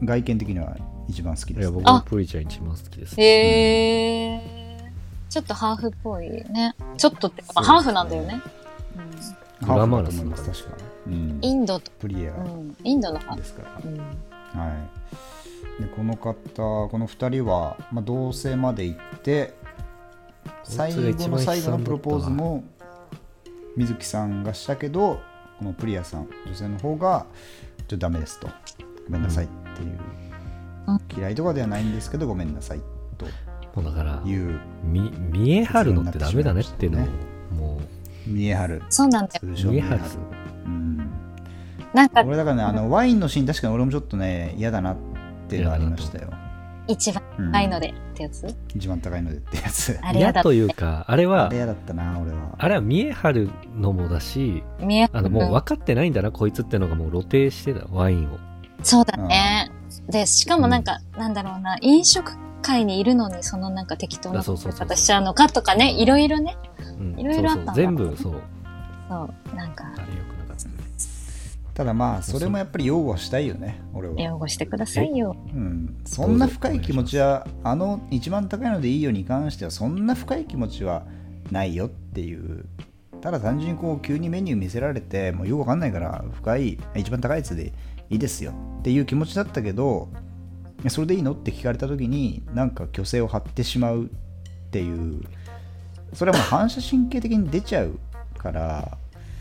外見的には一番好き
と
で
いや
す、
僕
ね、
もプリちゃん一番好きです
へえ。ちょっとハーフっぽいね。ちょっとって、まあ、ハーフなんだよね。うん
グラマラ
だ
ス
と思い
な
ます確か、うん、
インドと、
プリエ
うん、インドのハーフ。
ですから、
うん。
はいでこの方この2人は、まあ、同棲まで行って
こい
最
つが一
後の
番悲惨だったな
最後のプロポーズも水木さんがしたけどこのプリアさん女性の方がちょっとダメですとごめんなさいっていう、嫌いとかではないんですけどごめんなさいと
もうだから
いう
み見え張るのってダメだねっていうのを
そうな
も
見え張る
そうなんだよ。
通称見え張る
見え張る
うん
なんか、
俺だからねあのワインのシーン確かに俺もちょっとね嫌だなっていうのはありましたよ
一番
うん
高いのでってやつ
一番高いのでってやつ
あれや
嫌
だっ
という
て
か、あれ
あ
は
れ、嫌だったな俺は
あれは見え張るのもだし、
見え
あの、もう分かってないんだな、こいつってのがもう露呈してた、ワインを。
そうだねでしかもなんか、なんだろうな飲食会にいるのにそのなんか適当な
あそうそうそう
方しちゃうのかとかねいろいろね
うん
いろいろあ
そ
ったん
うそ
だ
う全部、そう。
そうなんか
あれ良くなかったね。
ただまあそれもやっぱり擁護したいよね俺は、
擁護してくださいよ
うん、そんな深い気持ちはあの一番高いのでいいよに関してはそんな深い気持ちはないよっていうただ単純にこう急にメニュー見せられてもうよくわかんないから深い一番高いやつでいいですよっていう気持ちだったけどえそれでいいのって聞かれた時になんか虚勢を張ってしまうっていうそれはもう反射神経的に出ちゃうから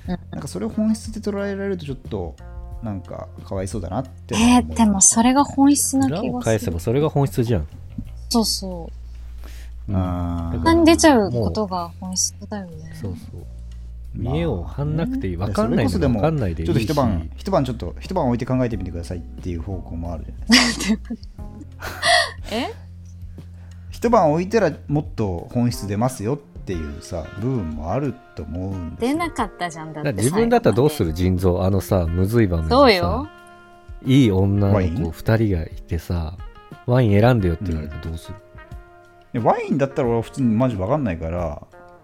うん
なんかそれを本質で捉えられるとちょっとなんかかわいそうだなって
え
思
ー、
う
でもそれが本質な
裏
気
を
が
返
す
せ
る
ばそれが本質じゃん。
そうそう
あー
だから
他に出ちゃうことが本質だよね
そうそう。
まあ
見栄を張んなくていい。分かん
そ
な
れ
い
こ
の
そでも
分かんないでいい
ちょ
し。
っと一晩一晩ちょっと一晩置いて考えてみてくださいっていう方向もあるじゃないですか
え
一晩置いたらもっと本質出ますよっていうさ部分もあると思うんで
出なかったじゃんだっ
だか
て
ら自分だったらどうす
る
る腎臓あのさ、むずい場面でさ
そうよ
いい女の子
ワイン
2人がいてさ、ワイン選んでよって言われてどうする、
でワインだったら俺は普通にマジ分かんないから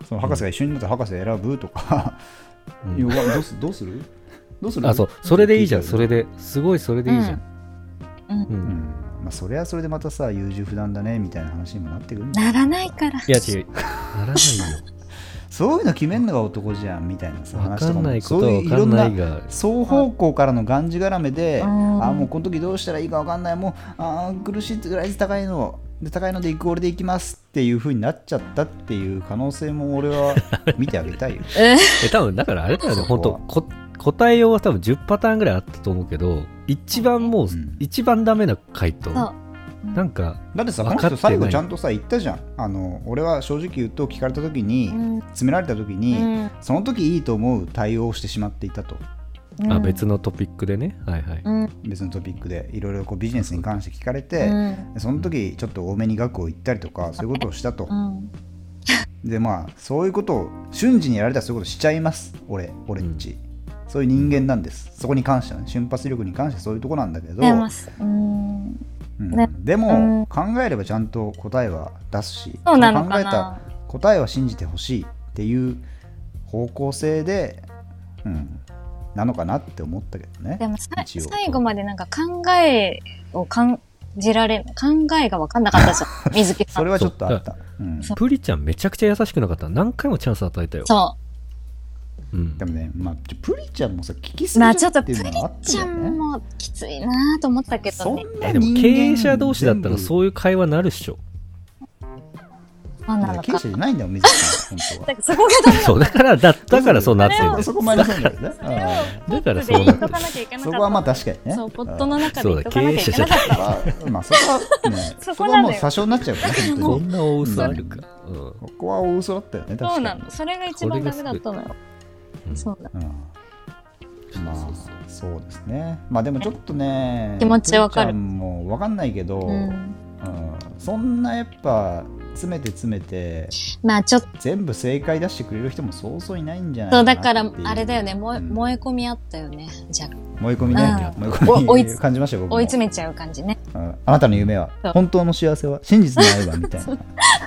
その博士が一緒になったら博士選ぶとか、
うん
いやわどうすどうするどうする
あ、そう、それでいいじゃん、それ
で、
ですごいそれでいいじゃん。
うん
う
うん
ん
まあ、それはそれでまたさ優柔不断だねみたいな話にもなってくるんだ
ならないから
いや違う、ならないよ。
そういうの決めるのが男じゃんみたいなさ
わ
話と
か
かも
んないこ
そう
とは
いう
わ
い
か
ろ
ん
ん
な
ない
が、
双方向からのがんじがらめで、
うん
あもうこの時どうしたらいいか分かんないもうあー苦しいってとりあえず高いので高いので行く俺で行きますっていう風になっちゃったっていう可能性も俺
<laughs>
は見てあげたいよ。
え、多分だからあれだよね、
そこ
本
は
当こ答えようは多分10パターンぐらいあったと思うけど、一番もう、
うん
一番ダメな回答。
そう
なんか、
だってさこ
分
の
かって
人
ない
最後ちゃんとさ言ったじゃんあの俺は正直言うと聞かれた時に、
うん
詰められた時
う
に、
ん
その時いいと思う対応をしてしまっていたと
あ別のトピックでね、はいはい。
うん
別のトピックでいろいろこうビジネスに関して聞かれて、
うん
その時ちょっと多めに額を言ったりとかそういうことをしたと
う。ん
でまあそういうことを瞬時にやられたらそういうことしちゃいます俺俺っち、そういう人間なんですそこに関してはね瞬発力に関してはそういうとこなんだけど
出ますうん
うん
ね
で
うん
も考えればちゃんと答えは出すし
そうなの
考
か
えた
な
答えは信じてほしいっていう方向性で、うん、なのかなって思ったけどね
でもさ
一応
最後までなんか考えを感じられ考えが分かんなかった
<laughs>
じゃん水木さ
そ
ん
れはちょっとあった、うん、
そ
プリちゃんめちゃくちゃ優しくなかった。何回もチャンス与えたよ。
そ
うん
でもね、まあ、ちょプリちゃんもさ聞き
う
す
まあ
ぎ
ち
ち
ょ
ゃ
っ
った
と
って
プ
い
リ
うのはあった
ちゃ
よ
ん
ね
もきついなと思ったけど
そ
ね
ん
え
な
でも
人間
経営者同士だった
全
ら
部
そういう会話なるっしょ。
そうな
だから
の
経営者じ
か
ゃないんだよ、水木さん、本当は
だ。からそこがダメだ
そう、だから、だだからそうなってるんだよ
そこマイナスなんだよね。うん
だから
そ
そう
れを
な
ポ
って
ットで言っと
る
かなきゃいけなかっ
そ
た
こはまあ確かにね。
そうポット
うん
の中で言っとかなきゃいけなかっ
まあまあそこはね、
<laughs> そ
そ
こ
こ
な
は
の
も
よ
う詐称になっちゃうからね、
そ
本当に
んな大嘘あるか。うん
ここは大嘘だったよね、
た
確かに。
そうなのそれが一番ダメだったのよ
うん
そうなの
うん。まあ、そうですね。まあでもちょっとね、
気持ちわかる
プリちゃんもわかんないけど、
う
うん
ん
そんなやっぱ、詰めて詰めて、
まあちょっと
全部正解出してくれる人もそうそういないんじゃない
そうだ
か
か
な
ら
っていう
あれだよね燃え
うん
燃え込みあったよねじゃあ
燃え込みね、
うん
燃え込み
お追いつ
感じましたよ、僕も
追い詰めちゃう感じね
うんあなたの夢は
そう
本当の幸せは真実の愛はみたいな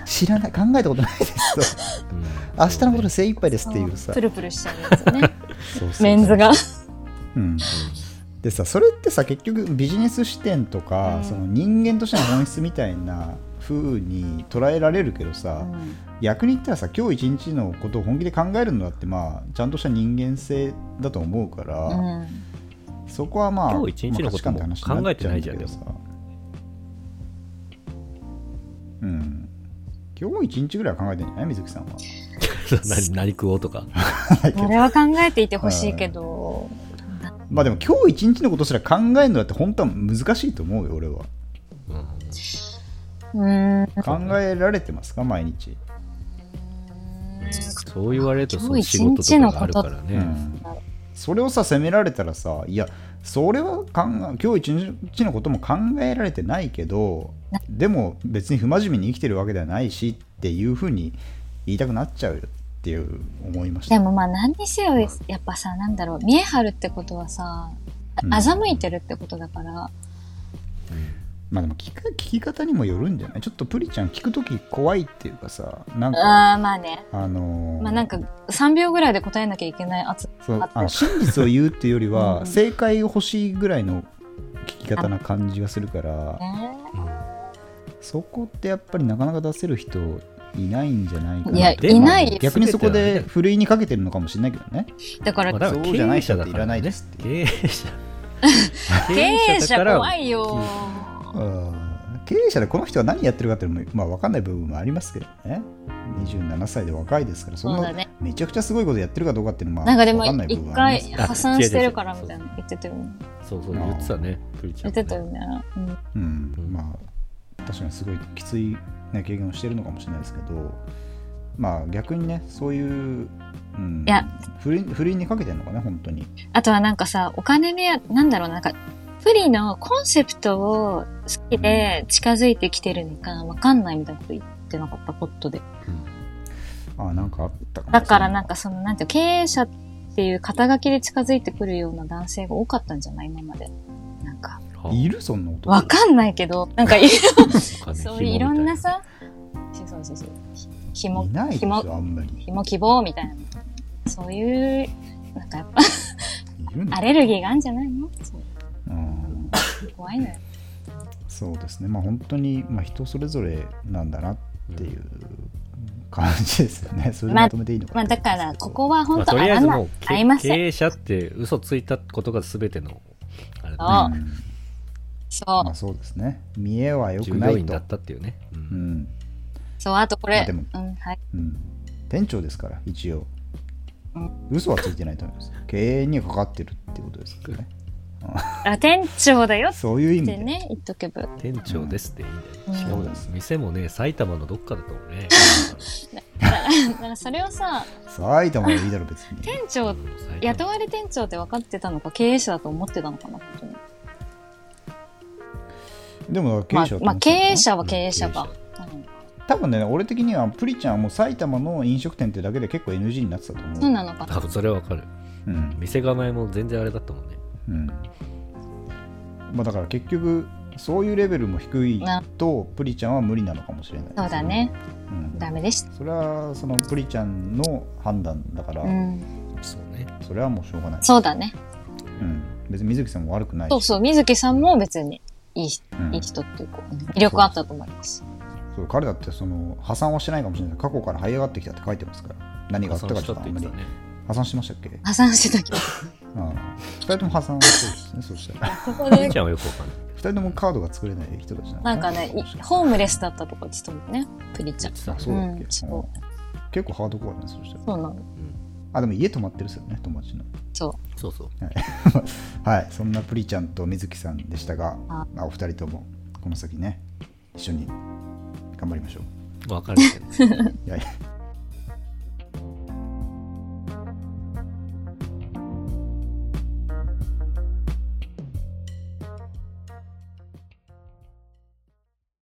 知らない考えたことないですと
<laughs>
うん
明日のことで精一杯ですっていう
そ
さ
うプルプルしちゃうやつね
そうそうそう
<laughs> メンズが
うんでさそれってさ結局ビジネス視点とか、
うん
その人間としての本質みたいな風に捉えられるけどさ、
うん
逆に言ったらさ今日一日のことを本気で考えるのだってまあちゃんとした人間性だと思うから、
うん
そこはまあ
今日一日のことも
まあ価値観って話にっちうんだけどさうん今日一日ぐらいは考えてんじゃない水木さんは
そう何何食おうとか。
それは考えていてほしいけど、
まあでも今日一日のことすら考えるのだって本当は難しいと思うよ俺は
うん
うーん、
考えられてますか毎日、
そう言われると、そう
今
いう
日
仕事とかがあるから
う
ね。
ん、それをさ責められたらさいやそれは考え今日一日のことも考えられてないけどでも別に不真面目に生きてるわけではないしっていうふうに言いたくなっちゃうよっていう思いました
でもまあ何にせよですやっぱさなんだろう見え張るってことはさ
うん
欺いてるってことだから、
まあでも聞く聞き方にもよるんじゃないちょっとプリちゃん聞く時怖いっていうかさなんか
ああまあね
あのー
まあなんか3秒ぐらいで答えなきゃいけない圧
そう
あ
あの真実を言うっていうより
うんう
は
ん
正解欲しいぐらいの聞き方な感じがするから
ね
そこってやっぱりなかなか出せる人いないんじゃないか
いや
なと
い
ない
ま
よ
あ逆にそこ
全ては
で
ね
ふるいにかけてるのかもしれないけどね
だから、
まあだから
そうじゃない人
経営者だ
っていらないですって
経営者
経営者
だから
怖いよ
うん経営者でこの人は何やってるかっていうのも、まあ、分かんない部分もありますけどね27歳で若いですからそん
そうだ
な
ね
めちゃくちゃすごいことやってるかどうかっていうのは
なんかでも
分かんない部
一
分はあり
回
ます
破産してるからみたいな言ってたよね
そうそう言ってたねプリちゃ
言
ん
ってたよね、うん
うん
うん
まあ確かにすごいきつい、ね、経験をしてるのかもしれないですけどまあ逆にねそういう、うん、
いや
不倫不倫にかけてるのかね本当に
あとはなんかさお金目当なんだろうなんかプリのコンセプトを好きで近づいてきてるのかわかんないみたいなこと言ってなかったポットで
あなんかあったかも
だからなんかそのなんていうの経営者っていう肩書きで近づいてくるような男性が多かったんじゃない今までなんか
あ
いるそんな男
わかんないけどなんかい
お金
そ
紐み
う
た
いろんなさ、そうそうそうそう、ひひも
い、ないです
ひ
よ
も、
あんまり
ひも希望みたいな。そういう、なんかやっぱ
いるんだ
アレルギーがあるんじゃないのそう
うん
怖いのよ。
そうですねまあ本当にまあ人それぞれなんだなっていう感じですよねそれでまとめていいのか
まあ
な、
だから、ここは
ま
本
あ
当
と
あ
りあえ
ら
ず
な
も、
いう合いま
け
せん
経営者って嘘ついたことが全てのあれだね
あ
うん
そ
まあ
う。
そうですね見栄は良く
従
な
業
い
員
と
だっ、たっていうね、う
うんん
そう、あとこ
ま
れ
あ、でも
うん、はい。
うん、店長ですから一応
う
嘘はついてないと思います経営にはかかってるってことですからね
あ、店長だよっ
そういう意味
て
で
ね、言っとけば。
店長ですっていいんだよ、しか
そう
も
です
店もね埼玉のどっかだと思うね
だからそれをさ、
埼玉はいいだろ別に
店長、
埼玉
雇われ店長って分かってたのか、経営者だと思ってたのかな、本当に。
でも経営
ま
者だと思ってる
あ、
な
まあ、経営者は経営者か。うん
多分ね俺的にはプリちゃんはもう埼玉の飲食店ってだけで結構 NG になってたと思う
そうなのかな。
あそれはわかる
うん
店構えも全然あれだったもんね
うんまあ、だから結局そういうレベルも低いとプリちゃんは無理なのかもしれないです
そうだね。
うん
ダメでした。
それはそのプリちゃんの判断だから、
うん。
そうね
それはもうしょうがない
そうだね。
うん、別に水木さんも悪くないし
そうそう、水木さんも別にいい人、
うん
いい人っていうか、魅力あったと思います。
そう彼だってその破産はしてないかもしれないけど過去から這い上がってきたって書いてますから何があったかちょっとあんまり
ね
破産しましたっけ、
破産してたけど、
うん、2人とも破産そうですねそしたら
ここ
店 <laughs>
で、
長はよくわかんない
2人ともカードが作れない人たちなの
なんかね、いホームレスだったとか言ってたもんね、プリちゃん。
あそうだっけ、
うんそう
うん結構ハードコアだねそしたら
そうなの。
あでも家泊まってるっすよね友達の
そ
そうそう
はいそんなプリちゃんと水木さんでしたが
あ
まあお二人ともこの先ね一緒に頑張りましょう
わかるけど
いやい